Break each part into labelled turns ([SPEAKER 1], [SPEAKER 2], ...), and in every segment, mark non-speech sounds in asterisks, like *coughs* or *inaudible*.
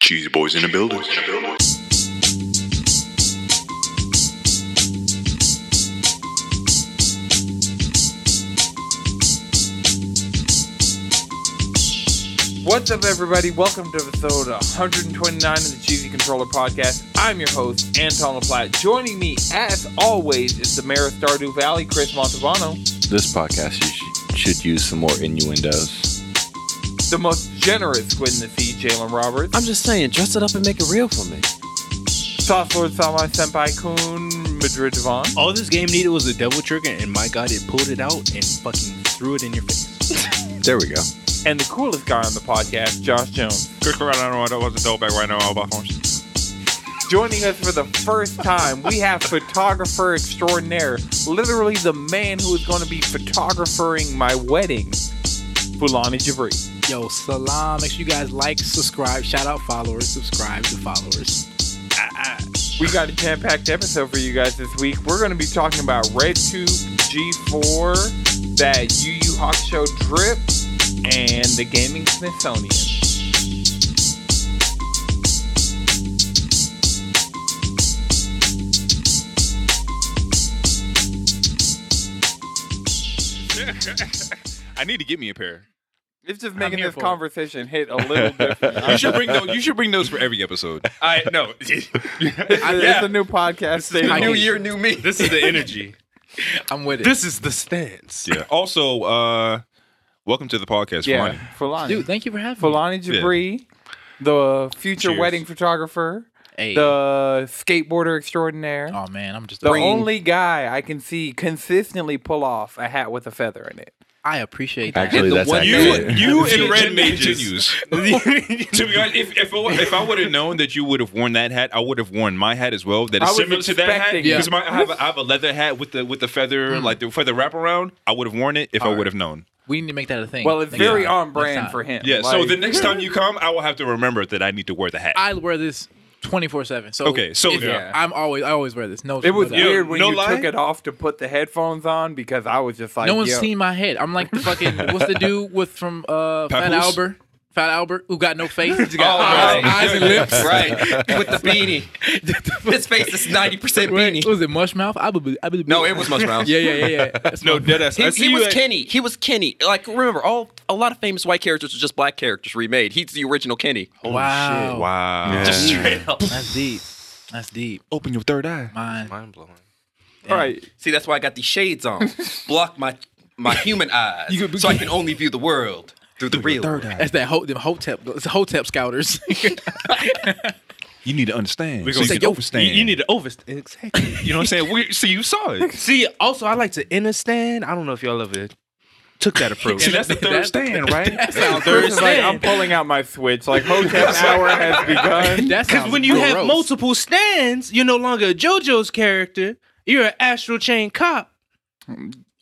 [SPEAKER 1] Cheesy Boys in the building.
[SPEAKER 2] What's up, everybody? Welcome to episode 129 of the Cheesy Controller Podcast. I'm your host, Anton LaPlatte. Joining me, as always, is the mayor of Stardew Valley, Chris Montevano,
[SPEAKER 3] This podcast you sh- should use some more innuendos.
[SPEAKER 2] the most generous squid in the sea, Jalen Roberts,
[SPEAKER 3] I'm just saying, dress it up and make it real for me.
[SPEAKER 2] Sauce Lord Salma Senpai Kun, Madrid Devon,
[SPEAKER 4] All this game needed was a double trigger, and my god, it pulled it out and fucking threw it in your face.
[SPEAKER 3] *laughs* There we go.
[SPEAKER 2] and the coolest guy on the podcast, Josh Jones.
[SPEAKER 5] Chris Corrado, that was a dope back right now, all about horses.
[SPEAKER 2] Joining us for the first time, we have photographer extraordinaire, literally the man who is going to be photographering my wedding, Fulani Jabri.
[SPEAKER 4] Yo, salam. Make sure you guys like, subscribe, shout out followers, subscribe to followers.
[SPEAKER 2] We got a jam-packed episode for you guys this week. We're going to be talking about RedTube G4, that Yu Yu Hawk Show drip, and the Gaming Smithsonian.
[SPEAKER 5] I need to get me a pair.
[SPEAKER 2] It's just making
[SPEAKER 4] here
[SPEAKER 2] this
[SPEAKER 4] for it.
[SPEAKER 2] conversation hit a little
[SPEAKER 5] *laughs*
[SPEAKER 2] different.
[SPEAKER 5] You should bring those. You should bring those for every episode. I no.
[SPEAKER 2] It's, a- it's a new podcast.
[SPEAKER 4] I
[SPEAKER 2] thing.
[SPEAKER 4] new
[SPEAKER 5] year, new me. This is the energy.
[SPEAKER 3] I'm with it.
[SPEAKER 5] this is the stance. *laughs* Yeah. Also, uh, welcome to the podcast.
[SPEAKER 2] Yeah,
[SPEAKER 5] Ronnie.
[SPEAKER 2] Fulani.
[SPEAKER 4] Dude, thank you for having
[SPEAKER 2] Fulani Jabri, the future
[SPEAKER 5] Cheers.
[SPEAKER 2] wedding photographer,
[SPEAKER 4] me. Hey.
[SPEAKER 2] the skateboarder extraordinaire.
[SPEAKER 4] oh man, I'm just
[SPEAKER 2] The
[SPEAKER 4] the only.
[SPEAKER 2] only guy I can see consistently pull off a hat with a feather in it.
[SPEAKER 4] I appreciate that.
[SPEAKER 3] Actually,
[SPEAKER 4] The
[SPEAKER 3] that's
[SPEAKER 4] one-
[SPEAKER 5] You,
[SPEAKER 3] actually-
[SPEAKER 5] you
[SPEAKER 4] Shit
[SPEAKER 5] and Red
[SPEAKER 4] continues.
[SPEAKER 5] Mages. *laughs* to be honest, if, if, I wa- if I would have known that you would have worn that hat, I would have worn my hat as well. That
[SPEAKER 2] I
[SPEAKER 5] is
[SPEAKER 2] was
[SPEAKER 5] similar to that hat.
[SPEAKER 2] expecting
[SPEAKER 5] Because
[SPEAKER 2] it.
[SPEAKER 5] my- I, have a, I have a leather hat with the with the feather, like the feather wraparound. I would have worn it if I would have known.
[SPEAKER 4] we need to make that a thing.
[SPEAKER 2] Well, it's
[SPEAKER 4] Next
[SPEAKER 2] very
[SPEAKER 4] time.
[SPEAKER 2] on
[SPEAKER 4] Next
[SPEAKER 2] brand
[SPEAKER 4] time.
[SPEAKER 2] for him.
[SPEAKER 5] Yeah. so
[SPEAKER 2] Like-
[SPEAKER 5] the next *laughs* time you come, I will have to remember that I need to wear the hat.
[SPEAKER 4] I wear this 24 seven. So
[SPEAKER 5] Okay, so-
[SPEAKER 4] if-
[SPEAKER 5] Yeah.
[SPEAKER 4] I'm always I always wear this. No,
[SPEAKER 2] It was
[SPEAKER 4] no, doubt.
[SPEAKER 2] weird when
[SPEAKER 5] no
[SPEAKER 2] you
[SPEAKER 5] lie.
[SPEAKER 2] took it off to put the headphones on because I was just like,
[SPEAKER 4] no one's
[SPEAKER 2] yo.
[SPEAKER 4] seen my head. I'm like the fucking what's the dude with from uh, Fat
[SPEAKER 5] Papoose?
[SPEAKER 4] Albert? Fat Albert who got no
[SPEAKER 5] *laughs*
[SPEAKER 4] face.
[SPEAKER 6] got
[SPEAKER 4] eyes,
[SPEAKER 6] no
[SPEAKER 4] Oh,
[SPEAKER 6] *laughs*
[SPEAKER 4] eyes and lips.
[SPEAKER 6] Right. With the beanie. *laughs* His face is 90%
[SPEAKER 4] Wait,
[SPEAKER 6] beanie.
[SPEAKER 4] was it Mushmouth? I believe. I believe.
[SPEAKER 6] No, it was Mushmouth.
[SPEAKER 4] yeah, yeah, yeah, yeah. That's my-
[SPEAKER 5] no, deadass. I
[SPEAKER 6] He,
[SPEAKER 5] see
[SPEAKER 6] he
[SPEAKER 5] you
[SPEAKER 6] was
[SPEAKER 5] at-
[SPEAKER 6] Kenny. He was Kenny. Like, remember, all a lot of famous white characters are just black characters remade. He's the original Kenny.
[SPEAKER 4] wow.
[SPEAKER 5] Wow.
[SPEAKER 3] Just
[SPEAKER 6] straight up.
[SPEAKER 4] That's deep. That's deep.
[SPEAKER 5] Open your third eye.
[SPEAKER 4] Mine.
[SPEAKER 7] Mind blowing.
[SPEAKER 2] All right.
[SPEAKER 6] See, that's why I got these shades *laughs* on. Block my my human eyes. so I can only view the world through the real. world.
[SPEAKER 4] That's that ho- them hotep. It's hotep scouters.
[SPEAKER 5] You need to understand.
[SPEAKER 7] gonna
[SPEAKER 5] so
[SPEAKER 7] say,
[SPEAKER 5] you
[SPEAKER 7] yo,
[SPEAKER 5] can overstand.
[SPEAKER 7] You, you need to overstand. Exactly.
[SPEAKER 5] You know what I'm saying? We, see, you saw it.
[SPEAKER 7] See, also, I like to understand. I don't know if y'all ever took that approach.
[SPEAKER 5] See, that's the third
[SPEAKER 4] That-
[SPEAKER 5] stand, right?
[SPEAKER 2] Chris is like, I'm pulling out my switch. Like,
[SPEAKER 5] *laughs*
[SPEAKER 2] hotel hour has begun.
[SPEAKER 4] That's
[SPEAKER 7] Because when you have multiple stands, you're no longer a JoJo's character. You're an Astral Chain cop.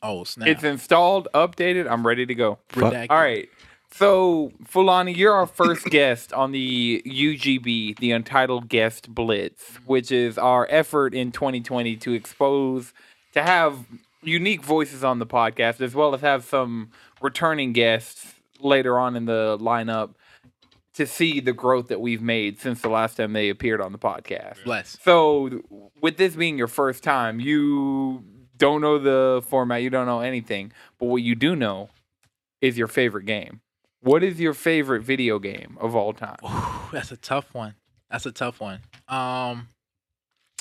[SPEAKER 4] Oh snap!
[SPEAKER 2] It's installed, updated. I'm ready to go.
[SPEAKER 4] Redacted.
[SPEAKER 2] All right. So, Fulani, you're our first guest on the UGB, the Untitled Guest Blitz, which is our effort in 2020 to expose, to have unique voices on the podcast, as well as have some returning guests later on in the lineup to see the growth that we've made since the last time they appeared on the podcast.
[SPEAKER 4] Bless.
[SPEAKER 2] So, with this being your first time, you don't know the format, you don't know anything, but what you do know is your favorite game. What is your favorite video game of all time?
[SPEAKER 4] Whew, that's a tough one. That's a tough one. Um,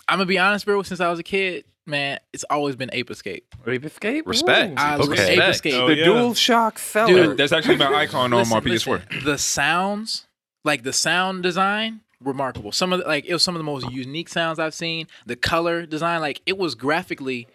[SPEAKER 4] I'm gonna be honest, bro. Since I was a kid, man, it's always been Ape Escape.
[SPEAKER 2] Rape Escape?
[SPEAKER 6] Respect.
[SPEAKER 2] Ooh.
[SPEAKER 4] I love
[SPEAKER 6] Okay.
[SPEAKER 4] Ape
[SPEAKER 6] Respect.
[SPEAKER 4] Escape.
[SPEAKER 5] Oh,
[SPEAKER 2] the
[SPEAKER 5] yeah.
[SPEAKER 2] Dual Shock seller.
[SPEAKER 4] Dude.
[SPEAKER 5] That's actually my icon on my PS4.
[SPEAKER 4] listen, the sounds, like the sound design, remarkable. Some of the, like it was some of the most unique sounds I've seen. The color design, like it was graphically,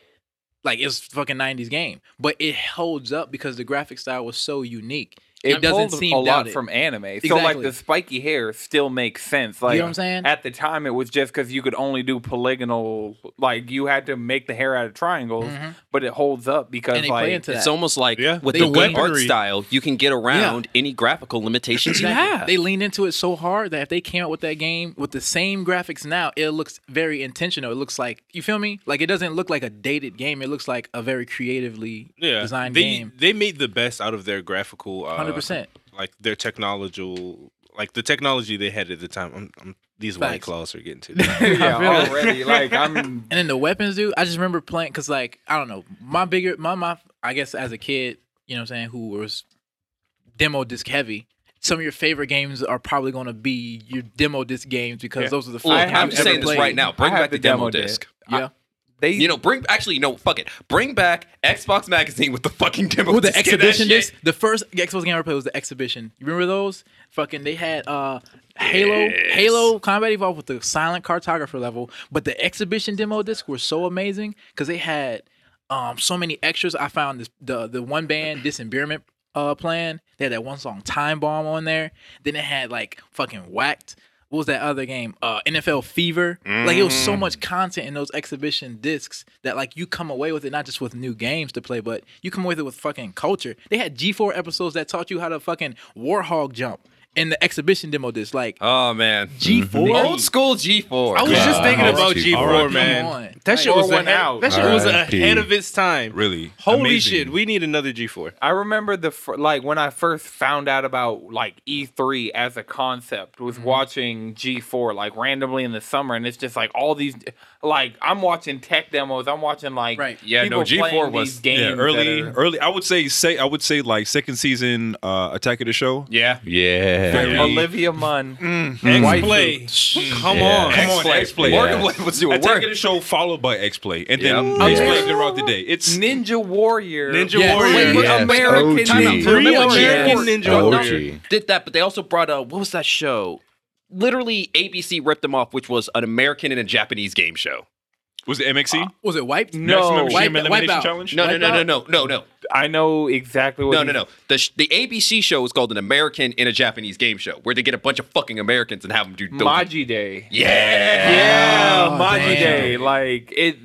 [SPEAKER 4] like it's fucking '90s game, but it holds up because the graphic style was so unique. It,
[SPEAKER 2] it
[SPEAKER 4] doesn't
[SPEAKER 2] pulled
[SPEAKER 4] seem
[SPEAKER 2] a lot
[SPEAKER 4] doubted.
[SPEAKER 2] from anime. So like
[SPEAKER 4] Exactly.
[SPEAKER 2] the spiky hair still makes sense. Like
[SPEAKER 4] you know what I'm saying?
[SPEAKER 2] at the time it was just because you could only do polygonal like you had to make the hair out of triangles,
[SPEAKER 4] Mhm.
[SPEAKER 2] but it holds up because
[SPEAKER 4] And they play
[SPEAKER 2] like
[SPEAKER 4] into that.
[SPEAKER 6] It's almost like
[SPEAKER 7] Yeah.
[SPEAKER 6] with
[SPEAKER 4] They
[SPEAKER 6] the web art
[SPEAKER 7] weaponry.
[SPEAKER 6] style, you can get around any graphical limitations you
[SPEAKER 4] Exactly.
[SPEAKER 6] have.
[SPEAKER 4] They leaned into it so hard that if they came out with that game with the same graphics now, it looks very intentional. It looks like you feel me? Like it doesn't look like a dated game. It looks like a very creatively
[SPEAKER 7] Yeah.
[SPEAKER 4] designed
[SPEAKER 7] they,
[SPEAKER 4] game.
[SPEAKER 7] They made the best out of their graphical. Uh,
[SPEAKER 4] Hundred percent.
[SPEAKER 7] Like their technological
[SPEAKER 1] like the technology they had at the time. I'm, I'm, these white
[SPEAKER 4] Facts.
[SPEAKER 1] claws are getting to me.
[SPEAKER 2] yeah,
[SPEAKER 4] feel it. *laughs*
[SPEAKER 2] already. Like I'm.
[SPEAKER 4] And then the weapons, dude. I just remember playing because, like, I don't know, my bigger, my my, I guess as a kid, you know, what I'm saying, who was demo disc heavy. Some of your favorite games are probably going to be your demo disc games because those are the.
[SPEAKER 6] Look,
[SPEAKER 4] first
[SPEAKER 6] I'm
[SPEAKER 4] games
[SPEAKER 6] just
[SPEAKER 4] you
[SPEAKER 6] saying
[SPEAKER 4] ever
[SPEAKER 6] this
[SPEAKER 4] played.
[SPEAKER 6] right now. Bring
[SPEAKER 2] have
[SPEAKER 6] back the
[SPEAKER 2] the demo
[SPEAKER 6] demo,
[SPEAKER 2] disc.
[SPEAKER 6] disc.
[SPEAKER 4] Yeah,
[SPEAKER 2] They
[SPEAKER 6] You know, bring actually no, fuck it. Bring back Xbox Magazine with the fucking demo.
[SPEAKER 4] With the
[SPEAKER 6] disc. Get that
[SPEAKER 4] exhibition
[SPEAKER 6] shit.
[SPEAKER 4] disc, the first Xbox game I ever played was the exhibition. You remember those? Fucking, they had uh Halo, Halo Combat Evolved with the silent cartographer level, but the exhibition demo disc were so amazing because they had um so many extras. I found this the the one band disembodiment uh plan. They had that one song Time Bomb on there. Then it had like fucking whacked. What was that other game? Uh, NFL Fever. Like it was so much content in those exhibition discs that like you come away with it not just with new games to play, but you come away with it with fucking culture. They had G four episodes that taught you how to fucking warhog jump in the exhibition demo disc. Like
[SPEAKER 6] Oh man,
[SPEAKER 4] G four.
[SPEAKER 1] mm-hmm.
[SPEAKER 6] old school G4.
[SPEAKER 7] I was just thinking
[SPEAKER 4] God.
[SPEAKER 7] about G4, man. That shit
[SPEAKER 2] Or
[SPEAKER 7] was
[SPEAKER 2] went
[SPEAKER 7] ahead,
[SPEAKER 2] out.
[SPEAKER 7] That shit was
[SPEAKER 3] R.I.P..
[SPEAKER 7] ahead of its time.
[SPEAKER 5] Really?
[SPEAKER 7] Holy
[SPEAKER 5] Amazing.
[SPEAKER 7] shit, we need another G4.
[SPEAKER 2] I remember the fir- like when I first found out about like E3 as a concept was watching G4 like randomly in the summer, and it's just like all these like I'm watching tech demos, I'm watching like
[SPEAKER 4] Right.
[SPEAKER 6] Yeah, no,
[SPEAKER 2] people
[SPEAKER 6] G4
[SPEAKER 2] playing
[SPEAKER 6] was-
[SPEAKER 2] these games
[SPEAKER 5] Yeah,
[SPEAKER 2] that
[SPEAKER 5] early,
[SPEAKER 2] are-
[SPEAKER 5] early. I would say, say, I would say, like second season, uh, Attack of the Show.
[SPEAKER 6] yeah.
[SPEAKER 3] Yeah. Mm-hmm.
[SPEAKER 5] Very-
[SPEAKER 2] Olivia Munn,
[SPEAKER 7] X
[SPEAKER 2] White
[SPEAKER 7] Play. Come
[SPEAKER 3] Yeah.
[SPEAKER 7] on.
[SPEAKER 5] Come on, X Play.
[SPEAKER 6] Morgan was doing
[SPEAKER 5] Attack
[SPEAKER 6] work.
[SPEAKER 5] of the Show followed by X Play, and then
[SPEAKER 6] Yep.
[SPEAKER 5] X Play
[SPEAKER 2] Okay.
[SPEAKER 5] throughout the day. It's
[SPEAKER 2] Ninja Warrior,
[SPEAKER 7] Ninja
[SPEAKER 4] Yeah.
[SPEAKER 7] Warrior.
[SPEAKER 2] Wait,
[SPEAKER 3] Yes,
[SPEAKER 2] American
[SPEAKER 3] OG.
[SPEAKER 2] Ninja
[SPEAKER 7] Free
[SPEAKER 2] Warrior.
[SPEAKER 7] American Ninja
[SPEAKER 6] Well, no,
[SPEAKER 3] Warrior. OG.
[SPEAKER 6] Did that, but they also brought a what was that show? Literally, ABC ripped them off, which was an American and a Japanese game show.
[SPEAKER 5] was it E? MXC?
[SPEAKER 4] Was it wiped?
[SPEAKER 5] Maximum
[SPEAKER 2] no,
[SPEAKER 5] Extreme
[SPEAKER 4] Wipe-
[SPEAKER 5] Elimination
[SPEAKER 4] Wipeout.
[SPEAKER 5] Challenge.
[SPEAKER 6] No, no,
[SPEAKER 4] Wipeout?
[SPEAKER 6] no, no, no, no, no,
[SPEAKER 2] I know exactly what.
[SPEAKER 6] no,
[SPEAKER 2] you-
[SPEAKER 6] no, no. The sh- the ABC show is called an American and a Japanese game show, where they get a bunch of fucking Americans and have them do. dope-
[SPEAKER 2] Maji Day.
[SPEAKER 6] yeah.
[SPEAKER 2] Yeah, Maji
[SPEAKER 4] damn.
[SPEAKER 2] Day. Like it,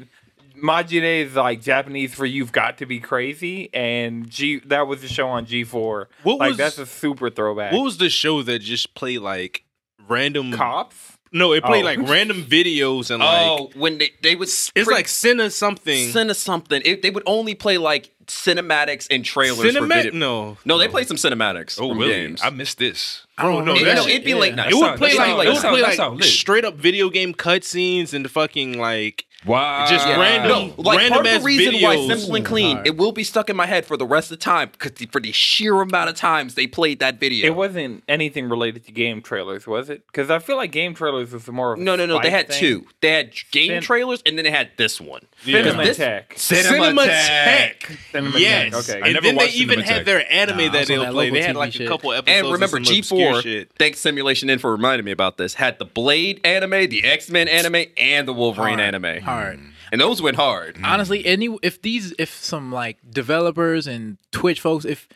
[SPEAKER 2] Maji Day is like Japanese for "You've Got to Be Crazy," and G. That was the show on G four.
[SPEAKER 7] What
[SPEAKER 2] Like
[SPEAKER 7] was-
[SPEAKER 2] that's a super throwback.
[SPEAKER 1] What was the show that just played like random?
[SPEAKER 2] Cops.
[SPEAKER 1] No, it played
[SPEAKER 2] Oh.
[SPEAKER 1] like random videos and like
[SPEAKER 6] Oh, when they, they would it's
[SPEAKER 7] It's like Senna something.
[SPEAKER 6] Cinema something. It, they would only play like cinematics and trailers. for
[SPEAKER 7] Cinematic?
[SPEAKER 6] video-
[SPEAKER 7] No.
[SPEAKER 6] no, they play some cinematics.
[SPEAKER 5] Oh,
[SPEAKER 6] from
[SPEAKER 5] really?
[SPEAKER 6] Games.
[SPEAKER 5] I missed this.
[SPEAKER 4] I don't
[SPEAKER 7] know.
[SPEAKER 6] It-
[SPEAKER 7] that
[SPEAKER 6] no,
[SPEAKER 7] shit-
[SPEAKER 6] it'd be
[SPEAKER 4] yeah.
[SPEAKER 6] late night.
[SPEAKER 7] It would
[SPEAKER 5] sound-
[SPEAKER 7] play
[SPEAKER 5] that
[SPEAKER 7] like,
[SPEAKER 5] sound-
[SPEAKER 7] it
[SPEAKER 5] that
[SPEAKER 7] would
[SPEAKER 5] sound-
[SPEAKER 7] play
[SPEAKER 5] that
[SPEAKER 7] like
[SPEAKER 5] sound lit.
[SPEAKER 7] straight up video game cutscenes and the fucking like
[SPEAKER 5] Wow.
[SPEAKER 7] just random
[SPEAKER 6] No, like
[SPEAKER 7] random
[SPEAKER 6] part of
[SPEAKER 7] ass
[SPEAKER 6] the reason
[SPEAKER 7] videos.
[SPEAKER 6] why Simple and Clean it will be stuck in my head for the rest of the time because for the sheer amount of times they played that video.
[SPEAKER 2] It wasn't anything related to game trailers, was it? Because I feel like game trailers was more of a
[SPEAKER 6] no, no, no. They
[SPEAKER 2] spike
[SPEAKER 6] had
[SPEAKER 2] thing.
[SPEAKER 6] two. They had game
[SPEAKER 2] Cin-
[SPEAKER 6] trailers and then they had this one.
[SPEAKER 2] Cinema
[SPEAKER 6] This-
[SPEAKER 2] Tech.
[SPEAKER 7] Cinemathetic.
[SPEAKER 2] Cinema
[SPEAKER 7] Yes.
[SPEAKER 2] Tech.
[SPEAKER 7] Okay.
[SPEAKER 2] Okay.
[SPEAKER 5] I
[SPEAKER 7] And
[SPEAKER 5] never
[SPEAKER 7] then they
[SPEAKER 5] watched
[SPEAKER 7] even
[SPEAKER 5] Cinematheque.
[SPEAKER 7] had their anime
[SPEAKER 4] Nah, I
[SPEAKER 7] that
[SPEAKER 4] was
[SPEAKER 7] they
[SPEAKER 4] on
[SPEAKER 7] would
[SPEAKER 4] that
[SPEAKER 7] play. They
[SPEAKER 4] local
[SPEAKER 7] had
[SPEAKER 4] TV
[SPEAKER 7] like a
[SPEAKER 4] shit.
[SPEAKER 7] couple episodes.
[SPEAKER 6] And
[SPEAKER 7] of
[SPEAKER 6] remember,
[SPEAKER 7] some obscure
[SPEAKER 6] G4,
[SPEAKER 7] shit.
[SPEAKER 6] thanks Simulation In for reminding me about this, had the Blade anime, the X Men anime, and the Wolverine anime.
[SPEAKER 4] Hard.
[SPEAKER 6] And those went hard.
[SPEAKER 4] honestly any if these if some like developers and twitch folks if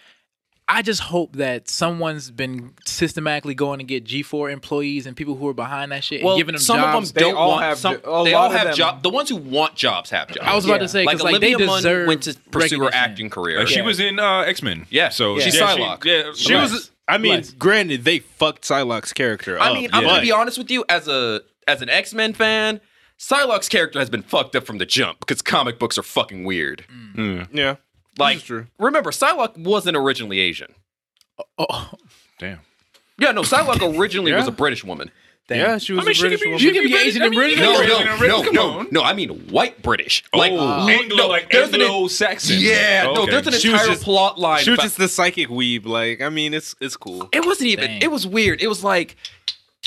[SPEAKER 4] i just hope that someone's been systematically going to get g4 employees and people who are behind that shit and giving them
[SPEAKER 6] some
[SPEAKER 4] jobs
[SPEAKER 6] of them don't
[SPEAKER 2] They all
[SPEAKER 6] want
[SPEAKER 2] have
[SPEAKER 6] some,
[SPEAKER 2] jo- a
[SPEAKER 6] they
[SPEAKER 2] lot
[SPEAKER 6] all
[SPEAKER 2] of
[SPEAKER 6] have
[SPEAKER 2] them-
[SPEAKER 6] jobs. The ones who want jobs have jobs.
[SPEAKER 4] i was about to say
[SPEAKER 6] like
[SPEAKER 4] because like, they
[SPEAKER 6] Olivia Munn
[SPEAKER 4] deserve
[SPEAKER 6] went to pursue her
[SPEAKER 4] recognition.
[SPEAKER 6] acting career.
[SPEAKER 5] Like she was in uh, X Men.
[SPEAKER 6] Yeah.
[SPEAKER 5] So
[SPEAKER 6] Yeah. She's
[SPEAKER 5] yeah, she-
[SPEAKER 6] Psylocke.
[SPEAKER 5] yeah.
[SPEAKER 1] she was. I mean,
[SPEAKER 4] Bless.
[SPEAKER 1] granted, they fucked Psylocke's character.
[SPEAKER 6] I
[SPEAKER 1] up,
[SPEAKER 6] mean, I'm gonna
[SPEAKER 1] but-
[SPEAKER 6] be honest with you, as a as an X Men fan, Psylocke's character has been fucked up from the jump because comic books are fucking weird.
[SPEAKER 4] Mm.
[SPEAKER 1] Yeah,
[SPEAKER 6] Like,
[SPEAKER 1] is true.
[SPEAKER 6] remember, Psylocke wasn't originally Asian.
[SPEAKER 4] oh,
[SPEAKER 5] Damn.
[SPEAKER 6] Yeah, no,
[SPEAKER 1] *laughs*
[SPEAKER 6] Psylocke originally was a British woman.
[SPEAKER 1] yeah, she was a British woman.
[SPEAKER 4] you can be asian and british
[SPEAKER 6] No,
[SPEAKER 5] Asian
[SPEAKER 6] no,
[SPEAKER 5] and British,
[SPEAKER 6] no,
[SPEAKER 5] come
[SPEAKER 6] no,
[SPEAKER 5] on.
[SPEAKER 6] no. I mean white British. Like,
[SPEAKER 5] oh,
[SPEAKER 6] li-
[SPEAKER 5] Anglo,
[SPEAKER 6] no,
[SPEAKER 5] like
[SPEAKER 6] there's an-
[SPEAKER 5] Anglo Saxon.
[SPEAKER 6] Yeah, no, there's an
[SPEAKER 1] She was
[SPEAKER 6] entire
[SPEAKER 1] just-
[SPEAKER 6] plot line.
[SPEAKER 1] She was
[SPEAKER 6] about-
[SPEAKER 1] just the psychic weeb. Like, I mean, it's it's cool.
[SPEAKER 6] It wasn't even.
[SPEAKER 4] Dang.
[SPEAKER 6] It was weird. It was like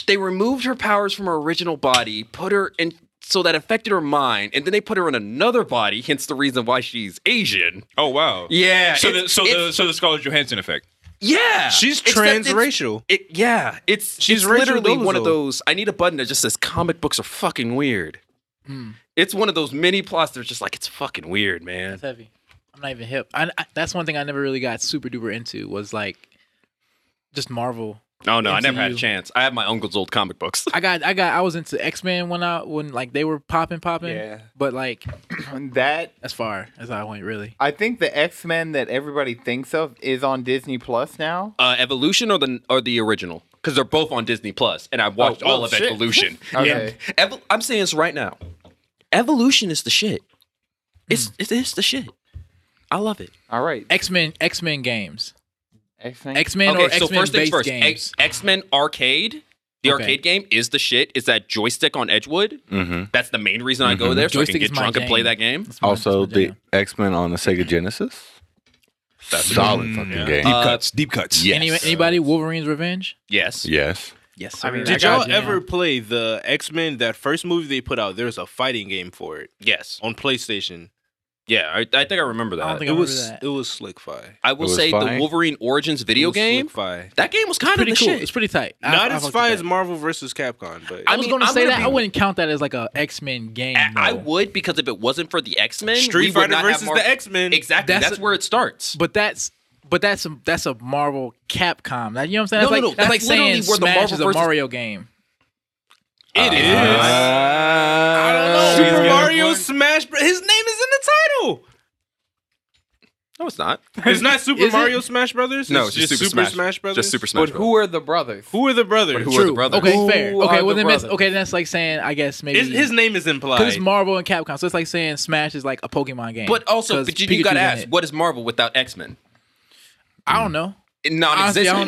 [SPEAKER 6] they removed her powers from her original body, put her in, so that affected her mind, and then they put her in another body. Hence the reason why she's Asian.
[SPEAKER 5] Oh wow.
[SPEAKER 6] Yeah.
[SPEAKER 5] So
[SPEAKER 6] it's-
[SPEAKER 5] the so the
[SPEAKER 6] it's-
[SPEAKER 5] so the Scarlett Johansson effect.
[SPEAKER 6] yeah.
[SPEAKER 1] She's
[SPEAKER 6] Except it's-
[SPEAKER 1] transracial.
[SPEAKER 6] It, yeah. It's
[SPEAKER 1] She's
[SPEAKER 6] she's
[SPEAKER 1] Rachel
[SPEAKER 6] literally one of
[SPEAKER 1] Dolezal.
[SPEAKER 6] those. I need a button that just says comic books are fucking weird.
[SPEAKER 4] Hmm.
[SPEAKER 6] It's one of those mini plots that's just like it's fucking weird, man.
[SPEAKER 4] It's heavy. I'm not even hip. I, I- that's one thing I never really got super duper into was like just Marvel.
[SPEAKER 6] Oh, No, no, I never had a
[SPEAKER 4] MCU.
[SPEAKER 6] chance. I have my uncle's old comic books. *laughs*
[SPEAKER 4] I got I got I was into X Men when I when like they were popping popping.
[SPEAKER 2] Yeah.
[SPEAKER 4] But like *clears throat*
[SPEAKER 2] That
[SPEAKER 4] as far as I went really.
[SPEAKER 2] I think the X Men that everybody thinks of is on Disney Plus now.
[SPEAKER 6] uh, Evolution or the or the original? Because they're both on Disney Plus,
[SPEAKER 4] Oh,
[SPEAKER 6] and I watched all
[SPEAKER 4] *laughs*
[SPEAKER 6] of Evolution.
[SPEAKER 2] Okay.
[SPEAKER 6] Evo- I'm saying this right now. Evolution is the shit.
[SPEAKER 4] Hmm.
[SPEAKER 6] It's it's, it's the shit. I love it.
[SPEAKER 2] All right.
[SPEAKER 4] X Men X Men games.
[SPEAKER 2] X Men.
[SPEAKER 4] X Men
[SPEAKER 6] okay,
[SPEAKER 4] or X Men
[SPEAKER 6] so first things
[SPEAKER 4] based
[SPEAKER 6] first.
[SPEAKER 4] games.
[SPEAKER 6] X Men Arcade. The
[SPEAKER 4] Okay.
[SPEAKER 6] arcade game is the shit. It's that joystick on Edgewood.
[SPEAKER 3] Mm-hmm.
[SPEAKER 6] That's the main reason I go
[SPEAKER 3] Mhm.
[SPEAKER 6] there, so I can
[SPEAKER 4] Joystick
[SPEAKER 6] get
[SPEAKER 4] is my
[SPEAKER 6] drunk and play
[SPEAKER 4] game.
[SPEAKER 6] that game.
[SPEAKER 4] That's my-
[SPEAKER 3] Also,
[SPEAKER 4] that's my
[SPEAKER 3] the
[SPEAKER 4] jam.
[SPEAKER 3] X Men on the Sega Genesis. solid fucking game.
[SPEAKER 5] Deep
[SPEAKER 6] Uh,
[SPEAKER 5] cuts. Deep cuts.
[SPEAKER 3] yes.
[SPEAKER 4] Any, anybody Wolverine's Revenge?
[SPEAKER 6] Yes.
[SPEAKER 3] Yes.
[SPEAKER 4] Yes,
[SPEAKER 2] I mean,
[SPEAKER 1] Did
[SPEAKER 2] got
[SPEAKER 1] y'all
[SPEAKER 4] jam.
[SPEAKER 1] ever play the X Men? That first movie they put out, there's a fighting game for it
[SPEAKER 6] Yes.
[SPEAKER 1] on PlayStation.
[SPEAKER 6] Yeah, I, I think I remember that.
[SPEAKER 4] I
[SPEAKER 6] I,
[SPEAKER 4] don't think
[SPEAKER 1] It
[SPEAKER 4] I remember
[SPEAKER 1] was
[SPEAKER 4] that.
[SPEAKER 1] it was slick fi.
[SPEAKER 6] will
[SPEAKER 3] It was
[SPEAKER 6] say the
[SPEAKER 3] fine.
[SPEAKER 6] Wolverine Origins video
[SPEAKER 1] It was
[SPEAKER 6] game.
[SPEAKER 1] Slick-fi.
[SPEAKER 6] That game was kind of
[SPEAKER 4] pretty
[SPEAKER 6] the
[SPEAKER 4] cool.
[SPEAKER 6] shit.
[SPEAKER 4] It's pretty tight. I-
[SPEAKER 1] Not
[SPEAKER 4] I fucked
[SPEAKER 1] as
[SPEAKER 4] with
[SPEAKER 1] far
[SPEAKER 4] that.
[SPEAKER 1] as Marvel versus Capcom, but
[SPEAKER 4] I,
[SPEAKER 6] I
[SPEAKER 4] was
[SPEAKER 6] mean,
[SPEAKER 4] going to
[SPEAKER 6] I'm
[SPEAKER 4] say
[SPEAKER 6] gonna
[SPEAKER 4] that.
[SPEAKER 6] be-
[SPEAKER 4] I wouldn't count that as like a X Men game.
[SPEAKER 6] I, I
[SPEAKER 4] though.
[SPEAKER 6] would because if it wasn't for the X Men,
[SPEAKER 1] Street Fighter versus the X Men.
[SPEAKER 6] Exactly. That's,
[SPEAKER 4] That's a-
[SPEAKER 6] where it starts.
[SPEAKER 4] But that's but that's a, that's a Marvel Capcom. That, you know what I'm saying? That's
[SPEAKER 6] No,
[SPEAKER 4] like,
[SPEAKER 6] no, no.
[SPEAKER 4] That's, like
[SPEAKER 6] That's literally
[SPEAKER 4] saying
[SPEAKER 6] where the
[SPEAKER 4] Smash
[SPEAKER 6] Marvel
[SPEAKER 4] is a
[SPEAKER 6] versus-
[SPEAKER 4] Mario game.
[SPEAKER 6] Uh,
[SPEAKER 1] It is.
[SPEAKER 3] I
[SPEAKER 1] Super Mario Smash. Bros. His name is in the title.
[SPEAKER 6] no, it's not.
[SPEAKER 1] It's not Super
[SPEAKER 4] Is it?
[SPEAKER 1] Mario Smash Brothers.
[SPEAKER 5] No,
[SPEAKER 1] it's
[SPEAKER 5] just Super Smash.
[SPEAKER 1] Brothers.
[SPEAKER 5] Just Super Smash.
[SPEAKER 2] But who are the brothers?
[SPEAKER 1] Who are the brothers?
[SPEAKER 6] Who are the brothers?
[SPEAKER 4] Okay,
[SPEAKER 2] Who
[SPEAKER 4] fair.
[SPEAKER 2] are
[SPEAKER 4] Okay,
[SPEAKER 2] the
[SPEAKER 4] well then that's
[SPEAKER 2] brothers?
[SPEAKER 4] okay. then That's like saying I guess maybe
[SPEAKER 1] His, his name is
[SPEAKER 4] because
[SPEAKER 1] implied.
[SPEAKER 4] Marvel and Capcom. So it's like saying Smash is like a Pokemon game.
[SPEAKER 6] But also,
[SPEAKER 4] 'Cause
[SPEAKER 6] but you,
[SPEAKER 4] Pikachu's
[SPEAKER 6] you gotta
[SPEAKER 4] in
[SPEAKER 6] ask,
[SPEAKER 4] it.
[SPEAKER 6] what is Marvel without X Men?
[SPEAKER 4] I don't know.
[SPEAKER 6] Non-existent.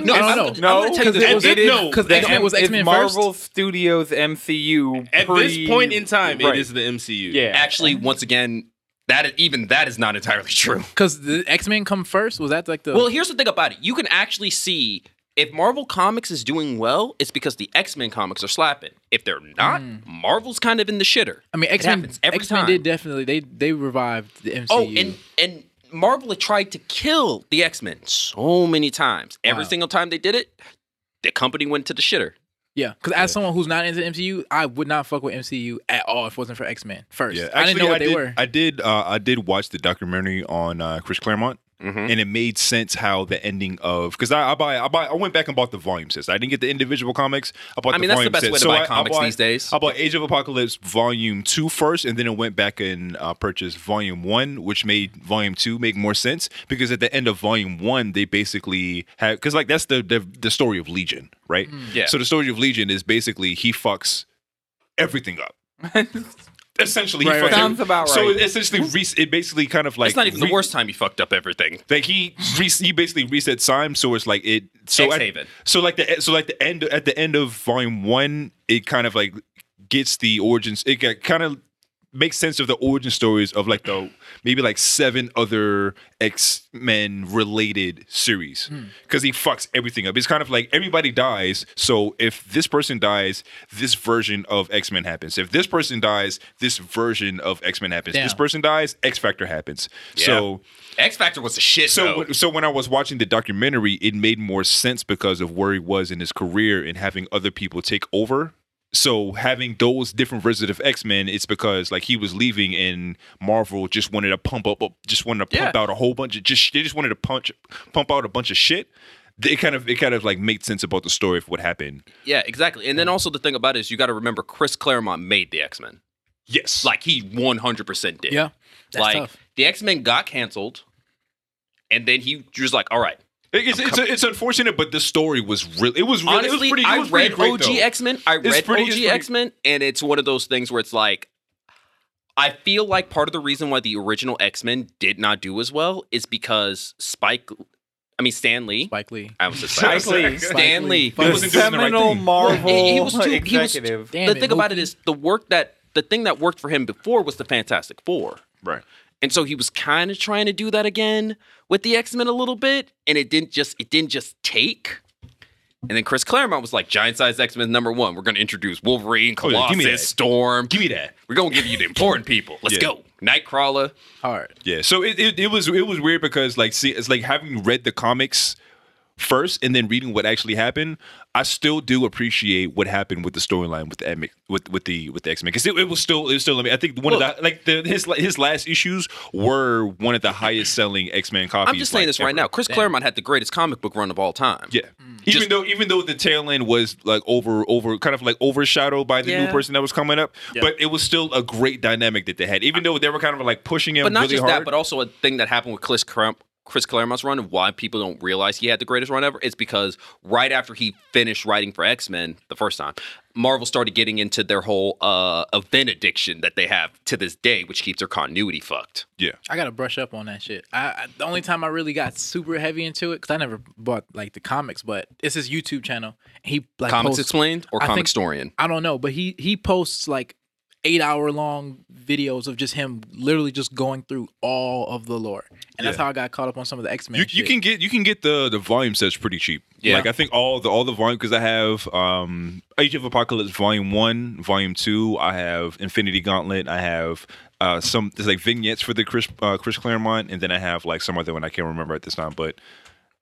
[SPEAKER 4] Honestly, I don't- I don't
[SPEAKER 6] I'm-
[SPEAKER 4] know.
[SPEAKER 6] I'm gonna tell you
[SPEAKER 2] because
[SPEAKER 6] this.
[SPEAKER 2] it was-
[SPEAKER 1] At-
[SPEAKER 2] it is-
[SPEAKER 1] no,
[SPEAKER 2] because
[SPEAKER 4] the
[SPEAKER 2] the
[SPEAKER 4] X-Men was
[SPEAKER 2] M- it's
[SPEAKER 4] X-Men first.
[SPEAKER 2] Marvel Studios MCU.
[SPEAKER 1] At
[SPEAKER 2] pre-
[SPEAKER 1] this point in time,
[SPEAKER 2] Right. *laughs*
[SPEAKER 1] it is the MCU.
[SPEAKER 2] yeah.
[SPEAKER 6] Actually, once again, that is, even that is not entirely *laughs* true.
[SPEAKER 4] Because the X Men come first. Was that like the?
[SPEAKER 6] Well, here's the thing about it: you can actually see if Marvel Comics is doing well, it's because the X Men comics are slapping. If they're not, Marvel's kind of in the shitter.
[SPEAKER 4] I mean, X Men.
[SPEAKER 6] happens every
[SPEAKER 4] X Men
[SPEAKER 6] time.
[SPEAKER 4] did definitely. They they revived the MCU.
[SPEAKER 6] Oh, and and Marvel had tried to kill the X Men so many times. Every
[SPEAKER 4] Wow.
[SPEAKER 6] single time they did it, the company went to the shitter.
[SPEAKER 4] yeah, because as someone who's not into MCU, I would not fuck with MCU at all if it wasn't for X Men first.
[SPEAKER 5] Yeah,
[SPEAKER 4] I didn't know what they
[SPEAKER 5] did,
[SPEAKER 4] were.
[SPEAKER 5] I did. Uh, I did watch the documentary on uh, Chris Claremont,
[SPEAKER 6] Mm-hmm.
[SPEAKER 5] and it made sense how the ending of because I, I buy I buy I went back and bought the volume sets. I didn't get the individual comics. I bought
[SPEAKER 6] I mean,
[SPEAKER 5] the
[SPEAKER 6] that's the
[SPEAKER 5] volume
[SPEAKER 6] best
[SPEAKER 5] sets.
[SPEAKER 6] way to
[SPEAKER 5] So
[SPEAKER 6] buy
[SPEAKER 5] I- I
[SPEAKER 6] comics
[SPEAKER 5] bought-
[SPEAKER 6] these days.
[SPEAKER 5] I bought Age of Apocalypse Volume Two first, and then it went back and uh, purchased Volume One, which made Volume Two make more sense because at the end of Volume One, they basically had because like that's the, the the story of Legion, right?
[SPEAKER 6] Mm, Yeah.
[SPEAKER 5] So the story of Legion is basically he fucks everything up. Essentially,
[SPEAKER 4] Right,
[SPEAKER 5] he
[SPEAKER 4] right.
[SPEAKER 5] fucks
[SPEAKER 2] Sounds about
[SPEAKER 5] so
[SPEAKER 2] right.
[SPEAKER 5] it essentially, re- it basically kind of like
[SPEAKER 6] That's not even
[SPEAKER 5] re-
[SPEAKER 6] the worst time he fucked up everything.
[SPEAKER 5] Like he re- he basically resets time, so it's like it. So at,
[SPEAKER 6] X-Haven.
[SPEAKER 5] so like the so like the end at the end of volume one, it kind of like gets the origins. It got kind of makes sense of the origin stories of like the maybe like seven other X Men related series because he fucks everything up. It's kind of like everybody dies, so if this person dies, this version of X Men happens. If this person dies, this version of X Men happens. This
[SPEAKER 4] Damn.
[SPEAKER 5] person dies, X Factor happens. So
[SPEAKER 6] X Factor was a shit.
[SPEAKER 5] so,
[SPEAKER 6] though.
[SPEAKER 5] when- so when I was watching the documentary, it made more sense because of where he was in his career and having other people take over. So having those different versions of X Men, it's because like he was leaving and Marvel just wanted to pump up, up- just wanted to pump
[SPEAKER 6] Yeah.
[SPEAKER 5] out a whole bunch of just they just wanted to punch, pump out a bunch of shit. It kind of it kind of like made sense about the story of what happened.
[SPEAKER 6] yeah, exactly. And then also the thing about it is you got to remember Chris Claremont made the X Men.
[SPEAKER 5] Yes,
[SPEAKER 6] Like he 100% did.
[SPEAKER 4] yeah, that's
[SPEAKER 6] like
[SPEAKER 4] tough.
[SPEAKER 6] the X Men got canceled, and then he was like, "All right."
[SPEAKER 5] It- it's it's, it's unfortunate, but the story was real. It was really it was
[SPEAKER 6] Honestly,
[SPEAKER 5] pretty. It
[SPEAKER 6] I
[SPEAKER 5] was pretty
[SPEAKER 6] read
[SPEAKER 5] great,
[SPEAKER 6] OG
[SPEAKER 5] though.
[SPEAKER 6] X Men. I read
[SPEAKER 5] pretty-
[SPEAKER 6] OG
[SPEAKER 5] it's pretty-
[SPEAKER 6] X Men, and it's one of those things where it's like, I feel like part of the reason why the original X Men did not do as well is because Spike, I mean Stan Lee.
[SPEAKER 4] Spike Lee.
[SPEAKER 6] I was
[SPEAKER 2] Spike Lee.
[SPEAKER 6] Stan Lee.
[SPEAKER 5] He wasn't doing the right
[SPEAKER 2] seminal
[SPEAKER 5] thing.
[SPEAKER 2] Marvel
[SPEAKER 6] He- he was too- he was-
[SPEAKER 2] executive.
[SPEAKER 4] Damn
[SPEAKER 6] the
[SPEAKER 4] it,
[SPEAKER 6] thing about it
[SPEAKER 4] Mookie.
[SPEAKER 6] is the work that the thing that worked for him before was the Fantastic Four.
[SPEAKER 5] Right.
[SPEAKER 6] And so he was kind of trying to do that again with the X-Men a little bit, and it didn't just it didn't just take. And then Chris Claremont was like, giant size X-Men number one. We're gonna introduce Wolverine,
[SPEAKER 5] Oh, yeah,
[SPEAKER 6] Colossus,
[SPEAKER 5] give me that.
[SPEAKER 6] Storm.
[SPEAKER 5] Give me that.
[SPEAKER 6] We're gonna give you the important people. Let's
[SPEAKER 5] Yeah.
[SPEAKER 6] go. Nightcrawler.
[SPEAKER 4] hard.
[SPEAKER 5] Yeah, so it, it, it was it was weird because like see it's like having read the comics first and then reading what actually happened, I still do appreciate what happened with the storyline with the X- with with the with the X Men because it, it was still it was still I, mean, I think one of the like the, his his last issues were one of the highest selling X Men copies.
[SPEAKER 6] I'm just saying
[SPEAKER 5] like,
[SPEAKER 6] this right
[SPEAKER 5] ever.
[SPEAKER 6] now. Chris Claremont had the greatest comic book run of all time.
[SPEAKER 5] Yeah. Even though even though the tail end was like over over kind of like overshadowed by the
[SPEAKER 6] Yeah.
[SPEAKER 5] new person that was coming up, but it was still a great dynamic that they had. Even though they were kind of like pushing him
[SPEAKER 6] But not
[SPEAKER 5] really
[SPEAKER 6] just
[SPEAKER 5] hard.
[SPEAKER 6] that, but also a thing that happened with Chris Claremont. Chris Claremont's run and why people don't realize he had the greatest run ever is because right after he finished writing for X Men the first time, Marvel started getting into their whole uh, event addiction that they have to this day, which keeps their continuity fucked.
[SPEAKER 4] I gotta brush up on that shit. I, I the only time I really got super heavy into it because I never bought like the comics, but it's his YouTube channel. He like
[SPEAKER 6] Comics
[SPEAKER 4] posts,
[SPEAKER 6] explained or
[SPEAKER 4] I
[SPEAKER 6] comic
[SPEAKER 4] think-
[SPEAKER 6] historian?
[SPEAKER 4] I don't know, but he he posts like eight hour long videos of just him literally just going through all of the lore, and that's
[SPEAKER 5] Yeah.
[SPEAKER 4] how I got caught up on some of the X Men.
[SPEAKER 5] You, you can get you can get the the volume sets pretty cheap.
[SPEAKER 6] Yeah.
[SPEAKER 5] Like I think all the all the volume because I have um Age of Apocalypse Volume One, Volume Two. I have Infinity Gauntlet. I have uh some there's like vignettes for the Chris uh, Chris Claremont, and then I have like some other one I can't remember at this time. But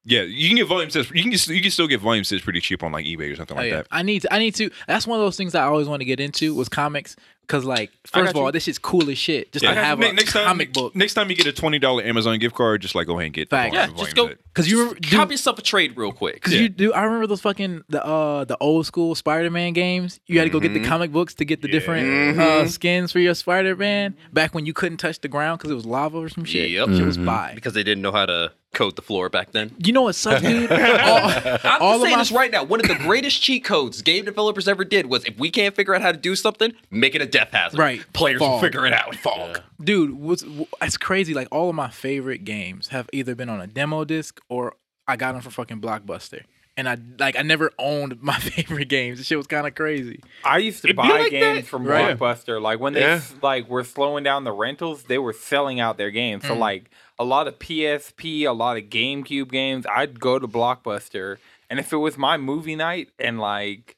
[SPEAKER 5] yeah, you can get volume sets. You can just, you can still get volume sets pretty cheap on like eBay or something
[SPEAKER 4] Oh,
[SPEAKER 5] like
[SPEAKER 4] yeah.
[SPEAKER 5] that.
[SPEAKER 4] I need to. I need to. That's one of those things I always want to get into was comics because like first of all, this is cool as shit. Just
[SPEAKER 5] Yeah.
[SPEAKER 4] to have
[SPEAKER 5] Ne-
[SPEAKER 4] a comic
[SPEAKER 5] time,
[SPEAKER 4] book.
[SPEAKER 5] Next time you get a twenty dollar Amazon gift card, just like go ahead and get the
[SPEAKER 4] Fact.
[SPEAKER 5] volume-
[SPEAKER 6] Yeah,
[SPEAKER 5] the
[SPEAKER 6] just
[SPEAKER 5] volume
[SPEAKER 6] go
[SPEAKER 5] set.
[SPEAKER 4] Cause you remember,
[SPEAKER 6] Copy yourself a trade real quick.
[SPEAKER 4] Cause you do. I remember those fucking the uh the old school Spider-Man games. You had to go get the
[SPEAKER 5] Mm-hmm.
[SPEAKER 4] comic books to get the different uh, skins for your Spider-Man. Back when you couldn't touch the ground because it was lava or some shit.
[SPEAKER 6] Yep.
[SPEAKER 4] Shit was bi.
[SPEAKER 6] because they didn't know how to code the floor back then.
[SPEAKER 4] You know what sucks,
[SPEAKER 6] *laughs*
[SPEAKER 4] dude? all all
[SPEAKER 6] I'm just
[SPEAKER 4] of
[SPEAKER 6] saying
[SPEAKER 4] my
[SPEAKER 6] this right now. One of the greatest cheat codes game developers ever did was if we can't figure out how to do something, make it a death hazard.
[SPEAKER 4] Right.
[SPEAKER 6] Players will
[SPEAKER 4] Fog.
[SPEAKER 6] figure it out. Fog.
[SPEAKER 4] dude what's wh- it's crazy like all of my favorite games have either been on a demo disc or i got them for fucking blockbuster and i like i never owned *laughs* my favorite games this shit was kind of crazy
[SPEAKER 2] I used to buy games from
[SPEAKER 4] Right.
[SPEAKER 2] Blockbuster. Like when they
[SPEAKER 3] Yeah.
[SPEAKER 2] s like were slowing down the rentals, they were selling out their games. So like a lot of PSP, a lot of GameCube games, I'd go to Blockbuster, and if it was my movie night, and like,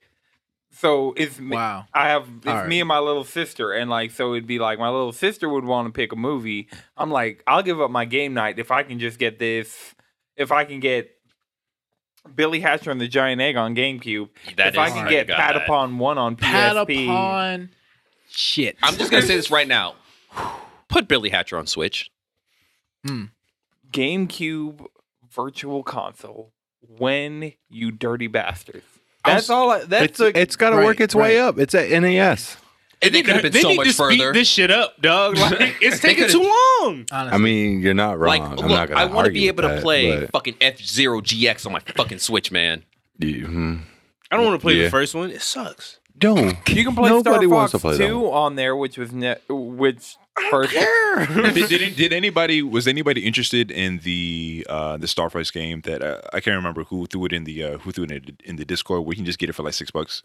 [SPEAKER 2] so it's me-
[SPEAKER 4] Wow.
[SPEAKER 2] I have it's
[SPEAKER 4] All right.
[SPEAKER 2] me and my little sister, and like so it'd be like my little sister would want to pick a movie. I'm like, I'll give up my game night if I can just get this. If I can get Billy Hatcher and the Giant Egg on GameCube,
[SPEAKER 6] That
[SPEAKER 2] if I
[SPEAKER 6] is-
[SPEAKER 2] can
[SPEAKER 6] I
[SPEAKER 2] get
[SPEAKER 6] got
[SPEAKER 2] Pat
[SPEAKER 6] that.
[SPEAKER 2] upon one on
[SPEAKER 4] pat
[SPEAKER 2] PSP,
[SPEAKER 4] upon shit
[SPEAKER 6] I'm just gonna say this right now. Put Billy Hatcher on Switch.
[SPEAKER 2] GameCube Virtual Console, when you dirty bastards. That's all. I, that's
[SPEAKER 3] It's, it's got to
[SPEAKER 4] right,
[SPEAKER 3] work its way
[SPEAKER 4] right.
[SPEAKER 3] up. It's E at NAS.
[SPEAKER 6] And it could have been
[SPEAKER 7] they
[SPEAKER 6] so
[SPEAKER 7] need
[SPEAKER 6] much
[SPEAKER 7] to speed
[SPEAKER 6] further.
[SPEAKER 7] this shit up, dog. Like, it's taking
[SPEAKER 6] could've-
[SPEAKER 7] too long.
[SPEAKER 4] honestly
[SPEAKER 3] I mean, you're not wrong.
[SPEAKER 6] Like,
[SPEAKER 3] I'm not
[SPEAKER 6] look,
[SPEAKER 3] gonna
[SPEAKER 6] I want to
[SPEAKER 3] argue
[SPEAKER 6] be
[SPEAKER 3] with
[SPEAKER 6] able to
[SPEAKER 3] that,
[SPEAKER 6] play
[SPEAKER 3] but-
[SPEAKER 6] fucking F Zero GX on my fucking Switch, man.
[SPEAKER 3] Yeah, hmm.
[SPEAKER 1] I don't want to play
[SPEAKER 3] Yeah.
[SPEAKER 1] the first one. It sucks.
[SPEAKER 3] No,
[SPEAKER 2] you can play
[SPEAKER 3] nobody
[SPEAKER 2] Star
[SPEAKER 3] wants
[SPEAKER 2] Fox
[SPEAKER 3] to play that
[SPEAKER 2] Two
[SPEAKER 3] one.
[SPEAKER 2] on there, which was ne- which first.
[SPEAKER 5] did, did, did anybody was anybody interested in the uh the Starface game that uh, I can't remember who threw it in the uh, who threw it in, in the Discord where you can just get it for like six bucks.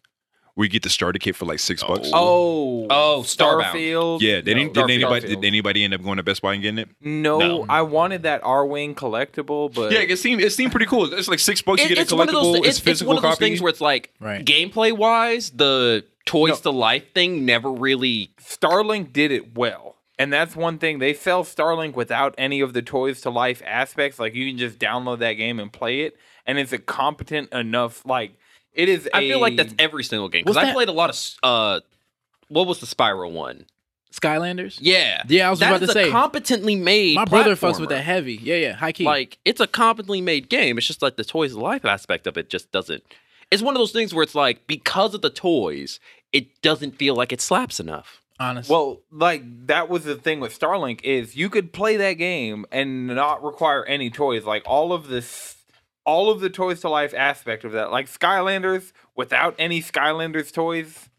[SPEAKER 5] Where you get the starter kit for like six bucks.
[SPEAKER 2] Oh,
[SPEAKER 6] Oh, Starbound.
[SPEAKER 2] Starfield.
[SPEAKER 5] yeah. They didn't,
[SPEAKER 2] No,
[SPEAKER 5] did anybody
[SPEAKER 2] Starfield.
[SPEAKER 5] did anybody end up going to Best Buy and getting it?
[SPEAKER 2] No, I wanted that R wing collectible, but
[SPEAKER 5] Yeah, it seemed it seemed pretty cool. It's like six bucks. you
[SPEAKER 6] It-
[SPEAKER 5] get
[SPEAKER 6] it's
[SPEAKER 5] a
[SPEAKER 6] one of
[SPEAKER 5] collectible.
[SPEAKER 6] those.
[SPEAKER 5] it's
[SPEAKER 6] It's, it's
[SPEAKER 5] physical
[SPEAKER 6] one of those
[SPEAKER 5] copy.
[SPEAKER 6] things where it's like
[SPEAKER 4] Right.
[SPEAKER 6] gameplay wise, the toys to life thing never really
[SPEAKER 2] Starlink did it well. And that's one thing. They sell Starlink without any of the toys to life aspects. Like you can just download that game and play it. And it's a competent enough like it is
[SPEAKER 6] I feel like
[SPEAKER 2] a-
[SPEAKER 6] that's every single game because
[SPEAKER 4] What's
[SPEAKER 6] I
[SPEAKER 4] that?
[SPEAKER 6] played a lot of. s- Uh, what was the Spiral one?
[SPEAKER 4] skylanders
[SPEAKER 6] Yeah,
[SPEAKER 4] Yeah, I was
[SPEAKER 6] That
[SPEAKER 4] about
[SPEAKER 6] is
[SPEAKER 4] to
[SPEAKER 6] a
[SPEAKER 4] say.
[SPEAKER 6] competently made.
[SPEAKER 4] my brother fucks
[SPEAKER 6] platformer.
[SPEAKER 4] with that heavy yeah yeah high key
[SPEAKER 6] Like it's a competently made game. It's just like the toys of life aspect of it just doesn't. It's one of those things where it's like because of the toys, it doesn't feel like it slaps enough.
[SPEAKER 4] honestly
[SPEAKER 2] well, like that was the thing with Starlink is you could play that game and not require any toys. Like all of this all of the toys to life aspect of that. Like Skylanders without any Skylanders toys.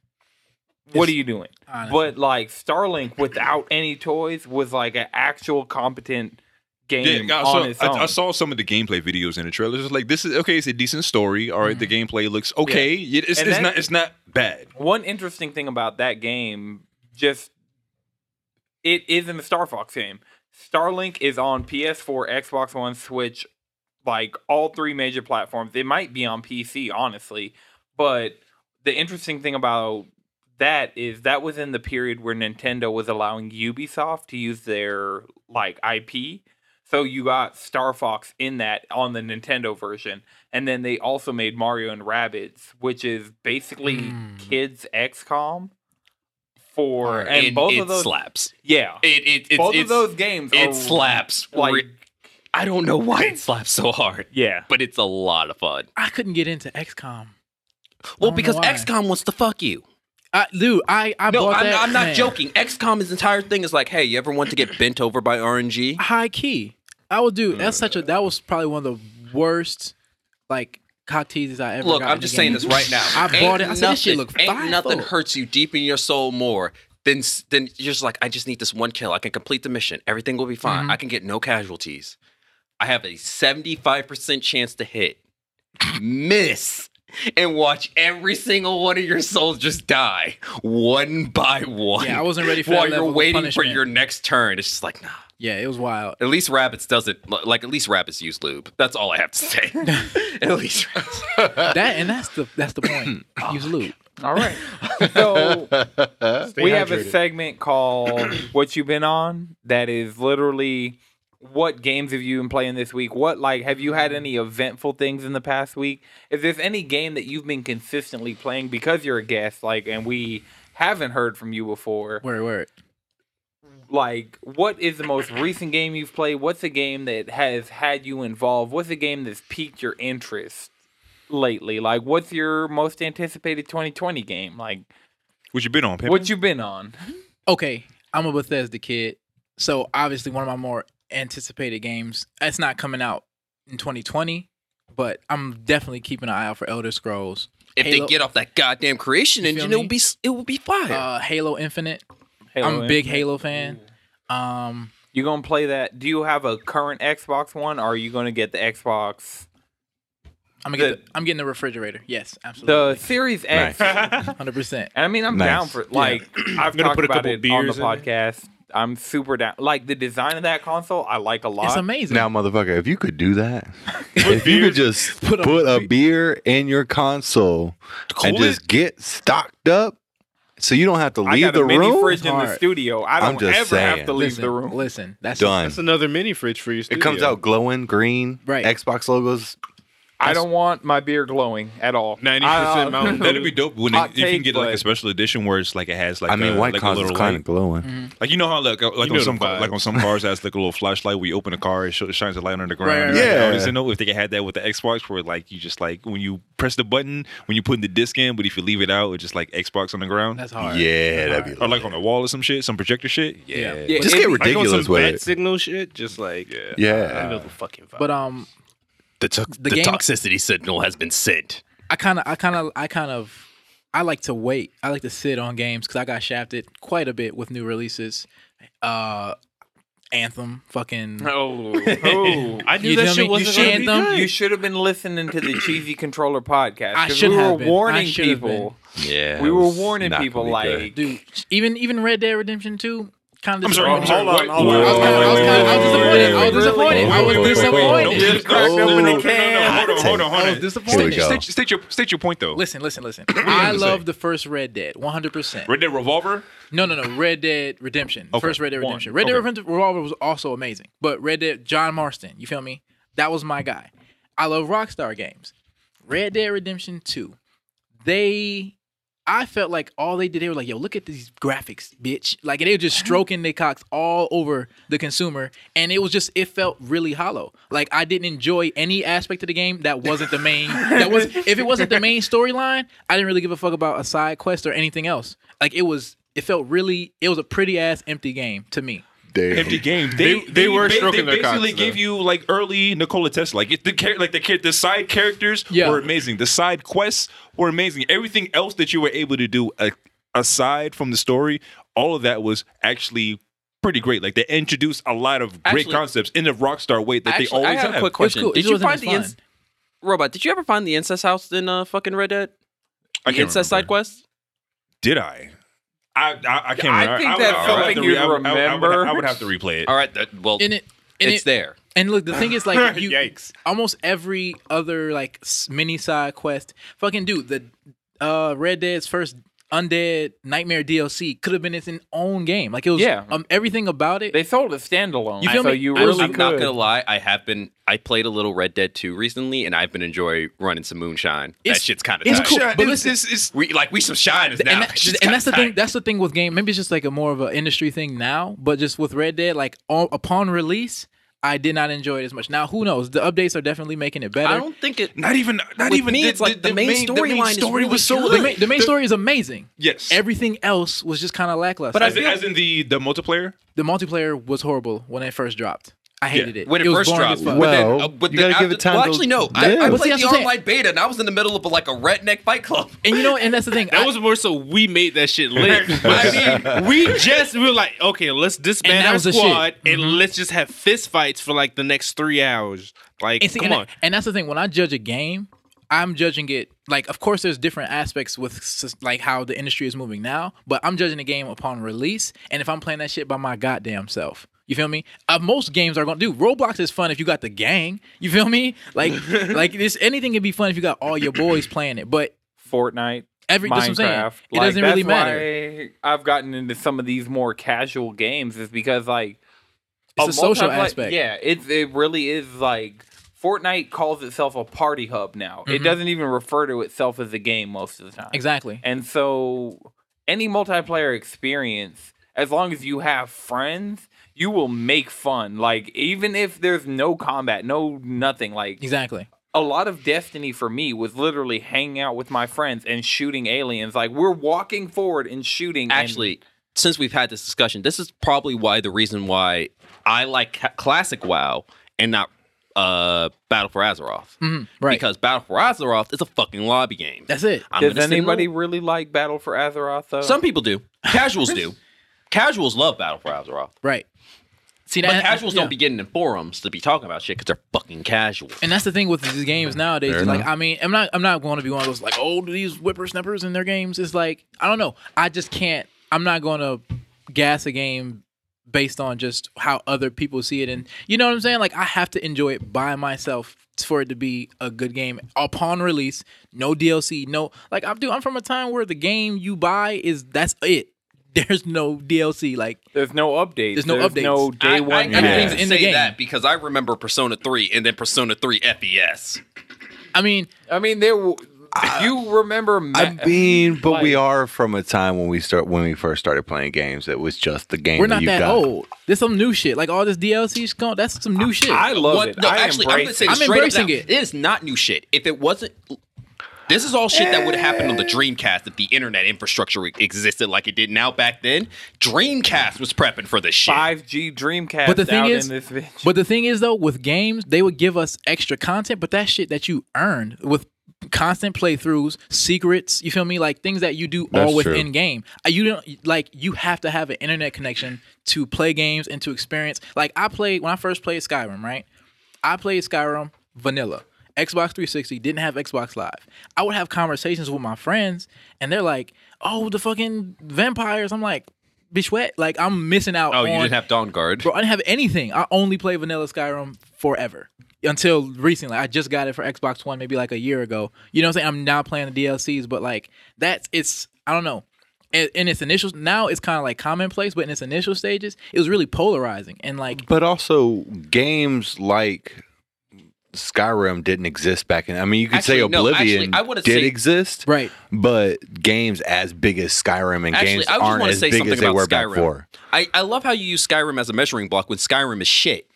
[SPEAKER 2] What
[SPEAKER 4] It's-
[SPEAKER 2] are you doing?
[SPEAKER 4] honestly.
[SPEAKER 2] But like Starlink without any toys was like an actual competent
[SPEAKER 5] Yeah,
[SPEAKER 2] game
[SPEAKER 5] I
[SPEAKER 2] on
[SPEAKER 5] saw,
[SPEAKER 2] its
[SPEAKER 5] I-
[SPEAKER 2] own.
[SPEAKER 5] I, saw some of the gameplay videos in the trailers. It's like this is okay. It's a decent story. All right, the gameplay looks okay. It- it's
[SPEAKER 2] And
[SPEAKER 5] it's
[SPEAKER 2] that-
[SPEAKER 5] not it's not bad.
[SPEAKER 2] One interesting thing about that game, just it isn't a Star Fox game. Starlink is on PS4, Xbox One, Switch, like all three major platforms. It might be on PC, honestly, but the interesting thing about that is that was in the period where Nintendo was allowing Ubisoft to use their like IP. So you got Star Fox in that on the Nintendo version, and then they also made Mario and Rabbids, which is basically kids XCOM for and,
[SPEAKER 6] it,
[SPEAKER 2] both
[SPEAKER 6] it
[SPEAKER 2] of those
[SPEAKER 6] slaps.
[SPEAKER 2] yeah
[SPEAKER 6] It it it's,
[SPEAKER 2] both
[SPEAKER 6] it's,
[SPEAKER 2] of those games
[SPEAKER 6] it
[SPEAKER 2] are,
[SPEAKER 6] slaps.
[SPEAKER 2] like-
[SPEAKER 6] Re- I don't know why *laughs* it slaps so hard,
[SPEAKER 2] yeah
[SPEAKER 6] but it's a lot of fun.
[SPEAKER 4] i couldn't get into xcom
[SPEAKER 6] Well,
[SPEAKER 4] don't know
[SPEAKER 6] because
[SPEAKER 4] why.
[SPEAKER 6] XCOM wants to fuck you.
[SPEAKER 4] I, dude i i
[SPEAKER 6] No,
[SPEAKER 4] bought
[SPEAKER 6] I'm,
[SPEAKER 4] that
[SPEAKER 6] I'm not
[SPEAKER 4] man.
[SPEAKER 6] joking. XCOM's entire thing is like, hey, you ever want to get bent over by RNG? Mm.
[SPEAKER 4] high key. I would do. That's such a. That was probably one of the worst, like cock teases I ever
[SPEAKER 6] Look,
[SPEAKER 4] got in
[SPEAKER 6] I'm
[SPEAKER 4] the
[SPEAKER 6] just saying
[SPEAKER 4] game.
[SPEAKER 6] this right now.
[SPEAKER 4] I
[SPEAKER 6] Ain't
[SPEAKER 4] bought it. I said this shit
[SPEAKER 6] nothing-
[SPEAKER 4] look
[SPEAKER 6] Ain't
[SPEAKER 4] fine.
[SPEAKER 6] nothing
[SPEAKER 4] folks.
[SPEAKER 6] hurts you deep in your soul more than s- than you're just like I just need this one kill. I can complete the mission. Everything will be fine.
[SPEAKER 4] Mm-hmm.
[SPEAKER 6] I can get no casualties. I have a 75 percent chance to hit, miss, and watch every single one of your souls just die one by one.
[SPEAKER 4] Yeah, I wasn't ready for
[SPEAKER 6] while
[SPEAKER 4] that level
[SPEAKER 6] you're
[SPEAKER 4] of
[SPEAKER 6] waiting for
[SPEAKER 4] punishment.
[SPEAKER 6] your next turn. It's just like nah.
[SPEAKER 4] Yeah, it was wild.
[SPEAKER 6] At least rabbits doesn't like. At least rabbits use lube. That's all I have to
[SPEAKER 4] *laughs*
[SPEAKER 6] say. *laughs* at least rabbits.
[SPEAKER 4] That and that's the that's the
[SPEAKER 6] *coughs*
[SPEAKER 4] point.
[SPEAKER 6] Ah.
[SPEAKER 4] Use loot.
[SPEAKER 2] All
[SPEAKER 6] *laughs*
[SPEAKER 2] right. So we have a segment called What You Been On that is literally what games have you been playing this week? What like have you had any eventful things in the past week? If there's any game that you've been consistently playing because you're a guest, like and we haven't heard from you before,
[SPEAKER 4] Word word.
[SPEAKER 2] like what is the most recent game you've played? What's a game that has had you involved? What's a game that's piqued your interest lately? Like what's your most anticipated 2020 game? Like
[SPEAKER 5] What you been on, Pip?
[SPEAKER 2] what you been on?
[SPEAKER 4] Okay, I'm a Bethesda kid, so obviously one of my more anticipated games. It's not coming out in 2020, but I'm definitely keeping an eye out for Elder Scrolls.
[SPEAKER 6] If
[SPEAKER 4] Halo-
[SPEAKER 6] they get off that goddamn creation
[SPEAKER 4] You
[SPEAKER 6] engine,
[SPEAKER 4] feel
[SPEAKER 6] it
[SPEAKER 4] me?
[SPEAKER 6] will be s- it will be fire.
[SPEAKER 4] Uh, Halo Infinite. I'm a
[SPEAKER 2] Halo
[SPEAKER 4] big
[SPEAKER 2] Infinite.
[SPEAKER 4] Halo fan. Um,
[SPEAKER 2] You gonna play that? Do you have a current Xbox One, or are you gonna get the Xbox,
[SPEAKER 4] I'm gonna get the, I'm getting the refrigerator. Yes,
[SPEAKER 2] the
[SPEAKER 4] absolutely.
[SPEAKER 2] Series X?
[SPEAKER 4] Hundred percent.
[SPEAKER 2] I mean, I'm
[SPEAKER 3] Nice.
[SPEAKER 2] down for like
[SPEAKER 1] *clears throat*
[SPEAKER 2] I've
[SPEAKER 1] gonna
[SPEAKER 2] talked
[SPEAKER 1] put a
[SPEAKER 2] about
[SPEAKER 1] couple
[SPEAKER 2] it on the
[SPEAKER 1] beers in it.
[SPEAKER 2] podcast. I'm super down. Like the design of that console, I like a lot.
[SPEAKER 4] It's amazing.
[SPEAKER 3] Now, motherfucker, if you could do that, if you could just put
[SPEAKER 4] Put
[SPEAKER 3] a,
[SPEAKER 4] a
[SPEAKER 3] beer in your console and
[SPEAKER 1] Cool it.
[SPEAKER 3] just get stocked up, so you don't have to
[SPEAKER 2] I
[SPEAKER 3] leave
[SPEAKER 2] got
[SPEAKER 3] the
[SPEAKER 2] a mini
[SPEAKER 3] room.
[SPEAKER 2] fridge in the
[SPEAKER 4] Hard.
[SPEAKER 2] studio. I
[SPEAKER 3] I'm
[SPEAKER 2] don't
[SPEAKER 3] just
[SPEAKER 2] ever have
[SPEAKER 3] saying.
[SPEAKER 2] to leave
[SPEAKER 4] listen,
[SPEAKER 2] the room.
[SPEAKER 4] Listen, that's
[SPEAKER 3] Done.
[SPEAKER 1] That's another mini fridge for you.
[SPEAKER 3] It comes out glowing green.
[SPEAKER 4] Right.
[SPEAKER 3] Xbox logos.
[SPEAKER 2] I don't want my beer glowing at all.
[SPEAKER 1] 90%
[SPEAKER 2] I-
[SPEAKER 4] um,
[SPEAKER 2] *laughs*
[SPEAKER 4] *laughs*
[SPEAKER 1] Mountain
[SPEAKER 5] Um, That'd be dope when
[SPEAKER 2] Hot
[SPEAKER 5] it, if you can
[SPEAKER 2] take,
[SPEAKER 5] get like a
[SPEAKER 2] but-
[SPEAKER 5] special edition where it's like it has like
[SPEAKER 3] I mean,
[SPEAKER 5] a,
[SPEAKER 3] white
[SPEAKER 5] like a
[SPEAKER 3] cars is
[SPEAKER 5] little
[SPEAKER 3] kind
[SPEAKER 5] light.
[SPEAKER 3] of glowing.
[SPEAKER 5] Like you know how like uh, like
[SPEAKER 1] You
[SPEAKER 5] on
[SPEAKER 1] know
[SPEAKER 5] some
[SPEAKER 1] the
[SPEAKER 5] ca-
[SPEAKER 1] vibe.
[SPEAKER 5] like on some cars that's like a little flashlight where you open a car it, sh- it shines a light on the ground.
[SPEAKER 4] Right,
[SPEAKER 5] and
[SPEAKER 4] right,
[SPEAKER 5] it's like,
[SPEAKER 3] right.
[SPEAKER 5] oh, this- you know if they had that with the Xbox where like you just like when you press the button when you put the disc in, but if you leave it out, it just like Xbox on the ground
[SPEAKER 4] that's hard.
[SPEAKER 3] Yeah, that'd be.
[SPEAKER 5] or like on the wall or some shit, some projector shit.
[SPEAKER 4] Yeah.
[SPEAKER 2] Yeah,
[SPEAKER 3] Just get
[SPEAKER 2] it'd be-
[SPEAKER 1] Like on
[SPEAKER 3] ridiculous
[SPEAKER 1] some
[SPEAKER 3] with
[SPEAKER 1] bat
[SPEAKER 3] it.
[SPEAKER 1] signal shit, just like yeah.
[SPEAKER 3] Yeah.
[SPEAKER 1] You know the fucking vibe.
[SPEAKER 4] But um,
[SPEAKER 6] the tox-
[SPEAKER 4] the game-
[SPEAKER 6] toxicity signal has been sent.
[SPEAKER 4] I kind of, I kind of, I kind of, I like to wait. I like to sit on games because I got shafted quite a bit with new releases. Uh, Anthem, fucking.
[SPEAKER 2] Oh, *laughs* oh.
[SPEAKER 1] I knew
[SPEAKER 4] you
[SPEAKER 1] that
[SPEAKER 4] feel
[SPEAKER 1] shit
[SPEAKER 4] me? You
[SPEAKER 1] wasn't gonna be
[SPEAKER 4] shouldn't-
[SPEAKER 1] good.
[SPEAKER 2] You should have been listening to the Cheesy Controller podcast.
[SPEAKER 4] I
[SPEAKER 2] 'cause
[SPEAKER 4] should
[SPEAKER 2] we were
[SPEAKER 4] have been. I
[SPEAKER 2] warning
[SPEAKER 4] should have
[SPEAKER 2] people.
[SPEAKER 3] Yeah.
[SPEAKER 2] We
[SPEAKER 3] it
[SPEAKER 2] were
[SPEAKER 3] was
[SPEAKER 2] warning
[SPEAKER 3] not
[SPEAKER 2] people
[SPEAKER 3] gonna be good.
[SPEAKER 2] like
[SPEAKER 4] Dude, even even Red Dead Redemption 2 kind of
[SPEAKER 5] I'm sorry. I'm sorry.
[SPEAKER 2] Hold on,
[SPEAKER 5] Wait,
[SPEAKER 2] hold
[SPEAKER 5] wait,
[SPEAKER 2] on.
[SPEAKER 5] wait,
[SPEAKER 4] I was kinda- I was
[SPEAKER 5] wait,
[SPEAKER 4] kinda-
[SPEAKER 5] wait,
[SPEAKER 4] I was
[SPEAKER 5] wait,
[SPEAKER 4] disappointed.
[SPEAKER 5] wait,
[SPEAKER 4] I was
[SPEAKER 5] wait,
[SPEAKER 4] disappointed.
[SPEAKER 5] wait,
[SPEAKER 4] I was
[SPEAKER 5] wait, wait, wait, wait,
[SPEAKER 4] disappointed.
[SPEAKER 5] wait.
[SPEAKER 4] Just
[SPEAKER 5] Don't-
[SPEAKER 3] cracked open
[SPEAKER 5] no,
[SPEAKER 3] the
[SPEAKER 5] no, no,
[SPEAKER 2] can.
[SPEAKER 5] Hold on, hold on, hold
[SPEAKER 4] I
[SPEAKER 5] on.
[SPEAKER 4] was disappointed.
[SPEAKER 3] Here we go.
[SPEAKER 5] State, state your state your point though.
[SPEAKER 4] Listen, listen, listen.
[SPEAKER 5] you
[SPEAKER 4] I
[SPEAKER 5] gonna
[SPEAKER 4] love
[SPEAKER 5] say?
[SPEAKER 4] the first Red Dead, 100%.
[SPEAKER 5] Red Dead Revolver.
[SPEAKER 4] No, no, no. Red Dead Redemption.
[SPEAKER 5] Okay,
[SPEAKER 4] First Red Dead Redemption. Red Dead Redemption Revolver was also amazing. But Red Dead John Marston, you feel me? That was my guy. I love Rockstar games. Red Dead Redemption 2. They I felt like all they did, they were like, yo, look at these graphics, bitch. Like they were just stroking their cocks all over the consumer. And it was just it felt really hollow. Like I didn't enjoy any aspect of the game that wasn't the main that was if it wasn't the main storyline, I didn't really give a fuck about a side quest or anything else. Like it was it felt really it was a pretty ass empty game to me.
[SPEAKER 3] Damn.
[SPEAKER 5] empty game. They
[SPEAKER 1] They- they were
[SPEAKER 5] ba-
[SPEAKER 1] stroking
[SPEAKER 5] They
[SPEAKER 1] their cocks,
[SPEAKER 5] basically
[SPEAKER 1] though.
[SPEAKER 5] gave you like early Nikola Tesla. Like it- the char- like the char- the side characters
[SPEAKER 4] Yeah.
[SPEAKER 5] were amazing. The side quests were amazing. Everything else that you were able to do a- aside from the story, all of that was actually pretty great. Like they introduced a lot of great
[SPEAKER 6] Actually-
[SPEAKER 5] concepts in the Rockstar way that
[SPEAKER 6] Actually,
[SPEAKER 5] they always
[SPEAKER 6] I have,
[SPEAKER 5] have.
[SPEAKER 6] a
[SPEAKER 4] It was
[SPEAKER 6] quick question.
[SPEAKER 4] cool. It
[SPEAKER 6] Did you
[SPEAKER 4] wasn't
[SPEAKER 6] find
[SPEAKER 4] as
[SPEAKER 6] the
[SPEAKER 4] fun.
[SPEAKER 6] inc- robot? Did you ever find the incest house in uh, fucking Red Dead?
[SPEAKER 5] I
[SPEAKER 6] The
[SPEAKER 5] can't
[SPEAKER 6] incest
[SPEAKER 5] remember.
[SPEAKER 6] side quest.
[SPEAKER 5] Did I? I, I, I can't
[SPEAKER 2] I
[SPEAKER 5] remember.
[SPEAKER 2] think
[SPEAKER 5] would-
[SPEAKER 2] that's
[SPEAKER 5] would have
[SPEAKER 2] something
[SPEAKER 5] to re-
[SPEAKER 2] you'd
[SPEAKER 5] I would- I would- I would-
[SPEAKER 2] remember.
[SPEAKER 5] I would have to replay it.
[SPEAKER 6] All right. That, well,
[SPEAKER 4] And it and
[SPEAKER 6] it's
[SPEAKER 4] it,
[SPEAKER 6] there.
[SPEAKER 4] And look, the thing is,
[SPEAKER 6] *laughs*
[SPEAKER 4] like, you,
[SPEAKER 1] Yikes.
[SPEAKER 4] Almost every other like s- mini side quest, fucking dude, the uh, Red Dead's first Undead Nightmare DLC could have been its own game. Like it was,
[SPEAKER 2] Yeah.
[SPEAKER 4] um, everything about it.
[SPEAKER 2] they sold it standalone.
[SPEAKER 4] You feel
[SPEAKER 2] so
[SPEAKER 4] me?
[SPEAKER 2] you
[SPEAKER 4] I was-
[SPEAKER 2] really
[SPEAKER 6] I'm
[SPEAKER 2] could.
[SPEAKER 6] not gonna lie. I have been. I played a little Red Dead 2 recently, and I've been enjoying running some moonshine.
[SPEAKER 4] It's-
[SPEAKER 6] that shit's kind of
[SPEAKER 4] it's
[SPEAKER 6] tight.
[SPEAKER 4] cool.
[SPEAKER 5] Yeah,
[SPEAKER 4] But
[SPEAKER 5] it's-
[SPEAKER 4] listen-
[SPEAKER 5] it's- it's-
[SPEAKER 6] We like we some shiners now.
[SPEAKER 4] and,
[SPEAKER 6] That shit's
[SPEAKER 4] that, and that's the
[SPEAKER 6] kinda
[SPEAKER 4] thing.
[SPEAKER 6] tight.
[SPEAKER 4] That's the thing with game. Maybe it's just like a more of an industry thing now, but just with Red Dead, like all, upon release, I did not enjoy it as much. Now, who knows? The updates are definitely making it better.
[SPEAKER 6] I don't think it.
[SPEAKER 5] not even, not
[SPEAKER 6] With
[SPEAKER 5] even.
[SPEAKER 6] me, it's like the main storyline is
[SPEAKER 5] story
[SPEAKER 6] really
[SPEAKER 5] was so.
[SPEAKER 6] good.
[SPEAKER 4] the
[SPEAKER 5] like,
[SPEAKER 4] main, the main story is amazing.
[SPEAKER 5] Yes.
[SPEAKER 4] Everything else was just kind of lackluster.
[SPEAKER 5] As, in- as in the the multiplayer.
[SPEAKER 4] the multiplayer was horrible when it first dropped. I hated it.
[SPEAKER 6] When it,
[SPEAKER 4] was
[SPEAKER 6] first
[SPEAKER 4] boring
[SPEAKER 6] dropped,
[SPEAKER 4] as fuck.
[SPEAKER 6] but then,
[SPEAKER 8] Well,
[SPEAKER 6] uh, but
[SPEAKER 8] you
[SPEAKER 6] then
[SPEAKER 8] gotta give
[SPEAKER 6] after-
[SPEAKER 8] it time
[SPEAKER 6] Well,
[SPEAKER 8] to-
[SPEAKER 6] actually, no.
[SPEAKER 8] Yeah.
[SPEAKER 6] I, I
[SPEAKER 8] But
[SPEAKER 4] see,
[SPEAKER 6] played
[SPEAKER 4] that's
[SPEAKER 6] the
[SPEAKER 4] what I'm saying.
[SPEAKER 6] online beta, and I was in the middle of like a redneck fight club.
[SPEAKER 4] and you know, and that's the thing.
[SPEAKER 1] That
[SPEAKER 4] I-
[SPEAKER 1] was more so we made that shit
[SPEAKER 6] *laughs*
[SPEAKER 1] lit.
[SPEAKER 6] I
[SPEAKER 1] I mean, we just we were like, okay, let's
[SPEAKER 4] And
[SPEAKER 1] disband
[SPEAKER 4] that
[SPEAKER 1] our
[SPEAKER 4] was the
[SPEAKER 1] squad
[SPEAKER 4] shit.
[SPEAKER 1] and let's just have fist fights for like the next three hours. Like,
[SPEAKER 4] And see,
[SPEAKER 1] come
[SPEAKER 4] and,
[SPEAKER 1] on.
[SPEAKER 4] and that's the thing. When I judge a game, I'm judging it like, of course, there's different aspects with s- like how the industry is moving now, but I'm judging the game upon release. And if I'm playing that shit by my goddamn self, you feel me? Uh, most games are gonna do. Roblox is fun if you got the gang. You feel me? Like, like this anything can be fun if you got all your boys playing it. But
[SPEAKER 2] Fortnite,
[SPEAKER 4] every that's what I'm
[SPEAKER 2] Minecraft.
[SPEAKER 4] saying. It
[SPEAKER 2] Like,
[SPEAKER 4] doesn't really
[SPEAKER 2] that's
[SPEAKER 4] matter.
[SPEAKER 2] why I've gotten into some of these more casual games is because like
[SPEAKER 4] It's a social
[SPEAKER 2] multiplayer-
[SPEAKER 4] aspect.
[SPEAKER 2] Yeah, it it really is like Fortnite calls itself a party hub now. It
[SPEAKER 4] Mhm.
[SPEAKER 2] doesn't even refer to itself as a game most of the time.
[SPEAKER 4] Exactly.
[SPEAKER 2] And so any multiplayer experience, as long as you have friends, you will make fun. Like even if there's no combat, no nothing, like
[SPEAKER 4] Exactly.
[SPEAKER 2] a lot of destiny for me was literally hanging out with my friends and shooting aliens. Like we're walking forward and shooting. and-
[SPEAKER 6] actually, since we've had this discussion, this is probably why the reason why I like ca- classic WoW and not uh, Battle for Azeroth.
[SPEAKER 8] Mm-hmm.
[SPEAKER 4] Mhm. Right.
[SPEAKER 6] Because Battle for Azeroth is a fucking lobby game.
[SPEAKER 4] that's it.
[SPEAKER 6] I'm
[SPEAKER 2] does
[SPEAKER 6] gonna sit in the-
[SPEAKER 2] anybody really like Battle for Azeroth? Though?
[SPEAKER 6] Some people do. Casuals do.
[SPEAKER 8] *laughs*
[SPEAKER 6] Casuals love Battle for Azeroth.
[SPEAKER 4] Right. See,
[SPEAKER 6] But
[SPEAKER 4] that,
[SPEAKER 6] casuals
[SPEAKER 4] yeah.
[SPEAKER 6] don't be getting in forums to be talking about shit because they're fucking casual.
[SPEAKER 4] And that's the thing with these games nowadays.
[SPEAKER 3] Fair
[SPEAKER 4] is like,
[SPEAKER 3] enough.
[SPEAKER 4] I mean, I'm not, I'm not going to be one of those like, oh, these whippersnappers in their games. It's like, I don't know. I just can't. I'm not going to gas a game based on just how other people see it, and you know what I'm saying. Like, I have to enjoy it by myself for it to be a good game upon release. No DLC. No, like I'm dude, I'm from a time where the game you buy is that's it. *laughs* There's no DLC. Like,
[SPEAKER 2] there's no updates.
[SPEAKER 4] There's no updates.
[SPEAKER 2] No day
[SPEAKER 6] I-
[SPEAKER 2] one.
[SPEAKER 6] I,
[SPEAKER 4] Yeah.
[SPEAKER 6] I, hate to
[SPEAKER 4] in the
[SPEAKER 6] say
[SPEAKER 4] game.
[SPEAKER 6] that because I remember Persona 3 and then Persona E 3 FES.
[SPEAKER 4] I mean,
[SPEAKER 2] I mean, there. w- you remember? Ma-
[SPEAKER 8] I mean, but we are from a time when we start when we first started playing games. It was just the game.
[SPEAKER 4] we're not
[SPEAKER 8] you
[SPEAKER 4] that
[SPEAKER 8] got.
[SPEAKER 4] old. There's some new shit. Like all this DLC, 's gone- that's some new shit.
[SPEAKER 2] I love
[SPEAKER 6] One-
[SPEAKER 2] it.
[SPEAKER 6] No,
[SPEAKER 2] I
[SPEAKER 6] actually, I'm going to
[SPEAKER 2] embrace
[SPEAKER 6] say
[SPEAKER 2] it.
[SPEAKER 6] this
[SPEAKER 4] I'm
[SPEAKER 6] straight
[SPEAKER 4] embracing
[SPEAKER 6] up now.
[SPEAKER 4] it.
[SPEAKER 6] It is not new shit. If it wasn't, this is all shit that would have happened
[SPEAKER 2] Eh.
[SPEAKER 6] on the Dreamcast if the internet infrastructure existed like it did now back then. Dreamcast was prepping for this shit.
[SPEAKER 2] 5G Dreamcast.
[SPEAKER 4] But the thing
[SPEAKER 2] out
[SPEAKER 4] is-
[SPEAKER 2] in this bitch.
[SPEAKER 4] But the thing is, though, with games, they would give us extra content, but that shit that you earned with constant playthroughs, secrets, you feel me? Like things that you do
[SPEAKER 3] That's
[SPEAKER 4] all
[SPEAKER 3] true.
[SPEAKER 4] within game. Uh, You don't like you have to have an internet connection to play games and to experience. Like I played when I first played Skyrim, right? I played Skyrim vanilla. Xbox 360 didn't have Xbox Live. I would have conversations with my friends, and they're like, "Oh, the fucking vampires." I'm like, "Bitch, what?" Like I'm missing out.
[SPEAKER 6] oh,
[SPEAKER 4] on
[SPEAKER 6] you didn't have Dawn Guard.
[SPEAKER 4] Bro, I didn't have anything. I only played Vanilla Skyrim forever until recently. I just got it for Xbox One maybe like a year ago. You know what I'm saying? I'm now playing the DLCs, but like that's it's I don't know. In, in its initial now it's kind of like commonplace, but in its initial stages, it was really polarizing and like
[SPEAKER 8] But also, games like Skyrim didn't exist back in. I mean, you could say
[SPEAKER 6] Actually, no, actually,
[SPEAKER 8] Oblivion
[SPEAKER 6] I would've
[SPEAKER 8] did
[SPEAKER 6] said-
[SPEAKER 8] exist,
[SPEAKER 4] right.
[SPEAKER 8] but games as big as Skyrim and
[SPEAKER 6] Actually,
[SPEAKER 8] games
[SPEAKER 6] I just
[SPEAKER 8] aren't
[SPEAKER 6] wanna
[SPEAKER 8] as
[SPEAKER 6] say
[SPEAKER 8] big
[SPEAKER 6] something
[SPEAKER 8] as they
[SPEAKER 6] about
[SPEAKER 8] were back
[SPEAKER 6] Skyrim.
[SPEAKER 8] before.
[SPEAKER 6] I, I love how you use Skyrim as a measuring block when Skyrim is shit.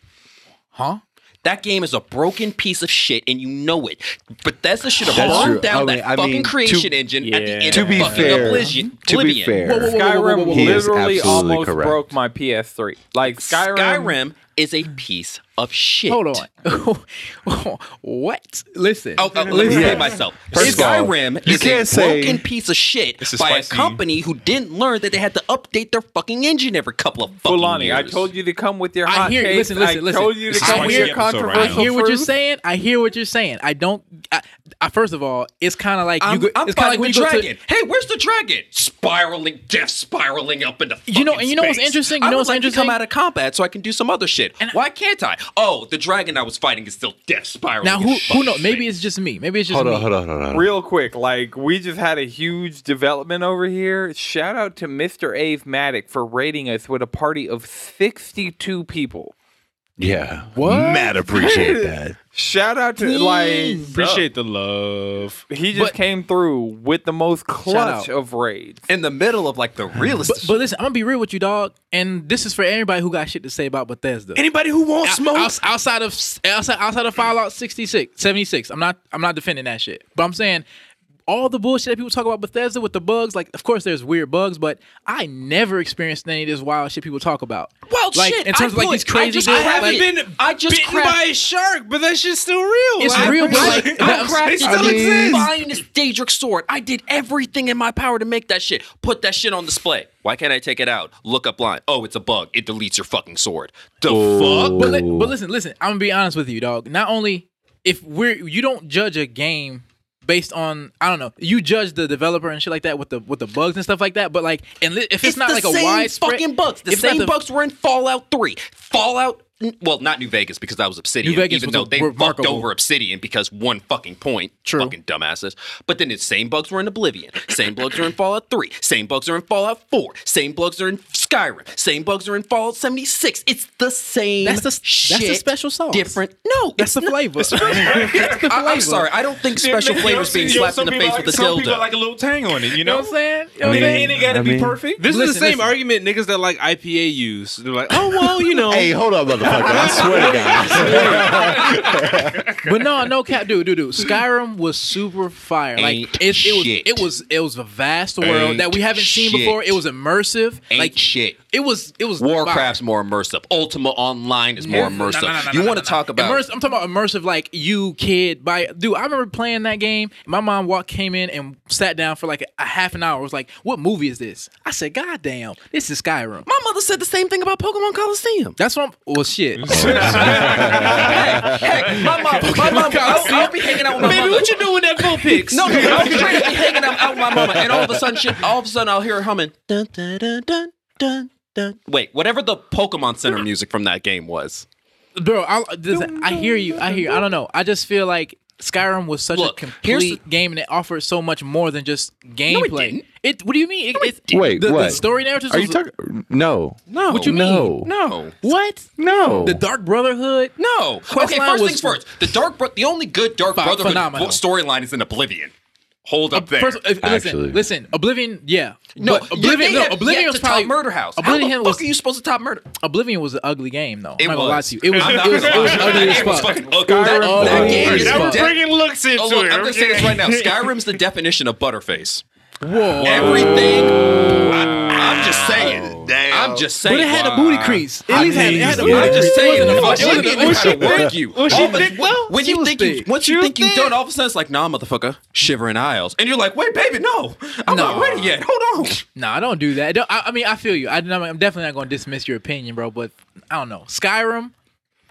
[SPEAKER 4] Huh?
[SPEAKER 6] That game is a broken piece of shit, and you know it. Bethesda should have
[SPEAKER 8] That's true.
[SPEAKER 6] burned down
[SPEAKER 8] I mean-
[SPEAKER 6] that
[SPEAKER 8] I mean,
[SPEAKER 6] fucking
[SPEAKER 8] to-
[SPEAKER 6] creation engine at the
[SPEAKER 2] Yeah.
[SPEAKER 6] end
[SPEAKER 8] To
[SPEAKER 6] of
[SPEAKER 8] be
[SPEAKER 6] fucking
[SPEAKER 8] fair,
[SPEAKER 6] Oblivion.
[SPEAKER 8] to be
[SPEAKER 6] Oblivion.
[SPEAKER 8] fair,
[SPEAKER 4] Whoa, whoa, whoa, whoa, whoa,
[SPEAKER 2] Skyrim
[SPEAKER 4] whoa, whoa.
[SPEAKER 8] He is
[SPEAKER 2] literally
[SPEAKER 8] absolutely
[SPEAKER 2] almost
[SPEAKER 8] correct.
[SPEAKER 2] broke my PS3. Like Skyrim,
[SPEAKER 6] Skyrim is a piece of shit.
[SPEAKER 4] Hold on. what? Listen.
[SPEAKER 6] Oh, oh, let me
[SPEAKER 8] Yeah.
[SPEAKER 6] say myself.
[SPEAKER 8] First of all,
[SPEAKER 6] Skyrim
[SPEAKER 8] you
[SPEAKER 6] is
[SPEAKER 8] can't
[SPEAKER 6] a
[SPEAKER 8] say-
[SPEAKER 6] broken piece of shit
[SPEAKER 5] This is
[SPEAKER 6] by a
[SPEAKER 5] spicy.
[SPEAKER 6] company who didn't learn that they had to update their fucking engine every couple of fucking
[SPEAKER 2] Fulani,
[SPEAKER 6] years.
[SPEAKER 2] I told you to come with your
[SPEAKER 4] I
[SPEAKER 2] hot
[SPEAKER 4] hear-
[SPEAKER 2] takes.
[SPEAKER 4] listen,
[SPEAKER 2] I
[SPEAKER 4] listen, listen.
[SPEAKER 2] told you to
[SPEAKER 4] It's a
[SPEAKER 2] come with
[SPEAKER 4] spicy
[SPEAKER 2] your
[SPEAKER 5] episode right now.
[SPEAKER 2] controversial
[SPEAKER 4] I hear what you're
[SPEAKER 2] truth.
[SPEAKER 4] saying. I hear what you're saying. I don't. I, I first of all, it's kind of like
[SPEAKER 6] I'm,
[SPEAKER 4] you. go-
[SPEAKER 6] I'm
[SPEAKER 4] it's kind of like
[SPEAKER 6] fighting
[SPEAKER 4] when
[SPEAKER 6] the
[SPEAKER 4] you go to
[SPEAKER 6] dragon. hey, where's the dragon? Spiraling, death spiraling up into
[SPEAKER 4] You know-
[SPEAKER 6] fucking
[SPEAKER 4] and you know what's
[SPEAKER 6] space.
[SPEAKER 4] interesting? You
[SPEAKER 6] I
[SPEAKER 4] know
[SPEAKER 6] would
[SPEAKER 4] what's
[SPEAKER 6] like To
[SPEAKER 4] interesting?
[SPEAKER 6] come out of combat so I can do some other shit.
[SPEAKER 4] And I-
[SPEAKER 6] Why can't I? Oh, the dragon I was fighting is still death spiraling.
[SPEAKER 4] now.
[SPEAKER 6] into
[SPEAKER 4] Who who
[SPEAKER 6] fucking
[SPEAKER 4] knows? Maybe
[SPEAKER 6] space.
[SPEAKER 4] it's just me. Maybe it's just
[SPEAKER 8] Hold
[SPEAKER 4] me.
[SPEAKER 8] on, hold on, hold on.
[SPEAKER 2] Real quick, like we just had a huge development over here. Shout out to Mr. Ave Matic for rating us with a party of 62 people.
[SPEAKER 8] Yeah,
[SPEAKER 4] What?
[SPEAKER 8] Mad appreciate
[SPEAKER 6] *laughs*
[SPEAKER 8] that.
[SPEAKER 2] Shout out to like
[SPEAKER 1] Appreciate the love.
[SPEAKER 2] he just
[SPEAKER 4] But-
[SPEAKER 2] came through with the most clutch
[SPEAKER 4] out.
[SPEAKER 2] of raids.
[SPEAKER 6] in the middle of like the realest.
[SPEAKER 4] *sighs* But, but listen, I'm gonna be real with you, dog. And this is for anybody who got shit to say about Bethesda.
[SPEAKER 7] Anybody who wants
[SPEAKER 4] Out-
[SPEAKER 7] smoke,
[SPEAKER 4] outs- outside of outside, outside of Fallout 66, 76. I'm not I'm not defending that shit. But I'm saying all the bullshit that people talk about Bethesda with the bugs, like of course there's weird bugs, but I never experienced any of this wild shit people talk about.
[SPEAKER 7] Well,
[SPEAKER 4] Like,
[SPEAKER 7] shit.
[SPEAKER 4] in terms
[SPEAKER 7] I
[SPEAKER 4] of, like,
[SPEAKER 7] put-
[SPEAKER 4] these crazy
[SPEAKER 7] I just
[SPEAKER 4] dudes,
[SPEAKER 7] haven't
[SPEAKER 4] like-
[SPEAKER 7] been
[SPEAKER 6] I just
[SPEAKER 7] bitten
[SPEAKER 6] cracked-
[SPEAKER 7] by a shark, but that shit's still real.
[SPEAKER 4] It's
[SPEAKER 7] I
[SPEAKER 4] real, but
[SPEAKER 7] appreciate-
[SPEAKER 8] *laughs*
[SPEAKER 4] like-
[SPEAKER 7] I
[SPEAKER 5] They
[SPEAKER 7] cracked
[SPEAKER 5] still
[SPEAKER 7] it.
[SPEAKER 6] I
[SPEAKER 5] exist.
[SPEAKER 6] did finest Daedric sword. I did everything in my power to make that shit. Put that shit on display. Why can't I take it out? Look up line. Oh, it's a bug. It deletes your fucking sword. The fuck?
[SPEAKER 4] Uh, But, li- but listen, listen. I'm gonna be honest with you, dog. Not only if we're you don't judge a game based on I don't know, you judge the developer and shit like that with the with the bugs and stuff like that. But like, and li- if it's, not
[SPEAKER 6] the
[SPEAKER 4] like
[SPEAKER 6] same
[SPEAKER 4] a widespread
[SPEAKER 6] fucking bugs. The
[SPEAKER 4] if it's not
[SPEAKER 6] same bugs were in Fallout 3. Fallout well, not New Vegas because that was Obsidian.
[SPEAKER 4] New Vegas
[SPEAKER 6] even
[SPEAKER 4] was
[SPEAKER 6] though
[SPEAKER 4] a-
[SPEAKER 6] they fucked
[SPEAKER 4] remarkable.
[SPEAKER 6] over Obsidian because one fucking point.
[SPEAKER 4] True.
[SPEAKER 6] Fucking dumbasses. But then the same bugs were in Oblivion. Same bugs are in Fallout 3. Same bugs are in Fallout 4. Same bugs are in Skyrim. Same bugs are in Fallout 76. It's the same
[SPEAKER 4] That's the- that's the
[SPEAKER 6] shit.
[SPEAKER 4] special sauce.
[SPEAKER 6] Different. No,
[SPEAKER 4] That's
[SPEAKER 6] it's
[SPEAKER 4] the
[SPEAKER 6] not.
[SPEAKER 4] flavor. *laughs*
[SPEAKER 6] I, am sorry. I don't think special flavors being slapped in the face with a
[SPEAKER 5] Some people
[SPEAKER 6] dildo.
[SPEAKER 5] like a little tang on it, you
[SPEAKER 2] You know
[SPEAKER 5] know?
[SPEAKER 2] what I'm saying? You know what I'm
[SPEAKER 8] I mean-
[SPEAKER 2] saying? Ain't it gotta
[SPEAKER 8] I
[SPEAKER 2] be
[SPEAKER 8] mean-
[SPEAKER 2] perfect?
[SPEAKER 1] This is
[SPEAKER 4] Listen,
[SPEAKER 1] the same
[SPEAKER 4] listen.
[SPEAKER 1] argument niggas that like IPA use. They're like, oh well, you know.
[SPEAKER 8] Hey, hold on, motherfucker. I swear to
[SPEAKER 6] *laughs*
[SPEAKER 8] God.
[SPEAKER 4] but no, no cap, dude, dude,
[SPEAKER 6] *laughs*
[SPEAKER 4] dude. Skyrim was super fire.
[SPEAKER 6] Ain't
[SPEAKER 4] Like it, it was,
[SPEAKER 6] shit.
[SPEAKER 4] it was, it was a vast world that we haven't seen
[SPEAKER 6] shit.
[SPEAKER 4] before. It was immersive.
[SPEAKER 6] Ain't
[SPEAKER 4] like
[SPEAKER 6] shit.
[SPEAKER 4] It was, it was fire.
[SPEAKER 6] Warcraft's more immersive. Ultima Online is more
[SPEAKER 4] No, no, no,
[SPEAKER 6] immersive.
[SPEAKER 4] no, no,
[SPEAKER 6] you
[SPEAKER 4] no,
[SPEAKER 6] want
[SPEAKER 4] no, no.
[SPEAKER 6] to talk about *laughs*
[SPEAKER 4] Immersive, I'm talking about immersive, like you kid. By dude, I remember playing that game. My mom walked, came in, and sat down for like a, a half an hour. Was like, "What movie is this?" I said, "God damn, this is Skyrim."
[SPEAKER 6] My mother said the same thing about Pokemon Coliseum.
[SPEAKER 4] That's what I'm. Well, shit.
[SPEAKER 8] *laughs*
[SPEAKER 6] Heck, my mom, my mom, *laughs* I'll, I'll be hanging out with my
[SPEAKER 7] Baby,
[SPEAKER 6] mama.
[SPEAKER 7] what you doing with that bull pics?
[SPEAKER 6] No, no, no, I'll be straight up be hanging out, out with my mama, and all of a sudden, shit, all of a sudden, I'll hear her humming. Dun, dun, dun, dun, dun, dun. Wait, whatever the Pokemon Center music from that game was.
[SPEAKER 4] Bro, I, listen, I hear you. I hear. you. I don't know. I just feel like Skyrim was such
[SPEAKER 6] Look,
[SPEAKER 4] a
[SPEAKER 6] here's
[SPEAKER 4] complete game, and it offered so much more than just
[SPEAKER 6] it
[SPEAKER 4] gameplay.
[SPEAKER 6] didn't.
[SPEAKER 4] It- What do you mean? It, it's-
[SPEAKER 8] Wait,
[SPEAKER 4] the, The
[SPEAKER 8] what?
[SPEAKER 4] story narratives.
[SPEAKER 8] Are
[SPEAKER 4] was,
[SPEAKER 8] you talking? No.
[SPEAKER 6] No,
[SPEAKER 4] What you
[SPEAKER 8] No.
[SPEAKER 6] No,
[SPEAKER 4] What?
[SPEAKER 8] No.
[SPEAKER 4] The Dark Brotherhood?
[SPEAKER 6] no.
[SPEAKER 4] Questline
[SPEAKER 6] okay, first
[SPEAKER 4] was-
[SPEAKER 6] things first. The dark, bro- the only good Dark
[SPEAKER 4] Ph-
[SPEAKER 6] Brotherhood
[SPEAKER 4] phenomenal.
[SPEAKER 6] storyline is in Oblivion. Hold up there.
[SPEAKER 4] First, if,
[SPEAKER 8] Actually.
[SPEAKER 4] listen, listen. Oblivion, yeah.
[SPEAKER 6] no,
[SPEAKER 4] But Oblivion,
[SPEAKER 6] they
[SPEAKER 4] no,
[SPEAKER 6] have
[SPEAKER 4] Oblivion
[SPEAKER 6] yet
[SPEAKER 4] was
[SPEAKER 6] to top
[SPEAKER 4] probably
[SPEAKER 6] Murder House.
[SPEAKER 4] Oblivion
[SPEAKER 6] How the
[SPEAKER 4] was
[SPEAKER 6] fuck are you supposed to top Murder?
[SPEAKER 4] Oblivion was an ugly game, though.
[SPEAKER 6] It
[SPEAKER 4] I'm not gonna lie
[SPEAKER 6] was.
[SPEAKER 4] to you. It was.
[SPEAKER 6] I'm not
[SPEAKER 4] It was, it
[SPEAKER 6] gonna
[SPEAKER 4] was
[SPEAKER 6] lie.
[SPEAKER 4] ugly
[SPEAKER 6] That
[SPEAKER 4] as
[SPEAKER 6] game was
[SPEAKER 4] fuck.
[SPEAKER 6] fucking ugly. That-
[SPEAKER 4] Skyrim
[SPEAKER 6] that
[SPEAKER 4] was
[SPEAKER 6] game
[SPEAKER 4] ugly
[SPEAKER 6] is
[SPEAKER 4] as
[SPEAKER 5] Now we're
[SPEAKER 4] fuck.
[SPEAKER 6] fucking-
[SPEAKER 5] bringing looks into
[SPEAKER 6] Oh, look,
[SPEAKER 5] it.
[SPEAKER 6] I'm gonna say this *laughs* right now.
[SPEAKER 1] *laughs*
[SPEAKER 6] Skyrim's the definition of butterface.
[SPEAKER 4] Whoa.
[SPEAKER 6] Everything. I, am just saying. Oh. I'm just saying.
[SPEAKER 4] But it had a booty crease. At least had, it had a booty
[SPEAKER 6] I'm
[SPEAKER 4] crease.
[SPEAKER 6] just
[SPEAKER 4] It
[SPEAKER 6] saying.
[SPEAKER 4] wasn't a
[SPEAKER 6] no,
[SPEAKER 4] fuck-
[SPEAKER 6] she
[SPEAKER 4] it wasn't a-
[SPEAKER 6] didn't try to work you.
[SPEAKER 5] was she
[SPEAKER 6] All of a-
[SPEAKER 5] thick,
[SPEAKER 6] when- When
[SPEAKER 4] She
[SPEAKER 6] you
[SPEAKER 4] was
[SPEAKER 6] think you,
[SPEAKER 4] thick.
[SPEAKER 6] once you think you done, all of a sudden it's like, nah, motherfucker, shivering aisles, and you're like, wait, baby, no, I'm not
[SPEAKER 4] Nah.
[SPEAKER 6] ready yet. Hold on.
[SPEAKER 4] Nah, I don't do that. Don't- I, I mean, I feel you. I, am definitely not going to dismiss your opinion, bro. But I don't know. Skyrim,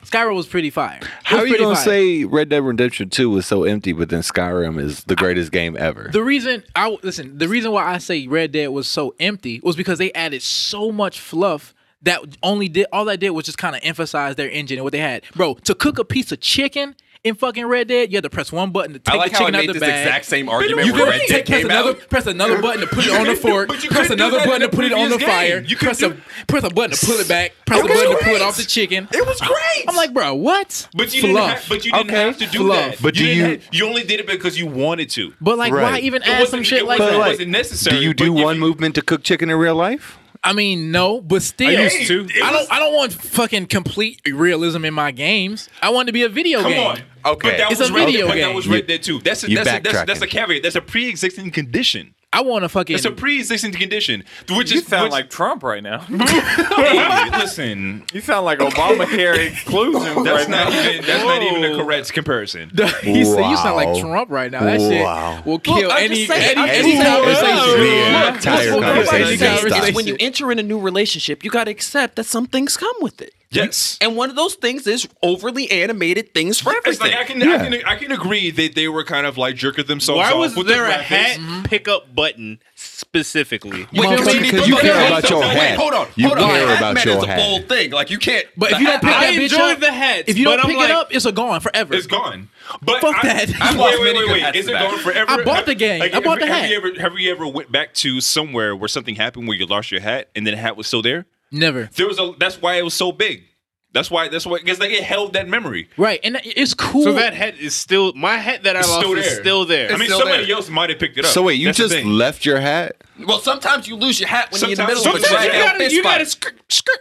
[SPEAKER 4] Skyrim was pretty fire. It
[SPEAKER 8] How
[SPEAKER 4] was
[SPEAKER 8] are you
[SPEAKER 4] pretty
[SPEAKER 8] gonna
[SPEAKER 4] fire.
[SPEAKER 8] say Red Dead Redemption Two was so empty, but then Skyrim is the greatest game ever?
[SPEAKER 4] The reason I w- listen, the reason why I say Red Dead was so empty was because they added so much fluff that only did all that did was just kind of emphasize their engine and what they had. Bro, to cook a piece of chicken in fucking Red Dead, you had to press one button to take
[SPEAKER 6] I like
[SPEAKER 4] the
[SPEAKER 6] how I
[SPEAKER 4] chicken out
[SPEAKER 6] made
[SPEAKER 4] the
[SPEAKER 6] this
[SPEAKER 4] bag.
[SPEAKER 6] exact same argument
[SPEAKER 4] you
[SPEAKER 6] when
[SPEAKER 4] feel
[SPEAKER 6] Red
[SPEAKER 4] me?
[SPEAKER 6] Dead
[SPEAKER 4] Take- press
[SPEAKER 6] came
[SPEAKER 4] another
[SPEAKER 6] out.
[SPEAKER 4] press another button to put it on the fork.
[SPEAKER 5] *laughs* But you
[SPEAKER 4] press
[SPEAKER 5] couldn't do
[SPEAKER 4] another
[SPEAKER 5] that
[SPEAKER 4] button
[SPEAKER 5] in
[SPEAKER 4] to put it
[SPEAKER 5] the
[SPEAKER 4] on the
[SPEAKER 5] previous
[SPEAKER 4] fire.
[SPEAKER 5] game. You couldn't
[SPEAKER 4] press a
[SPEAKER 5] do-
[SPEAKER 4] press a button to pull it
[SPEAKER 5] *laughs*
[SPEAKER 4] back. Press a
[SPEAKER 5] was
[SPEAKER 4] button to pull
[SPEAKER 5] great.
[SPEAKER 4] it off the chicken.
[SPEAKER 5] It was great.
[SPEAKER 4] I'm like, bro, what?
[SPEAKER 5] But you
[SPEAKER 4] Fluff.
[SPEAKER 5] didn't. Have, but you didn't
[SPEAKER 4] Okay,
[SPEAKER 5] have to do
[SPEAKER 4] fluff.
[SPEAKER 5] that.
[SPEAKER 8] But do
[SPEAKER 5] didn't
[SPEAKER 8] you-
[SPEAKER 5] have- you only did it because you wanted to.
[SPEAKER 4] But like, why
[SPEAKER 8] Right.
[SPEAKER 4] even
[SPEAKER 5] It
[SPEAKER 4] add
[SPEAKER 5] wasn't-
[SPEAKER 4] some
[SPEAKER 5] it
[SPEAKER 4] shit like
[SPEAKER 5] wasn't-
[SPEAKER 4] that?
[SPEAKER 5] It
[SPEAKER 8] like,
[SPEAKER 5] wasn't necessary.
[SPEAKER 8] do you
[SPEAKER 5] but
[SPEAKER 8] do
[SPEAKER 5] if
[SPEAKER 8] one
[SPEAKER 5] you-
[SPEAKER 8] movement to cook chicken in real life?
[SPEAKER 4] I mean, no, but still, I,
[SPEAKER 5] used to. It
[SPEAKER 4] don't.
[SPEAKER 5] was-
[SPEAKER 4] I don't want fucking complete realism in my games. I want it to be a video
[SPEAKER 5] Come
[SPEAKER 4] game.
[SPEAKER 5] on.
[SPEAKER 8] Okay.
[SPEAKER 5] But that
[SPEAKER 4] It's
[SPEAKER 5] was
[SPEAKER 4] a
[SPEAKER 5] Red-
[SPEAKER 4] video
[SPEAKER 5] But that
[SPEAKER 4] game.
[SPEAKER 5] was Red Dead too. That's a,
[SPEAKER 8] You
[SPEAKER 5] that's, a, that's, that's a
[SPEAKER 8] backtracking.
[SPEAKER 5] caveat. That's a pre-existing condition.
[SPEAKER 4] I want to fucking.
[SPEAKER 5] It's a pre-existing condition, which
[SPEAKER 2] You
[SPEAKER 5] is
[SPEAKER 2] sound
[SPEAKER 5] which,
[SPEAKER 2] like Trump right now.
[SPEAKER 5] *laughs*
[SPEAKER 2] *laughs*
[SPEAKER 5] Hey, listen,
[SPEAKER 2] You sound like Obamacare exclusions right
[SPEAKER 5] that's not
[SPEAKER 2] now.
[SPEAKER 5] even that's not even a correct comparison.
[SPEAKER 4] He said, *laughs* you sound like
[SPEAKER 8] Wow.
[SPEAKER 4] Trump right now. That
[SPEAKER 8] Wow.
[SPEAKER 4] shit will kill
[SPEAKER 6] I'm
[SPEAKER 4] any,
[SPEAKER 6] just saying,
[SPEAKER 4] any,
[SPEAKER 6] I'm just
[SPEAKER 4] any
[SPEAKER 6] saying.
[SPEAKER 4] conversation.
[SPEAKER 8] Yeah, entire
[SPEAKER 6] What I'm
[SPEAKER 8] conversation
[SPEAKER 6] saying is
[SPEAKER 8] stops.
[SPEAKER 6] when you enter in a new relationship, you got to accept that some things come with it.
[SPEAKER 5] Yes.
[SPEAKER 6] And one of those things is overly animated things for
[SPEAKER 5] It's
[SPEAKER 6] everything.
[SPEAKER 5] like I can, I can I can agree that they were kind of like jerking themselves
[SPEAKER 1] Why
[SPEAKER 5] off
[SPEAKER 1] was
[SPEAKER 5] with
[SPEAKER 1] there
[SPEAKER 5] the
[SPEAKER 1] a
[SPEAKER 5] graphics.
[SPEAKER 1] hat pickup button specifically?
[SPEAKER 6] Wait,
[SPEAKER 8] Motherfucker,
[SPEAKER 6] wait, wait,
[SPEAKER 8] 'cause
[SPEAKER 6] wait,
[SPEAKER 8] you
[SPEAKER 6] wait,
[SPEAKER 8] care
[SPEAKER 6] wait,
[SPEAKER 8] about
[SPEAKER 6] wait,
[SPEAKER 8] your
[SPEAKER 6] wait,
[SPEAKER 8] hat.
[SPEAKER 6] Hold on,
[SPEAKER 8] You
[SPEAKER 6] hold on.
[SPEAKER 8] care
[SPEAKER 6] Hat
[SPEAKER 8] about
[SPEAKER 6] man
[SPEAKER 8] your
[SPEAKER 6] is
[SPEAKER 8] hat.
[SPEAKER 6] a bold thing. Like you can't.
[SPEAKER 4] But if you don't pick
[SPEAKER 1] I
[SPEAKER 4] that bitch
[SPEAKER 1] enjoyed
[SPEAKER 4] up,
[SPEAKER 1] the hats.
[SPEAKER 4] if you don't
[SPEAKER 1] but
[SPEAKER 4] pick
[SPEAKER 1] I'm
[SPEAKER 4] it
[SPEAKER 1] like,
[SPEAKER 4] up, it's a gone forever.
[SPEAKER 5] It's gone. But
[SPEAKER 4] Fuck
[SPEAKER 5] I,
[SPEAKER 4] that.
[SPEAKER 5] I,
[SPEAKER 4] I've
[SPEAKER 5] wait,
[SPEAKER 4] lost
[SPEAKER 5] wait,
[SPEAKER 4] many
[SPEAKER 5] wait,
[SPEAKER 4] good
[SPEAKER 5] wait.
[SPEAKER 4] hats
[SPEAKER 5] Is it
[SPEAKER 4] back.
[SPEAKER 5] gone forever?
[SPEAKER 4] I bought the game. I bought
[SPEAKER 5] have,
[SPEAKER 4] the hat.
[SPEAKER 5] Have you, ever, have you ever went back to somewhere where something happened where you lost your hat and then the hat was still there?
[SPEAKER 4] Never.
[SPEAKER 5] There was a. That's why it was so big. That's why. That's why. Because like it held that memory.
[SPEAKER 4] Right. And that- it's cool.
[SPEAKER 1] So that hat is still my hat that I
[SPEAKER 5] It's
[SPEAKER 1] lost
[SPEAKER 5] still
[SPEAKER 1] is
[SPEAKER 5] there.
[SPEAKER 1] still there.
[SPEAKER 5] I mean,
[SPEAKER 6] still
[SPEAKER 5] somebody
[SPEAKER 6] there.
[SPEAKER 5] else might have picked it up.
[SPEAKER 8] So wait, you
[SPEAKER 5] That's the
[SPEAKER 8] just
[SPEAKER 5] thing.
[SPEAKER 8] left your hat?
[SPEAKER 6] Well, sometimes you lose your hat when you're in the
[SPEAKER 5] Sometimes-
[SPEAKER 6] middle of a
[SPEAKER 5] sometimes
[SPEAKER 6] drag
[SPEAKER 5] you
[SPEAKER 6] out
[SPEAKER 5] gotta-
[SPEAKER 6] fist
[SPEAKER 1] you gotta
[SPEAKER 6] fight.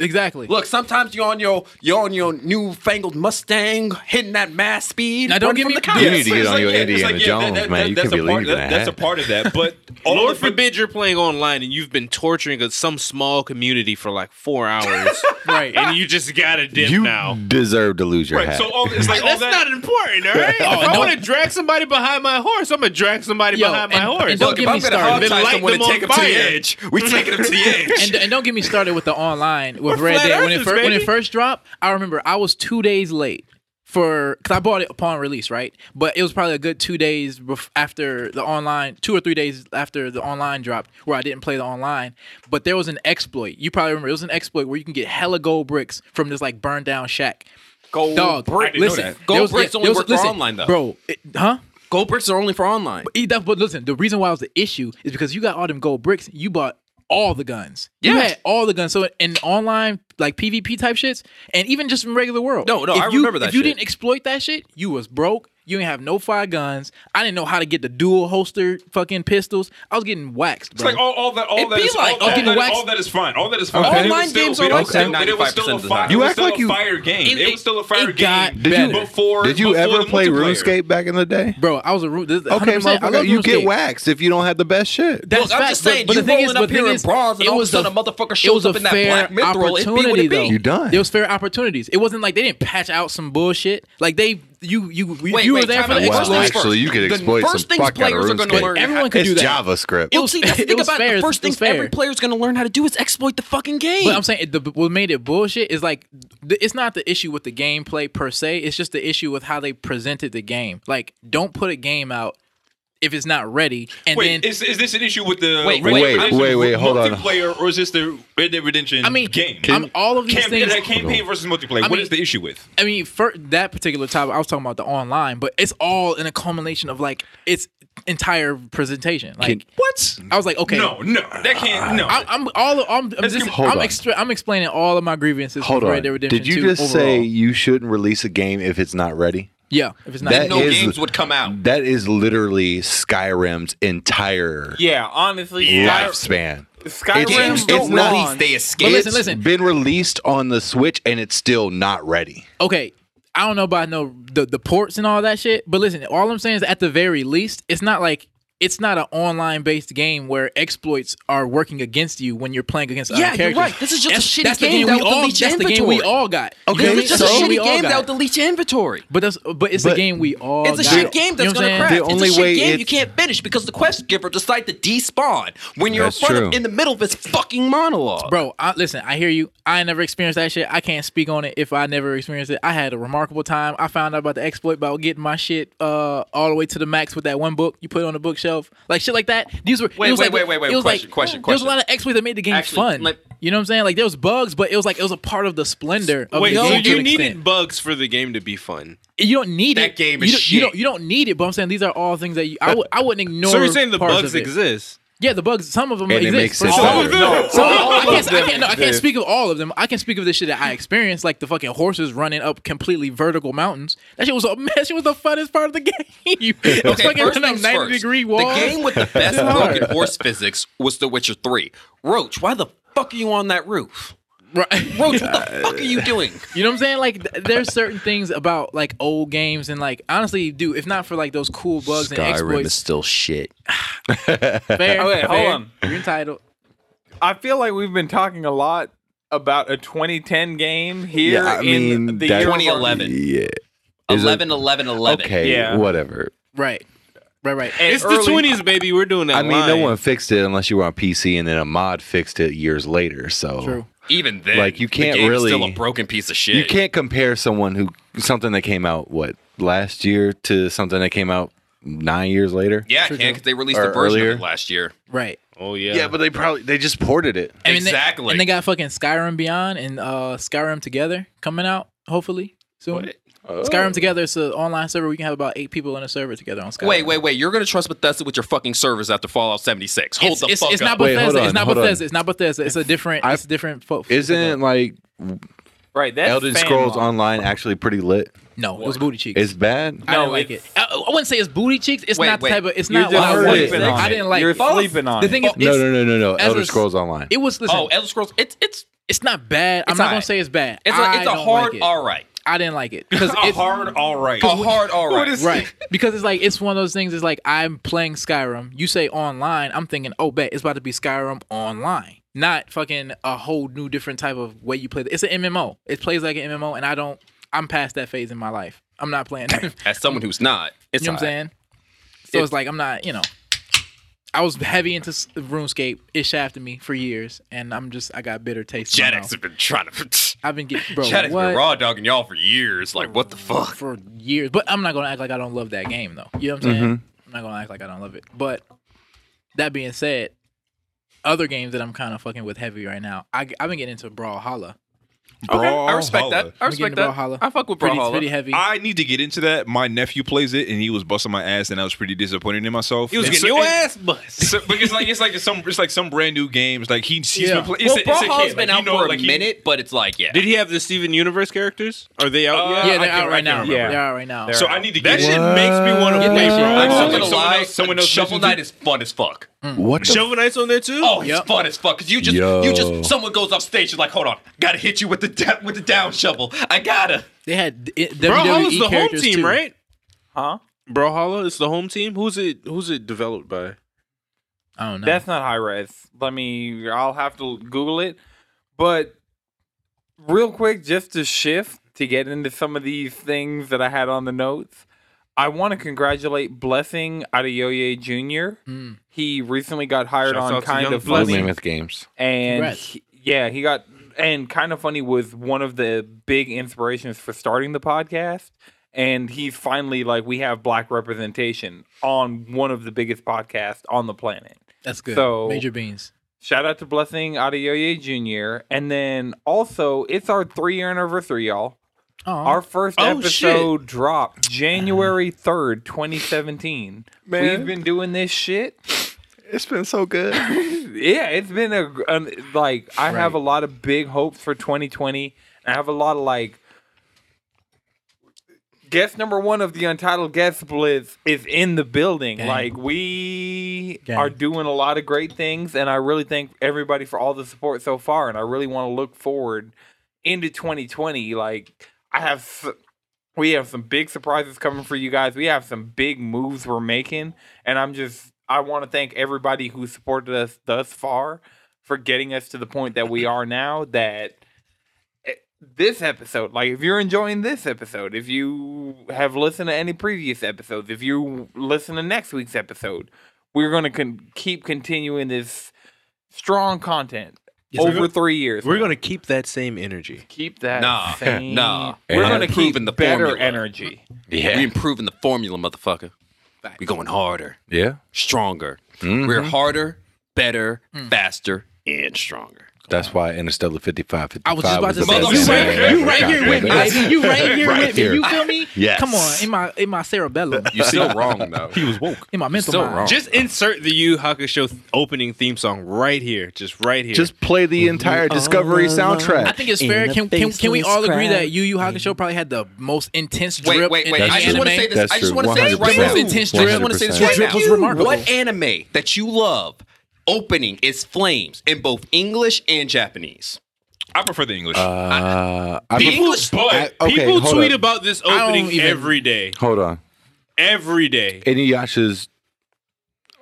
[SPEAKER 4] Exactly.
[SPEAKER 6] Look, sometimes you're on your you're on your newfangled Mustang, hitting that mass speed.
[SPEAKER 4] Now, don't
[SPEAKER 6] run
[SPEAKER 4] get
[SPEAKER 6] from
[SPEAKER 4] me-
[SPEAKER 6] the
[SPEAKER 5] Yeah,
[SPEAKER 6] cops.
[SPEAKER 8] You need to
[SPEAKER 5] it's
[SPEAKER 8] get
[SPEAKER 5] it's
[SPEAKER 8] on your
[SPEAKER 5] yeah, it's
[SPEAKER 8] Indiana Jones, man. You
[SPEAKER 5] that's
[SPEAKER 8] can
[SPEAKER 5] a
[SPEAKER 8] believe
[SPEAKER 5] part,
[SPEAKER 8] you're
[SPEAKER 5] that,
[SPEAKER 8] gonna
[SPEAKER 5] That's a
[SPEAKER 8] have.
[SPEAKER 5] part of that. But all
[SPEAKER 1] Lord
[SPEAKER 5] of the-
[SPEAKER 1] forbid you're playing online and you've been torturing a, some small community for like four hours,
[SPEAKER 4] Right.
[SPEAKER 1] and you just gotta dip
[SPEAKER 8] You
[SPEAKER 1] now.
[SPEAKER 8] deserve to lose your
[SPEAKER 5] Right.
[SPEAKER 8] hat.
[SPEAKER 5] So oh, all, it's like all
[SPEAKER 1] That's
[SPEAKER 5] that.
[SPEAKER 1] not important, all right?
[SPEAKER 4] Oh,
[SPEAKER 1] if I
[SPEAKER 4] no.
[SPEAKER 1] want to drag somebody behind my horse, I'm gonna drag somebody
[SPEAKER 4] Yo,
[SPEAKER 1] behind my
[SPEAKER 4] and-
[SPEAKER 1] horse.
[SPEAKER 4] and don't
[SPEAKER 6] Look,
[SPEAKER 4] get
[SPEAKER 6] if
[SPEAKER 4] me
[SPEAKER 6] I'm gonna
[SPEAKER 4] started.
[SPEAKER 6] hog
[SPEAKER 1] Then
[SPEAKER 6] tie
[SPEAKER 1] light
[SPEAKER 6] someone and
[SPEAKER 1] them
[SPEAKER 6] take
[SPEAKER 1] on
[SPEAKER 6] them to the
[SPEAKER 1] fire.
[SPEAKER 6] edge, we taking them to
[SPEAKER 1] *laughs*
[SPEAKER 6] the edge.
[SPEAKER 4] and, and don't get me started with the online with
[SPEAKER 1] We're
[SPEAKER 4] Red
[SPEAKER 1] flat
[SPEAKER 4] Dead. When it,
[SPEAKER 1] earthers,
[SPEAKER 4] first, when it
[SPEAKER 1] baby.
[SPEAKER 4] first dropped, I remember I was two days late for because I bought it upon release, right? But it was probably a good two days bef- after the online, two or three days after the online dropped, where I didn't play the online. But there was an exploit. You probably remember it was an exploit where you can get hella gold bricks from this like burned down shack.
[SPEAKER 6] Gold
[SPEAKER 4] Dog, listen,
[SPEAKER 6] that.
[SPEAKER 4] there
[SPEAKER 6] Gold
[SPEAKER 4] was-
[SPEAKER 6] bricks
[SPEAKER 4] there
[SPEAKER 6] only
[SPEAKER 4] was-
[SPEAKER 6] work for
[SPEAKER 4] listen,
[SPEAKER 6] online, though.
[SPEAKER 4] bro. it- huh?
[SPEAKER 6] Gold bricks are only for online.
[SPEAKER 4] E- that- but listen, the reason why it was the issue is because you got all them gold bricks. You bought all the guns. You
[SPEAKER 6] Yeah.
[SPEAKER 4] had all the guns. So in online, like PvP type shits, and even just in regular world.
[SPEAKER 6] No, no,
[SPEAKER 4] if
[SPEAKER 6] I
[SPEAKER 4] you-
[SPEAKER 6] remember that
[SPEAKER 4] If you
[SPEAKER 6] shit.
[SPEAKER 4] didn't exploit that shit, you was broke. You didn't have no fire guns. I didn't know how to get the dual holster fucking pistols. I was getting waxed,
[SPEAKER 5] It's
[SPEAKER 4] bro.
[SPEAKER 5] like all, all that, all
[SPEAKER 6] It'd
[SPEAKER 5] that
[SPEAKER 6] be
[SPEAKER 5] is,
[SPEAKER 6] like-
[SPEAKER 5] all, all,
[SPEAKER 4] okay, the
[SPEAKER 5] that,
[SPEAKER 4] wax-
[SPEAKER 5] all that is fine. All that is fine.
[SPEAKER 6] Okay.
[SPEAKER 5] It was
[SPEAKER 6] Online
[SPEAKER 5] still-
[SPEAKER 6] games
[SPEAKER 5] it
[SPEAKER 6] are
[SPEAKER 5] was
[SPEAKER 6] like
[SPEAKER 5] still-
[SPEAKER 6] that
[SPEAKER 5] It was still
[SPEAKER 6] 95%
[SPEAKER 5] a
[SPEAKER 6] of the time.
[SPEAKER 5] fire.
[SPEAKER 8] You
[SPEAKER 5] it was
[SPEAKER 8] act
[SPEAKER 5] still
[SPEAKER 8] like
[SPEAKER 5] a
[SPEAKER 8] you-
[SPEAKER 5] fire game.
[SPEAKER 4] it-
[SPEAKER 5] It was still a
[SPEAKER 4] it
[SPEAKER 5] fire
[SPEAKER 4] got
[SPEAKER 5] game.
[SPEAKER 8] Did you-
[SPEAKER 5] before?
[SPEAKER 8] Did you
[SPEAKER 5] before
[SPEAKER 8] ever
[SPEAKER 5] the
[SPEAKER 8] play
[SPEAKER 5] multiplayer.
[SPEAKER 8] RuneScape back in the day?
[SPEAKER 4] bro, I was a rude.
[SPEAKER 8] Okay, motherfucker, you get
[SPEAKER 4] waxed.
[SPEAKER 8] waxed if you don't have the best shit.
[SPEAKER 4] That's
[SPEAKER 6] Look, I'm
[SPEAKER 4] facts,
[SPEAKER 6] just saying,
[SPEAKER 4] but, but
[SPEAKER 6] you
[SPEAKER 4] the thing
[SPEAKER 6] rolling
[SPEAKER 4] is,
[SPEAKER 6] up
[SPEAKER 4] but the
[SPEAKER 6] here
[SPEAKER 4] thing
[SPEAKER 6] in
[SPEAKER 4] is,
[SPEAKER 6] bronze and
[SPEAKER 4] it
[SPEAKER 6] all of a
[SPEAKER 4] was
[SPEAKER 6] sudden a motherfucker
[SPEAKER 4] it
[SPEAKER 6] shows
[SPEAKER 4] was
[SPEAKER 6] up
[SPEAKER 4] a
[SPEAKER 6] in that
[SPEAKER 4] fair
[SPEAKER 6] black mithril, it be what it
[SPEAKER 4] opportunity,
[SPEAKER 6] be.
[SPEAKER 4] though.
[SPEAKER 8] You done.
[SPEAKER 4] It was fair opportunities. It wasn't like they didn't patch out some bullshit. Like they, you, you, you,
[SPEAKER 6] Wait,
[SPEAKER 4] you
[SPEAKER 6] wait,
[SPEAKER 4] were there
[SPEAKER 6] time
[SPEAKER 4] for the
[SPEAKER 6] out. First
[SPEAKER 8] Wow,
[SPEAKER 4] exploit.
[SPEAKER 6] things first.
[SPEAKER 8] actually, you could
[SPEAKER 6] The
[SPEAKER 8] exploit
[SPEAKER 6] first
[SPEAKER 8] some
[SPEAKER 6] things
[SPEAKER 8] fuck out of
[SPEAKER 6] players are gonna
[SPEAKER 8] RuneScape.
[SPEAKER 6] learn.
[SPEAKER 4] Everyone could
[SPEAKER 8] it's
[SPEAKER 4] do that.
[SPEAKER 8] JavaScript.
[SPEAKER 4] It
[SPEAKER 6] Well,
[SPEAKER 4] was-
[SPEAKER 6] see, that's the
[SPEAKER 4] it
[SPEAKER 6] thing
[SPEAKER 4] was
[SPEAKER 6] about it.
[SPEAKER 4] fair.
[SPEAKER 6] The first
[SPEAKER 4] It was
[SPEAKER 6] thing every
[SPEAKER 4] fair.
[SPEAKER 6] player's going to learn how to do is exploit the fucking game.
[SPEAKER 4] But I'm saying it- the, what made it bullshit is like th- it's not the issue with the gameplay per se. It's just the issue with how they presented the game. Like, don't put a game out if it's not ready, and
[SPEAKER 5] Wait,
[SPEAKER 4] then
[SPEAKER 5] is, is this an issue with the
[SPEAKER 6] Wait,
[SPEAKER 5] Red Dead
[SPEAKER 8] wait,
[SPEAKER 5] Redemption
[SPEAKER 8] wait, wait, hold on.
[SPEAKER 5] multiplayer, or is this the Red Dead Redemption?
[SPEAKER 4] I mean,
[SPEAKER 5] game.
[SPEAKER 4] I'm, all of these
[SPEAKER 5] Cam-
[SPEAKER 4] things.
[SPEAKER 5] that campaign versus multiplayer.
[SPEAKER 4] I
[SPEAKER 5] what
[SPEAKER 4] mean-
[SPEAKER 5] is the issue with?
[SPEAKER 4] I mean, for that particular topic, I was talking about the online, but it's all in a culmination of like its entire presentation. Like,
[SPEAKER 5] What?
[SPEAKER 4] I was like, okay,
[SPEAKER 5] No, no, that can't. No,
[SPEAKER 4] I, I'm all. I'm, I'm just.
[SPEAKER 8] Hold
[SPEAKER 4] I'm,
[SPEAKER 8] on.
[SPEAKER 4] extra, I'm explaining all of my grievances.
[SPEAKER 8] Hold
[SPEAKER 4] with
[SPEAKER 8] on.
[SPEAKER 4] Red Dead Redemption
[SPEAKER 8] Did you
[SPEAKER 4] 2
[SPEAKER 8] just say
[SPEAKER 4] overall.
[SPEAKER 8] you shouldn't release a game if it's not ready?
[SPEAKER 4] Yeah, if it's not
[SPEAKER 8] That
[SPEAKER 6] no
[SPEAKER 8] is-
[SPEAKER 6] games would come out.
[SPEAKER 8] That is literally Skyrim's entire
[SPEAKER 2] Yeah, honestly, Sky-
[SPEAKER 8] lifespan.
[SPEAKER 2] Skyrim
[SPEAKER 8] It's-
[SPEAKER 2] don't
[SPEAKER 8] it's not-
[SPEAKER 2] run.
[SPEAKER 6] They
[SPEAKER 4] But
[SPEAKER 6] escape.
[SPEAKER 4] listen,
[SPEAKER 8] It's
[SPEAKER 4] listen.
[SPEAKER 8] been released on the Switch and it's still not ready.
[SPEAKER 4] okay. I don't know about no the the ports and all that shit, but listen, all I'm saying is at the very least, it's not like it's not an online based game where exploits are working against you when you're playing against other
[SPEAKER 6] Yeah, you're
[SPEAKER 4] uh, characters.
[SPEAKER 6] right. This is just a shitty
[SPEAKER 4] that's the
[SPEAKER 6] game that
[SPEAKER 4] we
[SPEAKER 6] will
[SPEAKER 4] all,
[SPEAKER 6] delete your
[SPEAKER 4] That's the game we
[SPEAKER 6] inventory.
[SPEAKER 4] all got. You know
[SPEAKER 8] Okay,
[SPEAKER 4] what I
[SPEAKER 6] This
[SPEAKER 4] mean?
[SPEAKER 6] is
[SPEAKER 4] That's
[SPEAKER 6] just a
[SPEAKER 4] the
[SPEAKER 8] so-
[SPEAKER 6] shitty
[SPEAKER 4] we all
[SPEAKER 6] game
[SPEAKER 4] got.
[SPEAKER 6] that'll delete your inventory.
[SPEAKER 4] But that's but it's a
[SPEAKER 8] But-
[SPEAKER 4] game we all.
[SPEAKER 6] It's a
[SPEAKER 4] got.
[SPEAKER 6] shit game
[SPEAKER 4] You
[SPEAKER 6] that's
[SPEAKER 4] know what
[SPEAKER 6] gonna
[SPEAKER 4] I'm
[SPEAKER 6] crash.
[SPEAKER 4] saying?
[SPEAKER 8] The
[SPEAKER 6] It's
[SPEAKER 8] only
[SPEAKER 6] a shit
[SPEAKER 8] way
[SPEAKER 6] game
[SPEAKER 8] it-
[SPEAKER 6] you can't finish because the quest giver decide to despawn when you're in
[SPEAKER 8] That's
[SPEAKER 6] front
[SPEAKER 8] true.
[SPEAKER 6] of in the middle of his fucking monologue.
[SPEAKER 4] Bro, I, listen, I hear you. I ain't never experienced that shit. I can't speak on it if I never experienced it. I had a remarkable time. I found out about the exploit about getting my shit uh, all the way to the max with that one book you put on the bookshelf, like shit like that. These were
[SPEAKER 6] Wait,
[SPEAKER 4] it was
[SPEAKER 6] wait,
[SPEAKER 4] like,
[SPEAKER 6] wait, wait, wait.
[SPEAKER 4] It was
[SPEAKER 6] Question,
[SPEAKER 4] like,
[SPEAKER 6] question,
[SPEAKER 4] There was a
[SPEAKER 6] question.
[SPEAKER 4] lot of exploits that made the game
[SPEAKER 6] Actually,
[SPEAKER 4] fun.
[SPEAKER 6] let-
[SPEAKER 4] you know what I'm saying? Like there was bugs, but it was like it was a part of the splendor of
[SPEAKER 1] Wait,
[SPEAKER 4] the
[SPEAKER 1] so
[SPEAKER 4] game. to
[SPEAKER 1] you
[SPEAKER 4] an
[SPEAKER 1] needed
[SPEAKER 4] extent.
[SPEAKER 1] bugs for the game to be fun.
[SPEAKER 4] you don't need
[SPEAKER 6] That
[SPEAKER 4] it.
[SPEAKER 6] game
[SPEAKER 4] you
[SPEAKER 6] is
[SPEAKER 4] don't, You
[SPEAKER 6] shit.
[SPEAKER 4] don't, you don't need it, but I'm saying these are all things that you, I would I wouldn't ignore.
[SPEAKER 1] So you're saying the
[SPEAKER 4] parts
[SPEAKER 1] bugs
[SPEAKER 4] of it.
[SPEAKER 1] exist?
[SPEAKER 4] Yeah, the bugs. Some of them
[SPEAKER 8] And it
[SPEAKER 4] exist.
[SPEAKER 8] makes
[SPEAKER 4] for
[SPEAKER 8] it
[SPEAKER 4] sure.
[SPEAKER 8] All of better.
[SPEAKER 1] them.
[SPEAKER 4] So, I can't, I can't, no, I can't speak of all of them. I can speak of the shit that I experienced, like the fucking horses running up completely vertical mountains. That shit was a *laughs* that shit was the funnest part of the game. *laughs* It was fucking
[SPEAKER 6] first
[SPEAKER 4] running up
[SPEAKER 6] things
[SPEAKER 4] ninety
[SPEAKER 6] first.
[SPEAKER 4] degree walls.
[SPEAKER 6] The game
[SPEAKER 4] *laughs*
[SPEAKER 6] with the best
[SPEAKER 4] hard.
[SPEAKER 6] broken horse physics was The Witcher 3. Roach, why the fuck are you on that roof?
[SPEAKER 4] Right. *laughs*
[SPEAKER 6] Roach, what the fuck are you doing?
[SPEAKER 4] You know what I'm saying? Like, th- there's certain things about like old games, and like honestly, dude, if not for like those cool bugs
[SPEAKER 8] *laughs*
[SPEAKER 4] and exploits,
[SPEAKER 6] still shit.
[SPEAKER 4] fair,
[SPEAKER 2] Okay, hold
[SPEAKER 4] fair,
[SPEAKER 2] on.
[SPEAKER 4] you're entitled.
[SPEAKER 2] I feel like we've been talking a lot about a 2010 game here
[SPEAKER 8] Yeah, I
[SPEAKER 2] in
[SPEAKER 8] mean,
[SPEAKER 2] the
[SPEAKER 8] that-
[SPEAKER 2] year of our-
[SPEAKER 6] 2011.
[SPEAKER 8] Yeah. *laughs* Is it-
[SPEAKER 6] 11, 11, 11.
[SPEAKER 8] Okay,
[SPEAKER 2] Yeah.
[SPEAKER 8] whatever.
[SPEAKER 4] Right, right, right.
[SPEAKER 2] and
[SPEAKER 1] It's
[SPEAKER 2] early-
[SPEAKER 1] the 20s, baby. We're doing that.
[SPEAKER 8] I mean, no
[SPEAKER 1] live.
[SPEAKER 8] one fixed it unless you were on PC and then a mod fixed it years later. So
[SPEAKER 4] True.
[SPEAKER 6] Even then,
[SPEAKER 8] Like, you can't
[SPEAKER 6] the game's
[SPEAKER 8] really-
[SPEAKER 6] still a broken piece of shit.
[SPEAKER 8] you can't compare someone who something that came out what last year to something that came out nine years later.
[SPEAKER 6] Yeah, I can because they released
[SPEAKER 8] Or
[SPEAKER 6] a version
[SPEAKER 8] earlier.
[SPEAKER 6] of it last year.
[SPEAKER 4] Right.
[SPEAKER 1] Oh yeah.
[SPEAKER 8] Yeah. but they probably they just ported it.
[SPEAKER 4] I mean, they-
[SPEAKER 6] Exactly.
[SPEAKER 4] and they got fucking Skyrim Beyond and uh, Skyrim Together coming out hopefully soon. Skyrim Together is an online server. We can have about eight people in a server together on Skyrim.
[SPEAKER 6] Wait, wait, wait. You're going to trust Bethesda with your fucking servers after Fallout 76. Hold
[SPEAKER 4] It's,
[SPEAKER 6] the
[SPEAKER 4] it's,
[SPEAKER 6] fuck
[SPEAKER 4] it's
[SPEAKER 6] up.
[SPEAKER 4] not
[SPEAKER 8] Wait,
[SPEAKER 4] Bethesda.
[SPEAKER 8] hold
[SPEAKER 4] it's
[SPEAKER 8] on,
[SPEAKER 4] not
[SPEAKER 8] hold on.
[SPEAKER 4] Bethesda. It's not Bethesda. It's a different.
[SPEAKER 8] I-
[SPEAKER 4] it's a different. Fo-
[SPEAKER 8] Isn't like
[SPEAKER 2] right. That's
[SPEAKER 8] Elden
[SPEAKER 2] fan
[SPEAKER 8] Scrolls
[SPEAKER 2] law.
[SPEAKER 8] Online actually pretty lit?
[SPEAKER 4] no? It was booty cheeks.
[SPEAKER 8] It's bad.
[SPEAKER 4] I didn't
[SPEAKER 2] No,
[SPEAKER 4] like it.
[SPEAKER 2] it's-
[SPEAKER 4] I, I wouldn't say it's booty cheeks. It's
[SPEAKER 6] Wait,
[SPEAKER 4] not the
[SPEAKER 6] wait.
[SPEAKER 4] type of. It's
[SPEAKER 2] You're
[SPEAKER 4] not.
[SPEAKER 2] just
[SPEAKER 4] what I wanted.
[SPEAKER 2] sleeping on
[SPEAKER 4] I
[SPEAKER 2] it.
[SPEAKER 4] didn't like.
[SPEAKER 2] You're
[SPEAKER 4] it.
[SPEAKER 2] sleeping on
[SPEAKER 4] The
[SPEAKER 2] it.
[SPEAKER 4] thing is,
[SPEAKER 8] no,
[SPEAKER 4] it's-
[SPEAKER 8] no, no, no, no.
[SPEAKER 4] as
[SPEAKER 8] Elder
[SPEAKER 4] a-
[SPEAKER 8] Scrolls Online.
[SPEAKER 4] It was listen.
[SPEAKER 6] Oh, Elder Scrolls. Oh, It's, it's
[SPEAKER 4] It's not bad. I'm not
[SPEAKER 6] alright.
[SPEAKER 4] gonna say it's bad.
[SPEAKER 6] It's
[SPEAKER 4] I
[SPEAKER 6] a, it's a
[SPEAKER 4] don't
[SPEAKER 6] hard
[SPEAKER 4] like it.
[SPEAKER 6] all right.
[SPEAKER 4] I didn't like it because
[SPEAKER 5] a hard all right.
[SPEAKER 6] A hard all right.
[SPEAKER 4] right because it's like it's one of those things. It's like I'm playing Skyrim. You say online, I'm thinking, oh bet it's about to be Skyrim online, not fucking a whole new different type of way you play. It's an MMO. It plays like an MMO, and I don't. I'm past that phase in my life. I'm not playing. that.
[SPEAKER 6] *laughs* As someone who's not, it's
[SPEAKER 4] you know what I'm
[SPEAKER 6] alright.
[SPEAKER 4] saying? So it's like I'm not, you know. I was heavy into s- RuneScape. It shafted me for years, and I'm just I got bitter taste. in my
[SPEAKER 6] Jetix
[SPEAKER 4] mouth.
[SPEAKER 6] have been trying to. *laughs*
[SPEAKER 4] I've been getting bro
[SPEAKER 6] Jetix
[SPEAKER 4] what?
[SPEAKER 6] been raw dogging y'all for years. Like what the fuck?
[SPEAKER 4] for years, but I'm not gonna act like I don't love that game though. You know what I'm saying? I'm not gonna act like I don't love it. But that being said, other games that I'm kind of fucking with heavy right now. I have been getting into Brawlhalla.
[SPEAKER 5] Okay,
[SPEAKER 6] I respect that. I
[SPEAKER 4] I'm getting
[SPEAKER 6] respect
[SPEAKER 4] into
[SPEAKER 6] that.
[SPEAKER 4] Brawlhalla.
[SPEAKER 6] I fuck with
[SPEAKER 4] Pretty,
[SPEAKER 6] Brawlhalla.
[SPEAKER 4] pretty heavy.
[SPEAKER 5] I uh, need to get into that. My nephew plays it, and he was busting my ass, and I was pretty disappointed in myself.
[SPEAKER 1] He was
[SPEAKER 5] And
[SPEAKER 1] getting
[SPEAKER 5] so-
[SPEAKER 1] your
[SPEAKER 5] and-
[SPEAKER 1] ass bust.
[SPEAKER 5] so- but it's like it's like it's some it's like some brand new games. Like he, he's
[SPEAKER 4] Yeah.
[SPEAKER 5] been playing.
[SPEAKER 6] well,
[SPEAKER 5] it's a, it's a
[SPEAKER 6] Brawlhalla's
[SPEAKER 5] kid.
[SPEAKER 6] been
[SPEAKER 5] like,
[SPEAKER 6] out
[SPEAKER 5] you know,
[SPEAKER 6] for a
[SPEAKER 5] like, he-
[SPEAKER 6] minute, but it's like yeah.
[SPEAKER 1] *laughs* Did he have the Steven Universe characters? Are they out
[SPEAKER 4] *laughs*
[SPEAKER 5] Uh,
[SPEAKER 1] yet?
[SPEAKER 5] I-
[SPEAKER 4] yeah,
[SPEAKER 5] I
[SPEAKER 4] they're
[SPEAKER 5] can't-
[SPEAKER 4] out right
[SPEAKER 5] I
[SPEAKER 4] now.
[SPEAKER 5] can't
[SPEAKER 2] remember.
[SPEAKER 4] They're out right now.
[SPEAKER 5] So I need to get
[SPEAKER 1] That shit
[SPEAKER 5] into
[SPEAKER 1] makes me want to
[SPEAKER 4] Get
[SPEAKER 1] play,
[SPEAKER 4] that
[SPEAKER 1] bro.
[SPEAKER 4] shit.
[SPEAKER 6] I'm
[SPEAKER 5] Oh,
[SPEAKER 6] not
[SPEAKER 5] like
[SPEAKER 6] gonna
[SPEAKER 5] someone
[SPEAKER 6] lie.
[SPEAKER 5] else- someone else
[SPEAKER 6] Shovel
[SPEAKER 5] mentions it?
[SPEAKER 6] Knight is fun as fuck.
[SPEAKER 8] What the
[SPEAKER 1] Shovel Knight's on there too.
[SPEAKER 6] Oh, it's
[SPEAKER 4] Yep.
[SPEAKER 6] fun as fuck. Cause you just, you
[SPEAKER 8] Yo.
[SPEAKER 6] just, someone goes off stage. You're like, hold on, gotta hit you with the da- with the down shovel. I gotta.
[SPEAKER 4] They had it, WWE
[SPEAKER 1] Brawlhalla's the home
[SPEAKER 4] E characters
[SPEAKER 1] team,
[SPEAKER 4] too.
[SPEAKER 1] right?
[SPEAKER 2] Huh?
[SPEAKER 1] Brawlhalla is the home team. Who's it? Who's it developed by?
[SPEAKER 4] I don't know.
[SPEAKER 2] That's not high res. Let me. I'll have to Google it. But real quick, just to shift to get into some of these things that I had on the notes, I want to congratulate Blessing Adeyoye Jr.
[SPEAKER 6] Hmm.
[SPEAKER 4] Mm.
[SPEAKER 2] He recently got hired
[SPEAKER 1] Shouts
[SPEAKER 2] on
[SPEAKER 1] out to
[SPEAKER 2] Kind
[SPEAKER 1] Young
[SPEAKER 2] of
[SPEAKER 1] Blessing.
[SPEAKER 8] Blue
[SPEAKER 2] Funny,
[SPEAKER 8] Mammoth Games.
[SPEAKER 2] and
[SPEAKER 4] Congrats.
[SPEAKER 2] he- yeah, he got and Kind of Funny was one of the big inspirations for starting the podcast. And he's finally like, we have black representation on one of the biggest podcasts on the planet.
[SPEAKER 4] That's good.
[SPEAKER 2] So-
[SPEAKER 4] Major Beans.
[SPEAKER 2] Shout out to Blessing Adeoye Jr. And then also, it's our three year anniversary, y'all.
[SPEAKER 4] Oh,
[SPEAKER 2] Our first
[SPEAKER 1] Oh, shit.
[SPEAKER 2] episode dropped January 3rd, 2017. We've been doing this shit.
[SPEAKER 8] It's been so good.
[SPEAKER 2] Yeah, it's been a, an like, I have a lot of big hopes for 2020. I have a lot of like, guest number one of the Untitled Guest Blitz is in the building.
[SPEAKER 4] Gang.
[SPEAKER 2] Like, we
[SPEAKER 4] Gang.
[SPEAKER 2] are doing a lot of great things, and I really thank everybody for all the support so far. And I really want to look forward into 2020. Like, I have. s- We have some big surprises coming for you guys. We have some big moves we're making, and I'm just I want to thank everybody who supported us thus far for getting us to the point that we are now that eh, this episode, like if you're enjoying this episode, if you have listened to any previous episodes, if you listen to next week's episode, we're going to con- keep continuing this strong content over three years.
[SPEAKER 1] We're
[SPEAKER 2] now.
[SPEAKER 1] gonna keep that same energy.
[SPEAKER 2] keep that. *laughs*
[SPEAKER 6] Nah,
[SPEAKER 2] same-
[SPEAKER 6] nah.
[SPEAKER 2] We're
[SPEAKER 8] And
[SPEAKER 2] going to keep
[SPEAKER 6] improving the
[SPEAKER 2] better
[SPEAKER 6] formula.
[SPEAKER 2] energy.
[SPEAKER 6] We
[SPEAKER 8] Yeah.
[SPEAKER 6] improving the formula, motherfucker. We going harder,
[SPEAKER 8] Yeah.
[SPEAKER 6] stronger.
[SPEAKER 8] Mhm.
[SPEAKER 6] We're harder, better, faster, and stronger.
[SPEAKER 8] That's why Interstellar 5555
[SPEAKER 4] I was just about to
[SPEAKER 8] the
[SPEAKER 4] say,
[SPEAKER 8] best
[SPEAKER 4] you
[SPEAKER 8] anime
[SPEAKER 4] right,
[SPEAKER 8] ever
[SPEAKER 4] you right
[SPEAKER 8] goddamn
[SPEAKER 4] here with me.
[SPEAKER 8] made.
[SPEAKER 4] baby. You right here
[SPEAKER 8] Right
[SPEAKER 4] with me.
[SPEAKER 8] here.
[SPEAKER 4] You feel me?
[SPEAKER 8] Yes.
[SPEAKER 4] Come on, in my in my cerebellum,
[SPEAKER 6] You're still wrong though.
[SPEAKER 5] He was woke.
[SPEAKER 4] in my mental
[SPEAKER 6] still
[SPEAKER 4] mind.
[SPEAKER 6] wrong.
[SPEAKER 1] Just insert the Yu Hakusho th- opening theme song right here. Just right here.
[SPEAKER 8] Just play the entire Discovery
[SPEAKER 4] I
[SPEAKER 8] soundtrack.
[SPEAKER 4] think it's fair. Can, can, can we all agree that Yu Yu Hakusho probably had the most intense drip?
[SPEAKER 6] Wait, wait, wait!
[SPEAKER 4] in
[SPEAKER 8] That's
[SPEAKER 6] I just
[SPEAKER 4] anime?
[SPEAKER 8] true.
[SPEAKER 6] want to say this.
[SPEAKER 8] Mm-hmm. That's
[SPEAKER 6] I just
[SPEAKER 8] true.
[SPEAKER 6] want to say this right
[SPEAKER 4] 100%.
[SPEAKER 6] now.
[SPEAKER 4] Intense
[SPEAKER 6] I just
[SPEAKER 4] drip.
[SPEAKER 6] want to say this
[SPEAKER 8] 100%.
[SPEAKER 6] right
[SPEAKER 4] Drip
[SPEAKER 6] now.
[SPEAKER 4] was remarkable.
[SPEAKER 6] What anime that you love opening is flames in both English and Japanese?
[SPEAKER 5] I prefer the English.
[SPEAKER 8] Uh, I
[SPEAKER 6] The
[SPEAKER 8] mean,
[SPEAKER 6] English,
[SPEAKER 1] but
[SPEAKER 8] I- okay,
[SPEAKER 1] people
[SPEAKER 8] hold
[SPEAKER 1] tweet
[SPEAKER 8] up.
[SPEAKER 1] about this
[SPEAKER 4] don't
[SPEAKER 1] opening
[SPEAKER 4] even-
[SPEAKER 1] every day.
[SPEAKER 8] hold on.
[SPEAKER 1] Every day.
[SPEAKER 8] Inuyasha's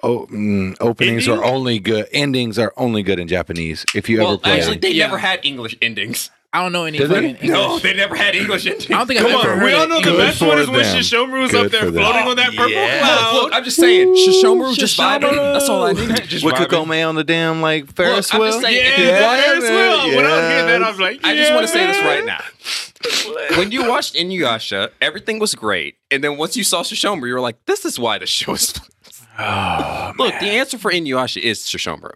[SPEAKER 8] oh, mm, openings are
[SPEAKER 1] Ending?
[SPEAKER 8] only good. Endings are only good in Japanese. If you ever
[SPEAKER 6] well,
[SPEAKER 8] play,
[SPEAKER 6] actually,
[SPEAKER 8] them.
[SPEAKER 6] they
[SPEAKER 4] Yeah.
[SPEAKER 6] never had English endings.
[SPEAKER 4] I don't know any
[SPEAKER 8] Does it?
[SPEAKER 4] fucking English.
[SPEAKER 5] Oh,
[SPEAKER 6] No, they never had English endings.
[SPEAKER 4] I don't think I've
[SPEAKER 1] Come
[SPEAKER 4] ever
[SPEAKER 1] on,
[SPEAKER 4] heard
[SPEAKER 1] we all
[SPEAKER 4] it.
[SPEAKER 1] know the
[SPEAKER 8] Good
[SPEAKER 1] best one
[SPEAKER 8] for
[SPEAKER 1] is when
[SPEAKER 8] them.
[SPEAKER 1] Shishomaru was
[SPEAKER 8] Good
[SPEAKER 1] up there
[SPEAKER 8] for them.
[SPEAKER 1] floating on that purple
[SPEAKER 6] Look,
[SPEAKER 1] cloud.
[SPEAKER 6] look, I'm just saying, Shishomaru just vibing. That's all I need.
[SPEAKER 5] Just
[SPEAKER 8] with
[SPEAKER 5] vibing.
[SPEAKER 8] Kagome on the damn like Ferris
[SPEAKER 6] I'm
[SPEAKER 8] wheel.
[SPEAKER 6] just saying,
[SPEAKER 1] yeah,
[SPEAKER 6] Yeah,
[SPEAKER 1] that Ferris
[SPEAKER 8] man.
[SPEAKER 1] wheel. When I was hearing that, I
[SPEAKER 8] Yes.
[SPEAKER 1] was like,
[SPEAKER 6] I just want to
[SPEAKER 1] yeah.
[SPEAKER 6] say this right now. When you watched Inuyasha, everything was great, and then once you saw Shishomaru, you were like, "This is why the show is." *laughs*
[SPEAKER 1] Oh,
[SPEAKER 6] Look, the answer for Inuyasha is Shishomaru.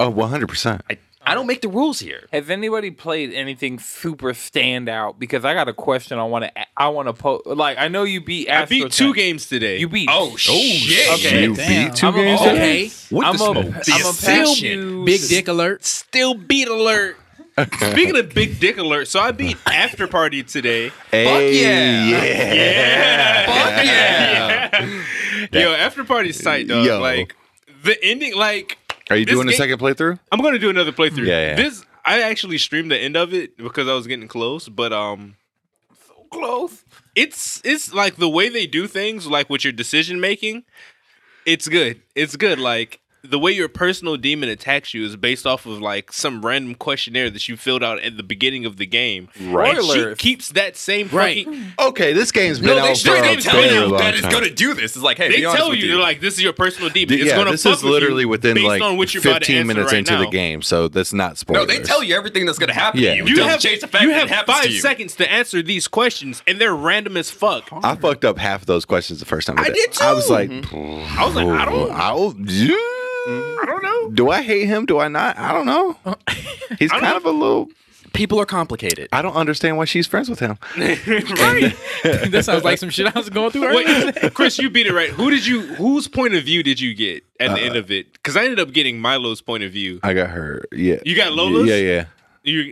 [SPEAKER 8] Oh, one hundred percent.
[SPEAKER 6] I, I don't make the rules here.
[SPEAKER 2] Has anybody played anything super standout? Because I got a question I want to I want to po- like I know you beat
[SPEAKER 1] I
[SPEAKER 2] Astro
[SPEAKER 1] beat two games today.
[SPEAKER 2] You beat
[SPEAKER 1] Oh, shit.
[SPEAKER 4] Okay,
[SPEAKER 8] You
[SPEAKER 4] damn.
[SPEAKER 8] beat two
[SPEAKER 2] I'm a-
[SPEAKER 8] games.
[SPEAKER 2] okay.
[SPEAKER 4] Okay.
[SPEAKER 5] What
[SPEAKER 2] I'm
[SPEAKER 5] the
[SPEAKER 2] a,
[SPEAKER 5] smoke?
[SPEAKER 2] I'm a
[SPEAKER 6] The
[SPEAKER 2] pass
[SPEAKER 6] ascension.
[SPEAKER 2] you.
[SPEAKER 4] Big dick
[SPEAKER 8] *laughs*
[SPEAKER 4] alert.
[SPEAKER 1] Still beat alert. Speaking of big dick alert, so I *laughs* beat After Party today.
[SPEAKER 8] Hey,
[SPEAKER 6] yeah.
[SPEAKER 1] Yeah.
[SPEAKER 6] Fuck yeah.
[SPEAKER 1] *laughs* Yo, After Party's tight, dog.
[SPEAKER 8] Yo.
[SPEAKER 1] Like, the ending, like,
[SPEAKER 8] Are you
[SPEAKER 1] This
[SPEAKER 8] doing the
[SPEAKER 1] game-
[SPEAKER 8] second playthrough?
[SPEAKER 1] I'm gonna do another playthrough.
[SPEAKER 8] Yeah, yeah.
[SPEAKER 1] This I actually streamed the end of it because I was getting close, but um
[SPEAKER 2] Close.
[SPEAKER 1] it's it's like the way they do things, like with your decision making, it's good. It's good. Like the way your personal demon attacks you is based off of like some random questionnaire that you filled out at the beginning of the game.
[SPEAKER 2] Right.
[SPEAKER 1] And she
[SPEAKER 2] Spoilers.
[SPEAKER 1] keeps that same
[SPEAKER 4] Right.
[SPEAKER 1] fucking-
[SPEAKER 8] Okay, this game's been
[SPEAKER 6] No, they
[SPEAKER 8] out for
[SPEAKER 6] straight
[SPEAKER 8] a
[SPEAKER 6] up tell
[SPEAKER 8] very
[SPEAKER 6] you
[SPEAKER 8] long
[SPEAKER 6] that it's
[SPEAKER 8] time.
[SPEAKER 6] gonna do this. It's like, hey,
[SPEAKER 1] They
[SPEAKER 6] be honest
[SPEAKER 1] tell
[SPEAKER 6] with
[SPEAKER 1] you, they're like, this is your personal demon. It's
[SPEAKER 8] yeah,
[SPEAKER 1] gonna
[SPEAKER 8] this
[SPEAKER 1] fuck
[SPEAKER 8] is
[SPEAKER 1] with
[SPEAKER 8] literally
[SPEAKER 1] you
[SPEAKER 8] within
[SPEAKER 1] based
[SPEAKER 8] like
[SPEAKER 1] on what you're about to
[SPEAKER 8] 15
[SPEAKER 1] answer
[SPEAKER 8] minutes
[SPEAKER 1] right
[SPEAKER 8] into the
[SPEAKER 1] now.
[SPEAKER 8] game, so that's not
[SPEAKER 6] no,
[SPEAKER 8] spoilers.
[SPEAKER 6] they tell you everything that's gonna happen
[SPEAKER 8] Yeah.
[SPEAKER 6] to you.
[SPEAKER 1] You
[SPEAKER 6] Don't
[SPEAKER 1] have,
[SPEAKER 6] change the fact
[SPEAKER 1] you
[SPEAKER 6] that
[SPEAKER 1] have
[SPEAKER 6] it happens
[SPEAKER 1] five
[SPEAKER 6] to you.
[SPEAKER 1] seconds to answer these questions, and they're random as fuck.
[SPEAKER 8] I fucked up half of those questions the first time. I,
[SPEAKER 1] did
[SPEAKER 8] I was
[SPEAKER 1] too. Mm-hmm.
[SPEAKER 8] like,
[SPEAKER 1] I was like, I don't, I
[SPEAKER 8] I'll,
[SPEAKER 1] Mm-hmm. don't know. Uh,
[SPEAKER 8] do I hate him? Do I not? I don't know.
[SPEAKER 1] *laughs*
[SPEAKER 8] He's
[SPEAKER 1] I don't
[SPEAKER 8] kind of a little.
[SPEAKER 6] People are complicated.
[SPEAKER 8] I don't understand why she's friends with him.
[SPEAKER 1] *laughs* right?
[SPEAKER 4] *laughs* that sounds like some shit I was going through earlier.
[SPEAKER 1] Wait, Chris, you beat it right. Who did you? Whose point of view did you get at the end of it? Because I ended up getting Milo's point of view.
[SPEAKER 8] I got her. Yeah.
[SPEAKER 1] You got Lola's?
[SPEAKER 8] Yeah, yeah.
[SPEAKER 1] You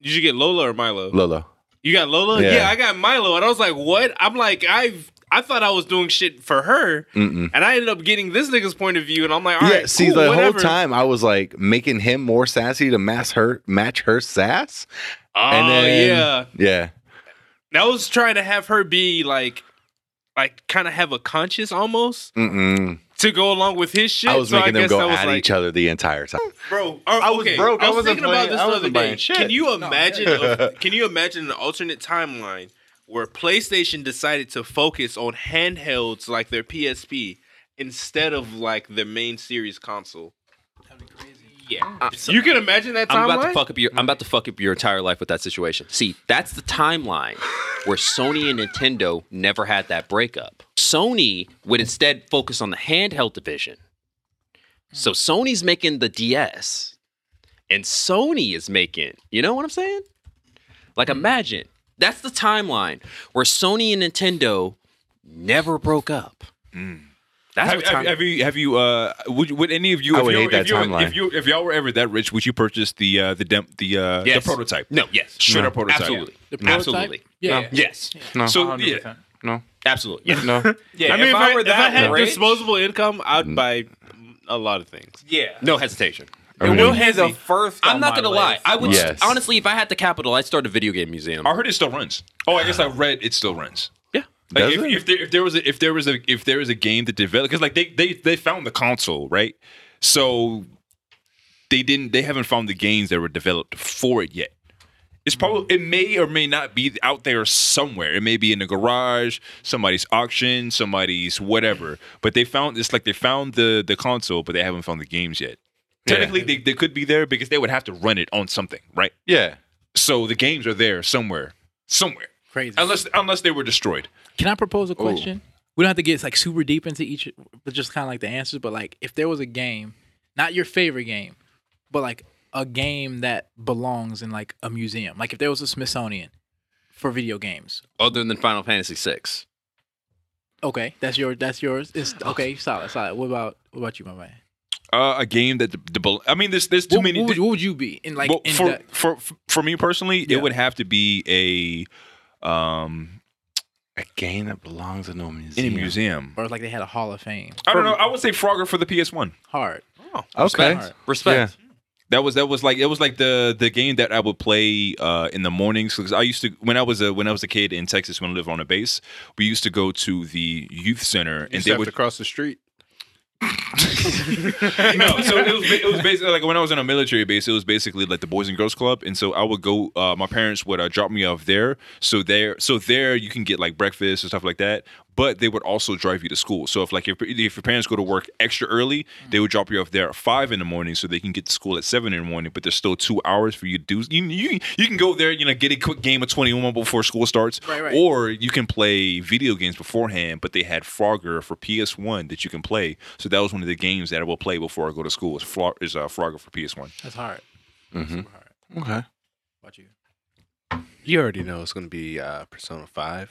[SPEAKER 1] did you get Lola or Milo?
[SPEAKER 8] Lolo.
[SPEAKER 1] you got Lola.
[SPEAKER 8] Yeah.
[SPEAKER 1] Yeah. I got Milo, and I was like, what? I'm like, I've. I thought I was doing shit for her,
[SPEAKER 8] Mm-mm.
[SPEAKER 1] and I ended up getting this nigga's point of view, and I'm like, all
[SPEAKER 8] yeah,
[SPEAKER 1] right,
[SPEAKER 8] see,
[SPEAKER 1] cool,
[SPEAKER 8] the whole
[SPEAKER 1] whatever.
[SPEAKER 8] time I was like making him more sassy to match her, match her sass.
[SPEAKER 1] Oh
[SPEAKER 8] and then-
[SPEAKER 1] yeah,
[SPEAKER 8] Yeah,
[SPEAKER 1] And I was trying to have her be like, like kind of have a conscience almost
[SPEAKER 8] Mm-mm.
[SPEAKER 1] to go along with his shit.
[SPEAKER 8] I was
[SPEAKER 1] so
[SPEAKER 8] making
[SPEAKER 1] I
[SPEAKER 8] them
[SPEAKER 1] guess
[SPEAKER 8] go
[SPEAKER 1] I was
[SPEAKER 8] at
[SPEAKER 1] like,
[SPEAKER 8] each other the entire time.
[SPEAKER 1] Bro, I was
[SPEAKER 8] broke. I
[SPEAKER 1] I was
[SPEAKER 8] wasn't
[SPEAKER 1] thinking about
[SPEAKER 8] playing-
[SPEAKER 1] this
[SPEAKER 8] I
[SPEAKER 1] the
[SPEAKER 8] wasn't
[SPEAKER 1] other
[SPEAKER 8] buying
[SPEAKER 1] day.
[SPEAKER 8] shit.
[SPEAKER 1] Can you imagine? a- can you imagine an alternate timeline where PlayStation decided to focus on handhelds like their PSP instead of like their main series console? Yeah, Uh, you can imagine that
[SPEAKER 6] I'm about
[SPEAKER 1] timeline.
[SPEAKER 6] to fuck up your. I'm about to fuck up your entire life with that situation. See, that's the timeline where Sony and Nintendo never had that breakup. Sony would instead focus on the handheld division. So Sony's making the DS, and Sony is making. You know what I'm saying? Like, imagine that's the timeline where Sony and Nintendo never broke up. That's
[SPEAKER 5] Have,
[SPEAKER 6] what
[SPEAKER 5] have,
[SPEAKER 6] time.
[SPEAKER 5] have you have you uh would, would any of you
[SPEAKER 8] I
[SPEAKER 5] if
[SPEAKER 8] would
[SPEAKER 5] you
[SPEAKER 8] hate that
[SPEAKER 5] if, you,
[SPEAKER 8] timeline.
[SPEAKER 5] if you if y'all were ever that rich would you purchase the uh the dem, the uh
[SPEAKER 6] Yes.
[SPEAKER 5] the prototype
[SPEAKER 6] no. Yes.
[SPEAKER 5] straight up prototype
[SPEAKER 6] Absolutely.
[SPEAKER 4] The prototype?
[SPEAKER 6] Absolutely.
[SPEAKER 4] Yeah.
[SPEAKER 6] Yes.
[SPEAKER 8] No,
[SPEAKER 5] so yeah
[SPEAKER 2] 100%.
[SPEAKER 6] Absolutely. Yes.
[SPEAKER 8] no.
[SPEAKER 2] Yeah,
[SPEAKER 1] I mean, if, I,
[SPEAKER 2] were
[SPEAKER 1] if I
[SPEAKER 2] that
[SPEAKER 1] had
[SPEAKER 2] rich,
[SPEAKER 1] disposable income,
[SPEAKER 6] Mm.
[SPEAKER 1] I'd buy a lot of things.
[SPEAKER 2] yeah,
[SPEAKER 6] No hesitation.
[SPEAKER 2] it will be the
[SPEAKER 1] hesitate.
[SPEAKER 2] first.
[SPEAKER 6] I'm
[SPEAKER 2] on
[SPEAKER 4] Oh,
[SPEAKER 6] not
[SPEAKER 2] my
[SPEAKER 6] gonna
[SPEAKER 2] list.
[SPEAKER 6] lie. I would
[SPEAKER 8] Yes.
[SPEAKER 6] honestly, if I had the capital, I'd start a video game museum.
[SPEAKER 5] I heard it still runs. Oh, I guess I read it still runs.
[SPEAKER 6] Yeah.
[SPEAKER 5] Like
[SPEAKER 8] Does
[SPEAKER 5] if,
[SPEAKER 8] it?
[SPEAKER 5] if, there, if there was a, if there was a if there was a game that developed because like they, they they found the console right, so they didn't they haven't found the games that were developed for it yet. It's probably it may or may not be out there somewhere. It may be in the garage, somebody's auction, somebody's whatever. But they found it's like they found the the console, but they haven't found the games yet. Technically, they, they could be there because they would have to run it on something, right?
[SPEAKER 8] Yeah,
[SPEAKER 5] So the games are there somewhere, somewhere.
[SPEAKER 4] Crazy.
[SPEAKER 5] Unless unless they were destroyed.
[SPEAKER 4] Can I propose a question? We don't have to get like super deep into each, but just kind of like the answers. But like, if there was a game, not your favorite game, but like a game that belongs in like a museum, like if there was a Smithsonian for video games,
[SPEAKER 6] Other than Final Fantasy VI,
[SPEAKER 4] okay, that's your that's yours. It's okay, solid, solid. What about what about you, my man?
[SPEAKER 5] Uh, a game that the, the bel- I mean, there's there's too
[SPEAKER 4] what,
[SPEAKER 5] many.
[SPEAKER 4] What would, what would you be in like?
[SPEAKER 5] well,
[SPEAKER 4] in
[SPEAKER 5] for,
[SPEAKER 4] that-
[SPEAKER 5] for for me personally,
[SPEAKER 4] Yeah.
[SPEAKER 5] it would have to be a um
[SPEAKER 8] a game that belongs in a museum.
[SPEAKER 5] in a museum.
[SPEAKER 4] or like they had a Hall of Fame.
[SPEAKER 5] I don't know. I would say Frogger for the PS One.
[SPEAKER 4] Hard.
[SPEAKER 8] Okay,
[SPEAKER 4] Hard.
[SPEAKER 6] respect.
[SPEAKER 5] That was that was like it was like the the game that I would play uh, in the mornings because I used to when I was a when I was a kid in Texas when I lived on a base we used to go to the youth center and they would
[SPEAKER 7] across the street.
[SPEAKER 5] *laughs* no, so it was, ba- it was basically like when I was in a military base, it was basically like the Boys and Girls Club, and so I would go. Uh, my parents would uh, drop me off there, so there, so there you can get like breakfast and stuff like that. But they would also drive you to school. So if like if, if your parents go to work extra early,
[SPEAKER 4] Mm.
[SPEAKER 5] they would drop you off there at five in the morning, so they can get to school at seven in the morning. But there's still two hours for you to do. You you, you can go there, you know, get a quick game of twenty one before school starts,
[SPEAKER 4] Right, right.
[SPEAKER 5] or you can play video games beforehand, but they had Frogger for PS1 that you can play. So that was one of the games that I will play before I go to school. Is, Frog, is uh, Frogger for PS1?
[SPEAKER 4] That's hard.
[SPEAKER 8] Mhm.
[SPEAKER 4] Super hard. What
[SPEAKER 8] okay.
[SPEAKER 4] about you?
[SPEAKER 7] You already know it's gonna be uh, Persona Five.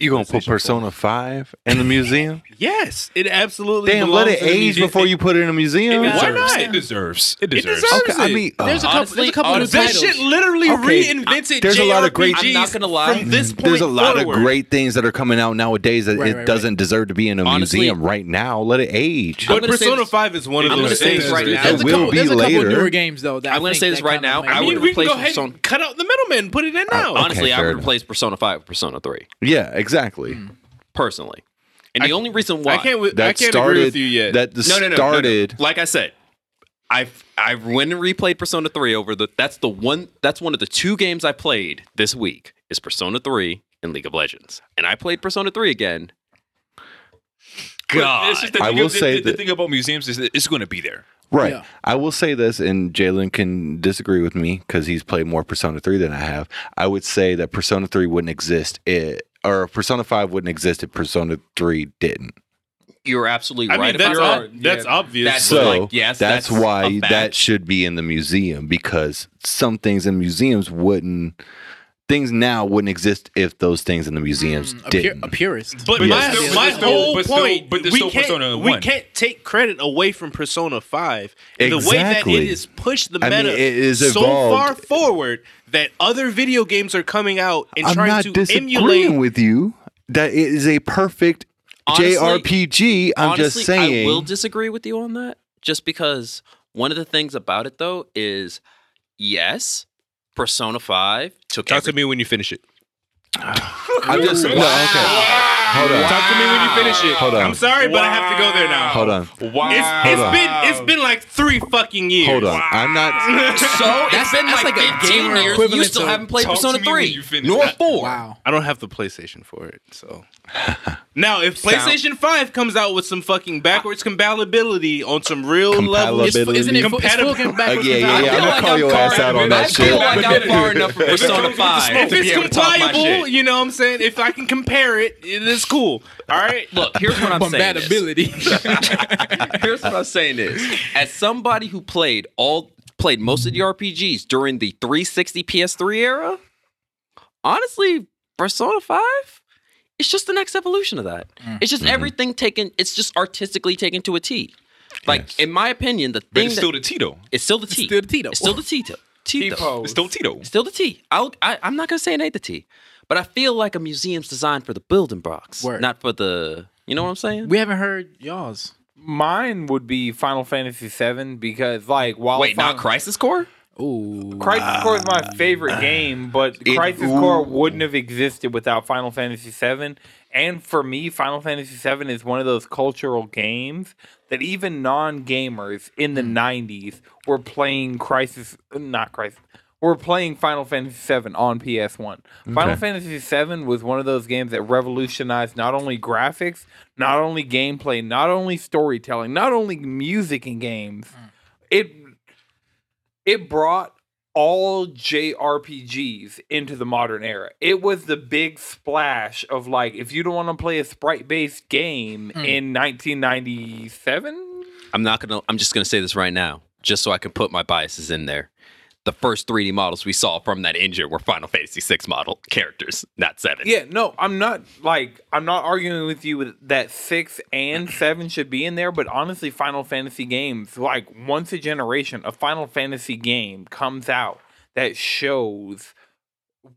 [SPEAKER 8] You gonna put Persona Five in the museum?
[SPEAKER 1] Yes, it absolutely.
[SPEAKER 8] Damn, let it
[SPEAKER 1] belongs in the
[SPEAKER 8] age
[SPEAKER 1] museum.
[SPEAKER 8] before you put it in a museum.
[SPEAKER 1] Why
[SPEAKER 5] It deserves-
[SPEAKER 1] not?
[SPEAKER 5] It deserves. It deserves.
[SPEAKER 1] deserves-
[SPEAKER 8] Okay, I
[SPEAKER 1] it?
[SPEAKER 8] mean, uh,
[SPEAKER 4] There's a couple. there's
[SPEAKER 6] honestly,
[SPEAKER 4] a couple new
[SPEAKER 6] honestly,
[SPEAKER 1] That
[SPEAKER 4] titles.
[SPEAKER 1] shit literally
[SPEAKER 8] Okay,
[SPEAKER 1] reinvented.
[SPEAKER 8] there's a lot of great- Mm,
[SPEAKER 1] JRPGs
[SPEAKER 6] I'm not gonna lie.
[SPEAKER 1] From this point
[SPEAKER 8] there's a lot
[SPEAKER 1] forward.
[SPEAKER 8] of great things that are coming out nowadays that
[SPEAKER 4] Right,
[SPEAKER 8] it
[SPEAKER 4] right, right.
[SPEAKER 8] doesn't deserve to be in a
[SPEAKER 6] Honestly-
[SPEAKER 8] museum right now. Let it age.
[SPEAKER 6] I'm
[SPEAKER 1] But
[SPEAKER 6] gonna say
[SPEAKER 1] Persona
[SPEAKER 6] this-
[SPEAKER 1] Five is one of
[SPEAKER 6] I'm gonna
[SPEAKER 1] those
[SPEAKER 6] say this
[SPEAKER 1] things.
[SPEAKER 6] right
[SPEAKER 1] that-
[SPEAKER 6] now.
[SPEAKER 4] There's a
[SPEAKER 8] It will
[SPEAKER 4] couple,
[SPEAKER 8] be
[SPEAKER 4] there's a couple
[SPEAKER 8] later.
[SPEAKER 4] newer games though. That I
[SPEAKER 6] I'm gonna
[SPEAKER 4] think
[SPEAKER 6] say this
[SPEAKER 4] that
[SPEAKER 6] right
[SPEAKER 4] kinda
[SPEAKER 6] now,
[SPEAKER 4] make
[SPEAKER 6] I
[SPEAKER 1] I
[SPEAKER 4] it
[SPEAKER 1] mean,
[SPEAKER 6] would
[SPEAKER 1] we can
[SPEAKER 6] replace
[SPEAKER 1] go ahead
[SPEAKER 6] Persona-
[SPEAKER 1] and cut out the middleman, put it in now.
[SPEAKER 6] Honestly, I
[SPEAKER 8] fair
[SPEAKER 6] would
[SPEAKER 8] enough.
[SPEAKER 6] replace Persona 5 with Persona 3,
[SPEAKER 8] Yeah, exactly.
[SPEAKER 6] personally. And the only reason why
[SPEAKER 1] I can't. wi- I
[SPEAKER 8] That
[SPEAKER 1] can't
[SPEAKER 8] started.
[SPEAKER 1] agree with you yet.
[SPEAKER 8] That
[SPEAKER 6] no, no, no,
[SPEAKER 8] started.
[SPEAKER 6] No, no. Like I said, I've I went and replayed Persona 3 over the that's the one that's one of the two games I played this week is Persona 3 and League of Legends. And I played Persona 3 again.
[SPEAKER 5] But
[SPEAKER 6] God.
[SPEAKER 5] it's just the
[SPEAKER 8] I
[SPEAKER 5] thing-
[SPEAKER 8] will
[SPEAKER 5] the-
[SPEAKER 8] say
[SPEAKER 5] the, the
[SPEAKER 8] that-
[SPEAKER 5] thing about museums is that it's going to be there.
[SPEAKER 8] Right.
[SPEAKER 4] Yeah.
[SPEAKER 8] I will say this, and Jalen can disagree with me because he's played more Persona 3 than I have. I would say that Persona 3 wouldn't exist, i or Persona 5 wouldn't exist if Persona 3 didn't.
[SPEAKER 6] You're absolutely
[SPEAKER 1] I
[SPEAKER 6] right
[SPEAKER 1] mean, that's,
[SPEAKER 6] about
[SPEAKER 1] ob-
[SPEAKER 6] that.
[SPEAKER 1] that's obvious.
[SPEAKER 6] That's
[SPEAKER 8] so
[SPEAKER 6] like, yes,
[SPEAKER 8] that's,
[SPEAKER 6] that's
[SPEAKER 8] why
[SPEAKER 6] a fact.
[SPEAKER 8] that should be in the museum because some things in museums wouldn't, things now wouldn't exist if those things in the museums
[SPEAKER 1] Mm,
[SPEAKER 4] a, pur-
[SPEAKER 8] didn't.
[SPEAKER 4] a purist.
[SPEAKER 1] But
[SPEAKER 5] But
[SPEAKER 1] my,
[SPEAKER 5] there's still-
[SPEAKER 1] my
[SPEAKER 5] but there's still-
[SPEAKER 1] whole
[SPEAKER 5] but still-
[SPEAKER 1] point,
[SPEAKER 5] but there's
[SPEAKER 1] we,
[SPEAKER 5] still
[SPEAKER 1] can't,
[SPEAKER 5] Persona
[SPEAKER 1] we
[SPEAKER 5] 1.
[SPEAKER 1] can't take credit away from Persona 5. And The way that
[SPEAKER 8] Exactly.
[SPEAKER 1] it has pushed the
[SPEAKER 8] I
[SPEAKER 1] meta
[SPEAKER 8] mean, it is
[SPEAKER 1] so
[SPEAKER 8] evolved.
[SPEAKER 1] far forward that other video games are coming out and
[SPEAKER 8] I'm
[SPEAKER 1] trying
[SPEAKER 8] not
[SPEAKER 1] to
[SPEAKER 8] disagreeing
[SPEAKER 1] emulate.
[SPEAKER 8] with you that it is a perfect
[SPEAKER 6] Honestly-
[SPEAKER 8] JRPG. I'm
[SPEAKER 6] Honestly,
[SPEAKER 8] just saying.
[SPEAKER 6] I will disagree with you on that. Just because one of the things about it though is yes, Persona 5 took
[SPEAKER 1] Talk
[SPEAKER 6] every-
[SPEAKER 1] to me when you finish it.
[SPEAKER 8] I'm just no, okay. Hold on.
[SPEAKER 1] Talk to me when you finish it.
[SPEAKER 8] Hold on.
[SPEAKER 1] I'm sorry, but I have to go there now.
[SPEAKER 8] Hold on.
[SPEAKER 5] Wow.
[SPEAKER 1] It's, it's been it's been like three fucking years.
[SPEAKER 8] Hold on. I'm not.
[SPEAKER 6] *laughs* So it's been
[SPEAKER 4] that's
[SPEAKER 6] like,
[SPEAKER 4] like a
[SPEAKER 6] 15
[SPEAKER 4] gamer
[SPEAKER 6] years. You
[SPEAKER 4] equivalent
[SPEAKER 6] still
[SPEAKER 4] to
[SPEAKER 6] haven't played
[SPEAKER 5] Talk to
[SPEAKER 6] Persona
[SPEAKER 5] me when
[SPEAKER 6] 3
[SPEAKER 5] you finish
[SPEAKER 6] nor
[SPEAKER 5] that.
[SPEAKER 6] 4.
[SPEAKER 4] Wow.
[SPEAKER 1] I don't have the PlayStation for it,
[SPEAKER 8] *laughs*
[SPEAKER 1] so. now, if PlayStation 5 comes out with some fucking backwards compatibility on some real level,
[SPEAKER 4] It's, isn't it? fu- It's
[SPEAKER 1] Compatible-
[SPEAKER 4] full game
[SPEAKER 8] Uh,
[SPEAKER 4] backwards.
[SPEAKER 8] yeah, yeah,
[SPEAKER 4] compatible.
[SPEAKER 8] yeah. I'm gonna call your ass out on
[SPEAKER 6] I
[SPEAKER 8] that
[SPEAKER 6] feel
[SPEAKER 8] shit.
[SPEAKER 6] like I'm far
[SPEAKER 8] *laughs*
[SPEAKER 6] enough from Persona 5.
[SPEAKER 1] if
[SPEAKER 6] to be
[SPEAKER 1] it's
[SPEAKER 6] able to talk my
[SPEAKER 1] compatible,
[SPEAKER 6] shit.
[SPEAKER 1] you know what I'm saying? If I can compare it, it is cool. All right?
[SPEAKER 6] Look, here's
[SPEAKER 4] *laughs*
[SPEAKER 6] what I'm saying. Is,
[SPEAKER 4] Compatibility.
[SPEAKER 6] *laughs* here's what I'm saying is, as somebody who played all played most of the RPGs during the 360 PS3 era, honestly, Persona 5, it's just the next evolution of that. It's
[SPEAKER 8] Mm-hmm.
[SPEAKER 6] just everything taken. It's just artistically taken to a T. Like in my opinion, the
[SPEAKER 5] But
[SPEAKER 6] thing
[SPEAKER 5] it's
[SPEAKER 6] that-
[SPEAKER 5] still the Tito.
[SPEAKER 6] it's still the
[SPEAKER 4] *laughs*
[SPEAKER 6] T.
[SPEAKER 4] still the Tito.
[SPEAKER 6] It's still the Tito. Tito.
[SPEAKER 5] It's still Tito.
[SPEAKER 6] Still the T. I'll, I, I'm not gonna say it ain't the T, but I feel like a museum's designed for the building blocks,
[SPEAKER 4] Word.
[SPEAKER 6] not for the. You know what I'm saying?
[SPEAKER 4] we haven't heard y'all's.
[SPEAKER 2] Mine would be Final Fantasy VII because, like, while
[SPEAKER 6] Wait,
[SPEAKER 2] Final-
[SPEAKER 6] not Crisis Core.
[SPEAKER 4] Ooh.
[SPEAKER 2] Crisis Core is my favorite game, but Crisis Core wouldn't have existed without Final Fantasy VII. And for me, Final Fantasy VII is one of those cultural games that even non-gamers in the '90s were playing Crisis, not Crisis. Were playing Final Fantasy VII on PS1. Final Fantasy VII was one of those games that revolutionized not only graphics, not only gameplay, not only storytelling, not only music in games. It it brought all JRPGs into the modern era. It was the big splash of like if you don't want to play a sprite based game in 1997,
[SPEAKER 6] I'm not gonna. I'm just gonna say this right now, just so I can put my biases in there. The first 3D models we saw from that engine were Final Fantasy VI model characters, not seven.
[SPEAKER 2] Yeah, no, I'm not like I'm not arguing with you with that six and seven should be in there, but honestly, Final Fantasy games like once a generation, a Final Fantasy game comes out that shows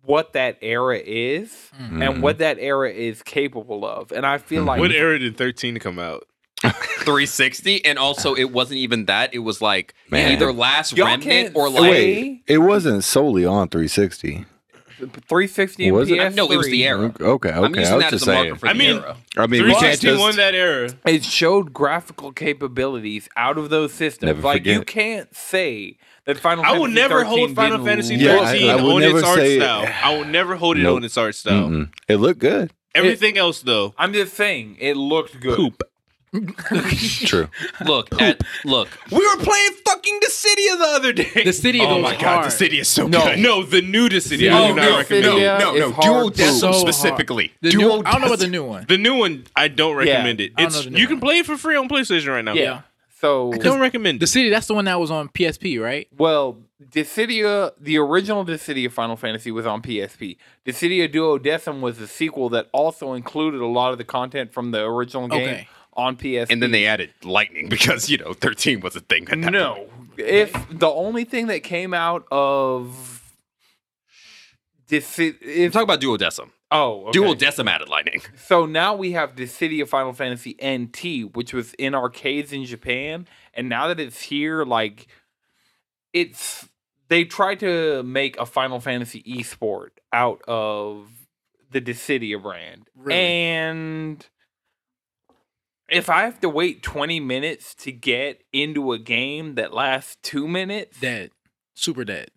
[SPEAKER 2] what that era is and what that era is capable of, and I feel like
[SPEAKER 1] What era did 13 come out?
[SPEAKER 6] 360, and also it wasn't even that. It was like
[SPEAKER 8] Man.
[SPEAKER 6] either Last
[SPEAKER 2] Y'all
[SPEAKER 6] Remnant
[SPEAKER 2] can't
[SPEAKER 6] or
[SPEAKER 2] say-
[SPEAKER 6] like.
[SPEAKER 8] Wait, it wasn't solely on 360.
[SPEAKER 2] 360 and
[SPEAKER 8] Was it?
[SPEAKER 2] PS3.
[SPEAKER 6] No, it was the era.
[SPEAKER 8] Okay, okay. I
[SPEAKER 6] I'm using
[SPEAKER 8] was
[SPEAKER 6] that as
[SPEAKER 8] just
[SPEAKER 6] a marker
[SPEAKER 8] saying.
[SPEAKER 6] for the
[SPEAKER 1] I mean,
[SPEAKER 6] era.
[SPEAKER 8] I mean, we can't
[SPEAKER 1] 360 won
[SPEAKER 8] just.
[SPEAKER 1] that era.
[SPEAKER 2] It showed graphical capabilities out of those systems.
[SPEAKER 8] Never
[SPEAKER 2] like you
[SPEAKER 8] forget.
[SPEAKER 2] can't say that Final.
[SPEAKER 1] I will
[SPEAKER 2] Fantasy
[SPEAKER 1] never
[SPEAKER 2] 13
[SPEAKER 1] hold Final
[SPEAKER 2] didn't
[SPEAKER 1] Fantasy
[SPEAKER 8] Yeah, I-
[SPEAKER 1] 13
[SPEAKER 8] I would
[SPEAKER 1] on
[SPEAKER 8] never
[SPEAKER 1] its art
[SPEAKER 8] say-
[SPEAKER 1] style. I will never hold it
[SPEAKER 8] Nope.
[SPEAKER 1] on its art style.
[SPEAKER 8] Mm-mm. It looked good.
[SPEAKER 1] Everything else, though,
[SPEAKER 2] I'm just saying it looked good.
[SPEAKER 1] poop.
[SPEAKER 8] True.
[SPEAKER 6] Look, at, look.
[SPEAKER 1] We were playing fucking The City of the
[SPEAKER 5] *laughs*
[SPEAKER 1] other day.
[SPEAKER 4] The city of
[SPEAKER 5] Oh
[SPEAKER 4] goes
[SPEAKER 5] my
[SPEAKER 4] hard.
[SPEAKER 5] god, the city is so
[SPEAKER 1] No,
[SPEAKER 5] good.
[SPEAKER 1] *laughs* no, the new The City.
[SPEAKER 2] Oh,
[SPEAKER 1] I do not
[SPEAKER 5] no,
[SPEAKER 1] recommend.
[SPEAKER 5] no,
[SPEAKER 1] it.
[SPEAKER 5] no, no,
[SPEAKER 2] it's hard
[SPEAKER 5] Duodecim
[SPEAKER 4] So hard.
[SPEAKER 5] specifically.
[SPEAKER 4] The new, I don't know about the new one.
[SPEAKER 1] The new one, I don't recommend it.
[SPEAKER 4] I don't
[SPEAKER 1] It's
[SPEAKER 4] know the new
[SPEAKER 1] you can
[SPEAKER 4] one.
[SPEAKER 1] play it for free on PlayStation right now.
[SPEAKER 2] Yeah. So
[SPEAKER 1] Don't recommend.
[SPEAKER 4] The
[SPEAKER 1] This.
[SPEAKER 4] city, that's the one that was on PSP, right?
[SPEAKER 2] Well, Dissidia, the original Dissidia Final Fantasy was on PSP. Dissidia Duodecim was the sequel that also included a lot of the content from the original game
[SPEAKER 4] Okay.
[SPEAKER 2] on PSP.
[SPEAKER 6] And then they added lightning *laughs* because you know 13 was a thing. at that point.
[SPEAKER 2] no, if the only thing that came out of Dissi-
[SPEAKER 6] I'm
[SPEAKER 2] if,
[SPEAKER 6] talking about duodecim.
[SPEAKER 2] oh okay.
[SPEAKER 6] Duodecim added lightning.
[SPEAKER 2] So now we have the city of Final Fantasy NT, which was in arcades in Japan, and now that it's here, like it's they tried to make a Final Fantasy esport out of the Dissidia brand.
[SPEAKER 4] Really?
[SPEAKER 2] And if I have to wait 20 minutes to get into a game that lasts two minutes,
[SPEAKER 4] Dead. Super dead.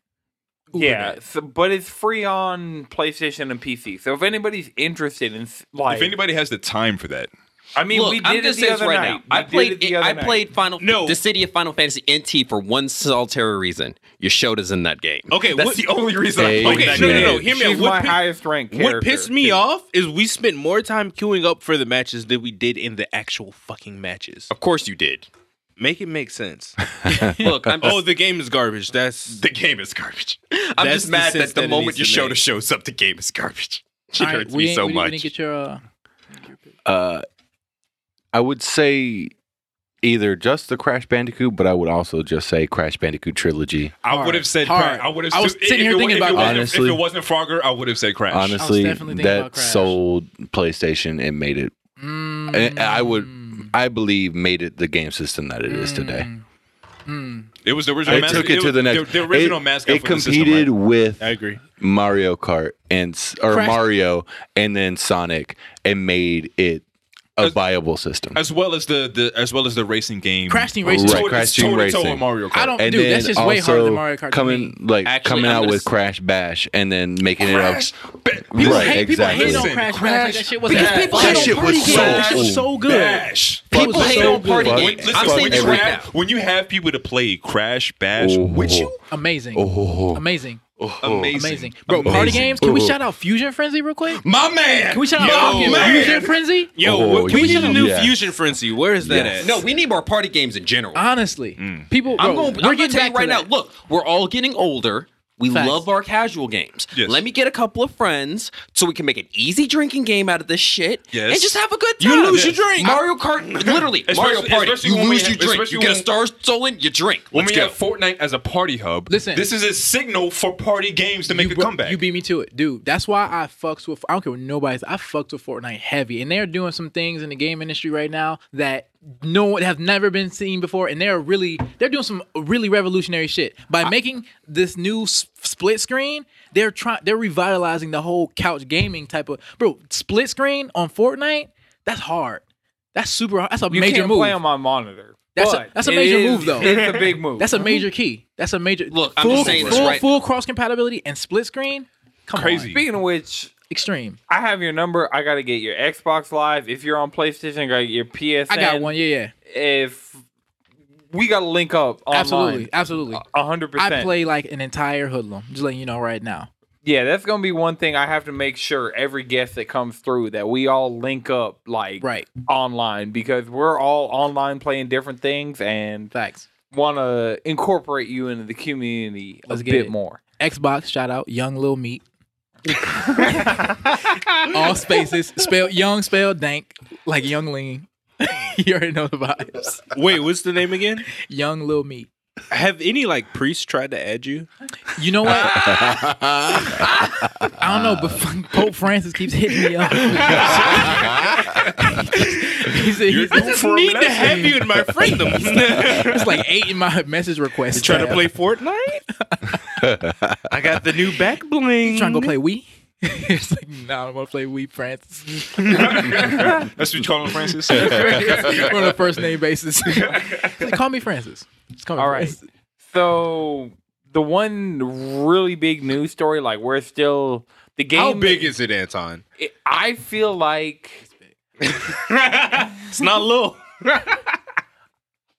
[SPEAKER 4] Uber
[SPEAKER 2] yeah,
[SPEAKER 4] dead.
[SPEAKER 2] so, but it's free on PlayStation and PC. So if anybody's interested in s- like,
[SPEAKER 5] if anybody has the time for that,
[SPEAKER 2] I mean,
[SPEAKER 6] Look,
[SPEAKER 2] we did
[SPEAKER 6] I'm
[SPEAKER 2] it
[SPEAKER 6] just
[SPEAKER 2] the
[SPEAKER 6] saying this
[SPEAKER 2] other
[SPEAKER 6] right
[SPEAKER 2] night.
[SPEAKER 6] now. I
[SPEAKER 2] We did it
[SPEAKER 6] played.
[SPEAKER 2] the other
[SPEAKER 6] I
[SPEAKER 2] night.
[SPEAKER 6] played Final.
[SPEAKER 1] No.
[SPEAKER 6] the city of Final Fantasy NT for one solitary reason. Your Shota's in that game.
[SPEAKER 1] Okay,
[SPEAKER 6] that's
[SPEAKER 1] what-
[SPEAKER 6] the only reason.
[SPEAKER 8] Hey,
[SPEAKER 6] I played
[SPEAKER 1] Okay,
[SPEAKER 6] that
[SPEAKER 1] no, no,
[SPEAKER 6] game.
[SPEAKER 1] no. Hear me out.
[SPEAKER 2] She's my
[SPEAKER 1] What, pi-
[SPEAKER 2] highest ranked character.
[SPEAKER 1] what pissed me
[SPEAKER 2] too.
[SPEAKER 1] off is we spent more time queuing up for the matches than we did in the actual fucking matches.
[SPEAKER 6] Of course you did.
[SPEAKER 1] Make it make sense.
[SPEAKER 6] Look, I'm just,
[SPEAKER 1] *laughs* oh, the game is garbage. That's
[SPEAKER 6] the game is garbage. I'm
[SPEAKER 1] That's
[SPEAKER 6] just
[SPEAKER 1] the
[SPEAKER 6] mad
[SPEAKER 1] sense
[SPEAKER 6] that the
[SPEAKER 1] that it
[SPEAKER 6] moment your
[SPEAKER 1] needs to
[SPEAKER 6] Shota
[SPEAKER 1] make.
[SPEAKER 6] shows up, the game is garbage. It
[SPEAKER 4] All right,
[SPEAKER 6] hurts
[SPEAKER 4] we
[SPEAKER 6] me
[SPEAKER 4] ain't-
[SPEAKER 6] so
[SPEAKER 4] we
[SPEAKER 6] much.
[SPEAKER 4] Didn't get your, uh,
[SPEAKER 8] Uh, I would say either just the Crash Bandicoot, but I would also just say Crash Bandicoot trilogy.
[SPEAKER 5] I
[SPEAKER 4] Hard.
[SPEAKER 5] would have said.
[SPEAKER 4] Hard.
[SPEAKER 5] Cra- I would have.
[SPEAKER 4] I was
[SPEAKER 5] if-
[SPEAKER 4] sitting
[SPEAKER 5] if
[SPEAKER 4] here
[SPEAKER 5] it wa-
[SPEAKER 4] thinking
[SPEAKER 5] if it
[SPEAKER 4] about
[SPEAKER 5] wasn't-
[SPEAKER 8] that. Honestly-
[SPEAKER 5] If it wasn't Frogger, I would have said Crash.
[SPEAKER 8] Honestly,
[SPEAKER 4] definitely thinking
[SPEAKER 8] that
[SPEAKER 4] about Crash.
[SPEAKER 8] sold PlayStation and made it.
[SPEAKER 4] mm,
[SPEAKER 8] and I would, I believe, made it the game system that it is today.
[SPEAKER 5] It was the original.
[SPEAKER 8] It
[SPEAKER 5] mas-
[SPEAKER 8] took it to the next.
[SPEAKER 5] The, the original
[SPEAKER 8] it,
[SPEAKER 5] mascot.
[SPEAKER 8] It
[SPEAKER 5] for the system,
[SPEAKER 8] competed
[SPEAKER 5] right?
[SPEAKER 8] with
[SPEAKER 1] agree.
[SPEAKER 8] Mario Kart and s- or
[SPEAKER 4] Crash-
[SPEAKER 8] Mario, and then Sonic, and made it a
[SPEAKER 5] As-
[SPEAKER 8] viable system.
[SPEAKER 5] as well as the, the as well as the racing game.
[SPEAKER 4] Crash Team Racing.
[SPEAKER 8] Right,
[SPEAKER 5] Toe-
[SPEAKER 8] Crash
[SPEAKER 5] toe
[SPEAKER 8] Team
[SPEAKER 5] to toe with
[SPEAKER 8] Racing.
[SPEAKER 5] Mario Kart.
[SPEAKER 4] I don't,
[SPEAKER 8] and
[SPEAKER 4] dude,
[SPEAKER 8] then
[SPEAKER 4] that's just way harder than
[SPEAKER 8] also
[SPEAKER 4] Mario Kart. to
[SPEAKER 8] coming
[SPEAKER 4] me.
[SPEAKER 8] like
[SPEAKER 6] Actually,
[SPEAKER 8] coming
[SPEAKER 6] I'm
[SPEAKER 8] out
[SPEAKER 6] gonna
[SPEAKER 8] with
[SPEAKER 6] s-
[SPEAKER 8] Crash Bash, and then making
[SPEAKER 5] Crash.
[SPEAKER 8] it up.
[SPEAKER 5] Ba- people
[SPEAKER 8] Right,
[SPEAKER 5] hate-
[SPEAKER 4] People hate on
[SPEAKER 8] Listen,
[SPEAKER 4] Crash, Bash. Like, that shit was
[SPEAKER 6] because
[SPEAKER 4] ass.
[SPEAKER 6] people
[SPEAKER 8] That
[SPEAKER 6] hate
[SPEAKER 8] shit
[SPEAKER 6] on party
[SPEAKER 8] was
[SPEAKER 6] games.
[SPEAKER 8] so
[SPEAKER 6] That
[SPEAKER 8] cool.
[SPEAKER 6] was so good.
[SPEAKER 5] Bash.
[SPEAKER 6] People
[SPEAKER 4] was
[SPEAKER 6] hate
[SPEAKER 4] so
[SPEAKER 6] on party
[SPEAKER 8] good.
[SPEAKER 5] When,
[SPEAKER 6] games.
[SPEAKER 5] listen,
[SPEAKER 6] I'm saying
[SPEAKER 5] when, you
[SPEAKER 6] this right
[SPEAKER 5] have,
[SPEAKER 6] now.
[SPEAKER 5] when you have people to play Crash Bash
[SPEAKER 8] Oh.
[SPEAKER 5] with you,
[SPEAKER 4] Amazing.
[SPEAKER 8] Oh,
[SPEAKER 4] Amazing.
[SPEAKER 5] amazing,
[SPEAKER 4] Amazing. Bro, party games? Can we shout out Fusion Frenzy real quick?
[SPEAKER 5] My man.
[SPEAKER 4] Can we shout
[SPEAKER 5] Yo,
[SPEAKER 4] out fucking
[SPEAKER 5] man.
[SPEAKER 4] Fusion Frenzy?
[SPEAKER 1] Yo,
[SPEAKER 8] Oh,
[SPEAKER 1] we, we
[SPEAKER 8] yeah.
[SPEAKER 1] need a new
[SPEAKER 8] Yeah.
[SPEAKER 1] fusion frenzy. Where is that at?
[SPEAKER 6] No, we need more party games in general.
[SPEAKER 4] Honestly, people.
[SPEAKER 6] Mm.
[SPEAKER 4] bro,
[SPEAKER 6] I'm going.
[SPEAKER 4] we're
[SPEAKER 6] I'm going
[SPEAKER 4] getting
[SPEAKER 6] to tell
[SPEAKER 4] back
[SPEAKER 6] you right
[SPEAKER 4] to
[SPEAKER 6] now.
[SPEAKER 4] that.
[SPEAKER 6] Look, we're all getting older. We
[SPEAKER 4] Facts.
[SPEAKER 6] love our casual games.
[SPEAKER 5] Yes.
[SPEAKER 6] Let me get a couple of friends so we can make an easy drinking game out of this shit
[SPEAKER 5] Yes.
[SPEAKER 6] and just have a good time.
[SPEAKER 5] You lose your drink.
[SPEAKER 6] Mario
[SPEAKER 5] *laughs*
[SPEAKER 6] Kart, literally, Mario
[SPEAKER 5] Especially-
[SPEAKER 6] Party.
[SPEAKER 5] especially
[SPEAKER 6] You
[SPEAKER 5] when we
[SPEAKER 6] lose
[SPEAKER 5] have-
[SPEAKER 6] your drink.
[SPEAKER 5] especially
[SPEAKER 6] You get a
[SPEAKER 5] when-
[SPEAKER 6] star stolen. You drink.
[SPEAKER 5] When we
[SPEAKER 6] Let's go.
[SPEAKER 5] have Fortnite as a party hub,
[SPEAKER 4] Listen.
[SPEAKER 5] this is a signal for party games to make
[SPEAKER 4] you
[SPEAKER 5] a
[SPEAKER 4] bro-
[SPEAKER 5] comeback.
[SPEAKER 4] You beat me to it, dude. That's why I fucks with. I don't care what nobody's. I fucks with Fortnite heavy, and they're doing some things in the game industry right now that no one have never been seen before, and they're really they're doing some really revolutionary shit by making this new s- split screen. They're trying. They're revitalizing the whole couch gaming type of bro split screen on Fortnite. That's hard. That's super hard. That's a
[SPEAKER 2] You
[SPEAKER 4] major
[SPEAKER 2] can't
[SPEAKER 4] move.
[SPEAKER 2] play on my monitor.
[SPEAKER 4] That's a-
[SPEAKER 2] but
[SPEAKER 4] that's a
[SPEAKER 2] it
[SPEAKER 4] major
[SPEAKER 2] is-
[SPEAKER 4] move, though.
[SPEAKER 2] It's a big *laughs* move.
[SPEAKER 4] That's a major key. That's a major
[SPEAKER 6] Look, I'm
[SPEAKER 4] Full,
[SPEAKER 6] just saying this
[SPEAKER 4] full,
[SPEAKER 6] right-
[SPEAKER 4] full cross compatibility and split screen. Come
[SPEAKER 5] Crazy.
[SPEAKER 4] on,
[SPEAKER 2] Speaking of which,
[SPEAKER 4] extreme.
[SPEAKER 2] I have your number. I gotta get your Xbox Live. If you're on PlayStation, I gotta get your PSN.
[SPEAKER 4] I got one. Yeah, yeah.
[SPEAKER 2] If we gotta link up online,
[SPEAKER 4] Absolutely, absolutely.
[SPEAKER 2] hundred percent.
[SPEAKER 4] I play like an entire hoodlum. Just letting you know right now.
[SPEAKER 2] Yeah, that's gonna be one thing I have to make sure every guest that comes through that we all link up like
[SPEAKER 4] Right.
[SPEAKER 2] online because we're all online playing different things and
[SPEAKER 4] Facts.
[SPEAKER 2] want to incorporate you into the community
[SPEAKER 4] Let's
[SPEAKER 2] a
[SPEAKER 4] get
[SPEAKER 2] bit
[SPEAKER 4] it.
[SPEAKER 2] more.
[SPEAKER 4] Xbox shout out Young Lil *laughs* Meat. All spaces spelled young, spelled dank, like young lean. *laughs* you already know the vibes.
[SPEAKER 1] Wait, what's the name again?
[SPEAKER 4] Young Lil Meat.
[SPEAKER 1] Have any like priests tried to add you?
[SPEAKER 4] You
[SPEAKER 8] *laughs*
[SPEAKER 4] know what? I don't know, but fucking Pope Francis keeps hitting me up. *laughs* he said he's
[SPEAKER 1] need to have you in my
[SPEAKER 4] *laughs*
[SPEAKER 1] freedom. *laughs*
[SPEAKER 4] it's like eight in my message requests.
[SPEAKER 1] You trying to
[SPEAKER 4] tab. *laughs*
[SPEAKER 1] play Fortnite? I got the new back bling.
[SPEAKER 4] Trying to go play Wii? *laughs* it's like, nah, I'm gonna play Wii Francis. *laughs*
[SPEAKER 5] That's what you call him, *laughs* Francis.
[SPEAKER 4] We're on a first name basis. Like, call me Francis. Just call me
[SPEAKER 2] All right.
[SPEAKER 4] Francis.
[SPEAKER 2] So the one really big news story, like we're still the game.
[SPEAKER 1] How big is it, Anton?
[SPEAKER 2] it- I feel like
[SPEAKER 1] It's not little.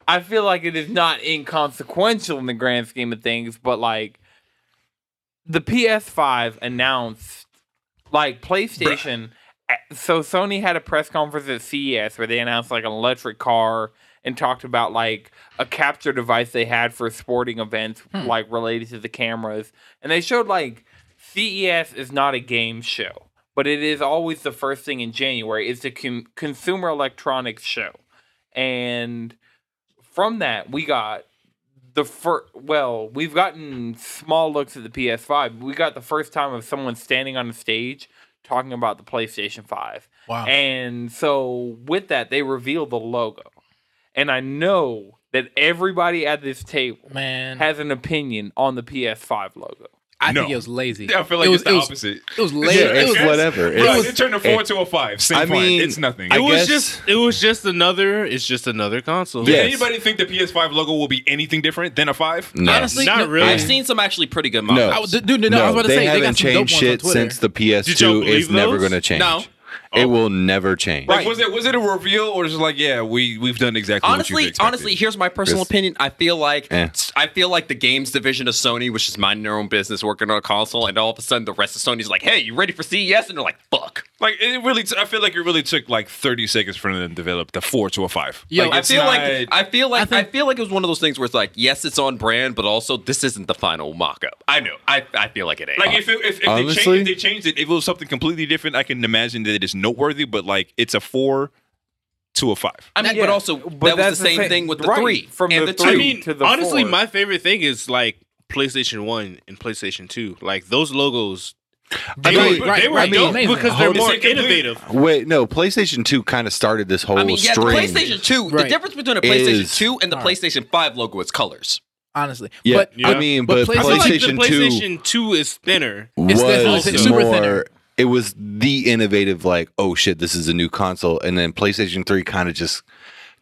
[SPEAKER 2] I feel like it is not inconsequential in the grand scheme of things, but like the PS5 announced like eh, E PlayStation. So Sony had a press conference at CES where they announced like an electric car and talked about like a capture device they had for sporting events, like related to the cameras. And they showed like CES is not a game show, but it is always the first thing in January. It's a com- consumer electronics show. And from that, we got the first. Well, we've gotten small looks at the PS5. but We got the first time of someone standing on a stage talking about the PlayStation 5.
[SPEAKER 4] Wow.
[SPEAKER 2] And so with that, they revealed the logo. And I know that everybody at this table
[SPEAKER 4] Man,
[SPEAKER 2] has an opinion on the PS5 logo.
[SPEAKER 4] I
[SPEAKER 5] No.
[SPEAKER 4] think it was lazy. *laughs*
[SPEAKER 5] I feel like
[SPEAKER 4] it
[SPEAKER 5] it's the
[SPEAKER 4] it was,
[SPEAKER 5] opposite.
[SPEAKER 4] It was lazy.
[SPEAKER 5] Yeah,
[SPEAKER 4] it was,
[SPEAKER 8] it's whatever.
[SPEAKER 5] Right,
[SPEAKER 8] It's-
[SPEAKER 5] it turned a four to a five. Same
[SPEAKER 8] I mean,
[SPEAKER 5] fine. It's nothing.
[SPEAKER 8] I
[SPEAKER 7] It was
[SPEAKER 8] guess-
[SPEAKER 7] just it was just another it's just another console.
[SPEAKER 5] Did
[SPEAKER 8] Yes.
[SPEAKER 5] anybody think the PS5 logo will be anything different than a five?
[SPEAKER 8] No.
[SPEAKER 4] Honestly,
[SPEAKER 7] Not
[SPEAKER 4] no,
[SPEAKER 7] really.
[SPEAKER 6] I've seen some actually pretty good models.
[SPEAKER 8] No.
[SPEAKER 4] I, was- dude, no, no, I was about to
[SPEAKER 8] they
[SPEAKER 4] say
[SPEAKER 8] haven't
[SPEAKER 4] they got some dope
[SPEAKER 8] changed
[SPEAKER 4] ones
[SPEAKER 8] shit
[SPEAKER 4] on Twitter.
[SPEAKER 8] since the
[SPEAKER 7] y'all
[SPEAKER 8] PS2
[SPEAKER 7] believe
[SPEAKER 8] is never
[SPEAKER 7] those?
[SPEAKER 8] going to change.
[SPEAKER 6] No.
[SPEAKER 8] It will never change.
[SPEAKER 5] Like, was it was it a reveal or just like, yeah, we we've done exactly what you
[SPEAKER 6] Honestly,
[SPEAKER 5] expected?
[SPEAKER 6] honestly, here's my personal
[SPEAKER 8] It's-
[SPEAKER 6] opinion. I feel like
[SPEAKER 8] Eh.
[SPEAKER 6] I feel like the games division of Sony was just minding their own business, working on a console, and all of a sudden the rest of Sony's like, "Hey, you ready for CES?" And they're like, "Fuck."
[SPEAKER 5] like it really. T- I feel like it really took like thirty seconds for them to develop the four to a five.
[SPEAKER 4] Yo,
[SPEAKER 5] like,
[SPEAKER 6] I
[SPEAKER 5] it's
[SPEAKER 6] feel
[SPEAKER 5] not-
[SPEAKER 6] like I feel like I,
[SPEAKER 4] I think-
[SPEAKER 6] feel like it was one of those things where it's like, yes, it's on brand, but also this isn't the final mock-up. I know. I, I feel like it ain't.
[SPEAKER 5] Like if, it, if, if, they
[SPEAKER 8] Honestly?
[SPEAKER 5] changed, if they changed it, if it was something completely different, I can imagine that it is noteworthy. But like, it's a four to a five.
[SPEAKER 6] I mean, but
[SPEAKER 2] Yeah.
[SPEAKER 6] also that was
[SPEAKER 2] that's
[SPEAKER 6] the same thing with the
[SPEAKER 2] right,
[SPEAKER 6] three
[SPEAKER 2] from
[SPEAKER 6] and
[SPEAKER 2] the
[SPEAKER 6] the,
[SPEAKER 2] three.
[SPEAKER 6] two.
[SPEAKER 2] Dude,
[SPEAKER 7] I mean,
[SPEAKER 2] to the
[SPEAKER 7] honestly,
[SPEAKER 2] four.
[SPEAKER 7] my favorite thing is like PlayStation One and PlayStation Two. Like those logos,
[SPEAKER 8] I
[SPEAKER 7] they,
[SPEAKER 8] mean,
[SPEAKER 7] were,
[SPEAKER 4] right,
[SPEAKER 7] they were
[SPEAKER 4] I mean-
[SPEAKER 7] dope
[SPEAKER 4] amazing.
[SPEAKER 7] because they're
[SPEAKER 5] Hold on.
[SPEAKER 7] more
[SPEAKER 5] It's a complete-
[SPEAKER 7] innovative.
[SPEAKER 8] Wait, no. PlayStation 2 kind of started this whole
[SPEAKER 6] I mean, yeah, the
[SPEAKER 8] string.
[SPEAKER 6] PlayStation 2, the
[SPEAKER 4] Right.
[SPEAKER 6] difference between a PlayStation
[SPEAKER 8] Is-
[SPEAKER 6] 2 and the
[SPEAKER 4] All right.
[SPEAKER 6] PlayStation 5 logo is colors.
[SPEAKER 4] honestly.
[SPEAKER 8] yeah,
[SPEAKER 4] But
[SPEAKER 8] I
[SPEAKER 7] Yeah.
[SPEAKER 8] mean,
[SPEAKER 4] But
[SPEAKER 8] but,
[SPEAKER 4] I
[SPEAKER 7] I feel like the
[SPEAKER 8] PlayStation, 2
[SPEAKER 7] PlayStation Two is thinner.
[SPEAKER 4] It's
[SPEAKER 8] was
[SPEAKER 4] definitely thin- super
[SPEAKER 8] more.
[SPEAKER 4] thinner.
[SPEAKER 8] It was the innovative, like, oh shit, this is a new console, and then PlayStation Three kind of just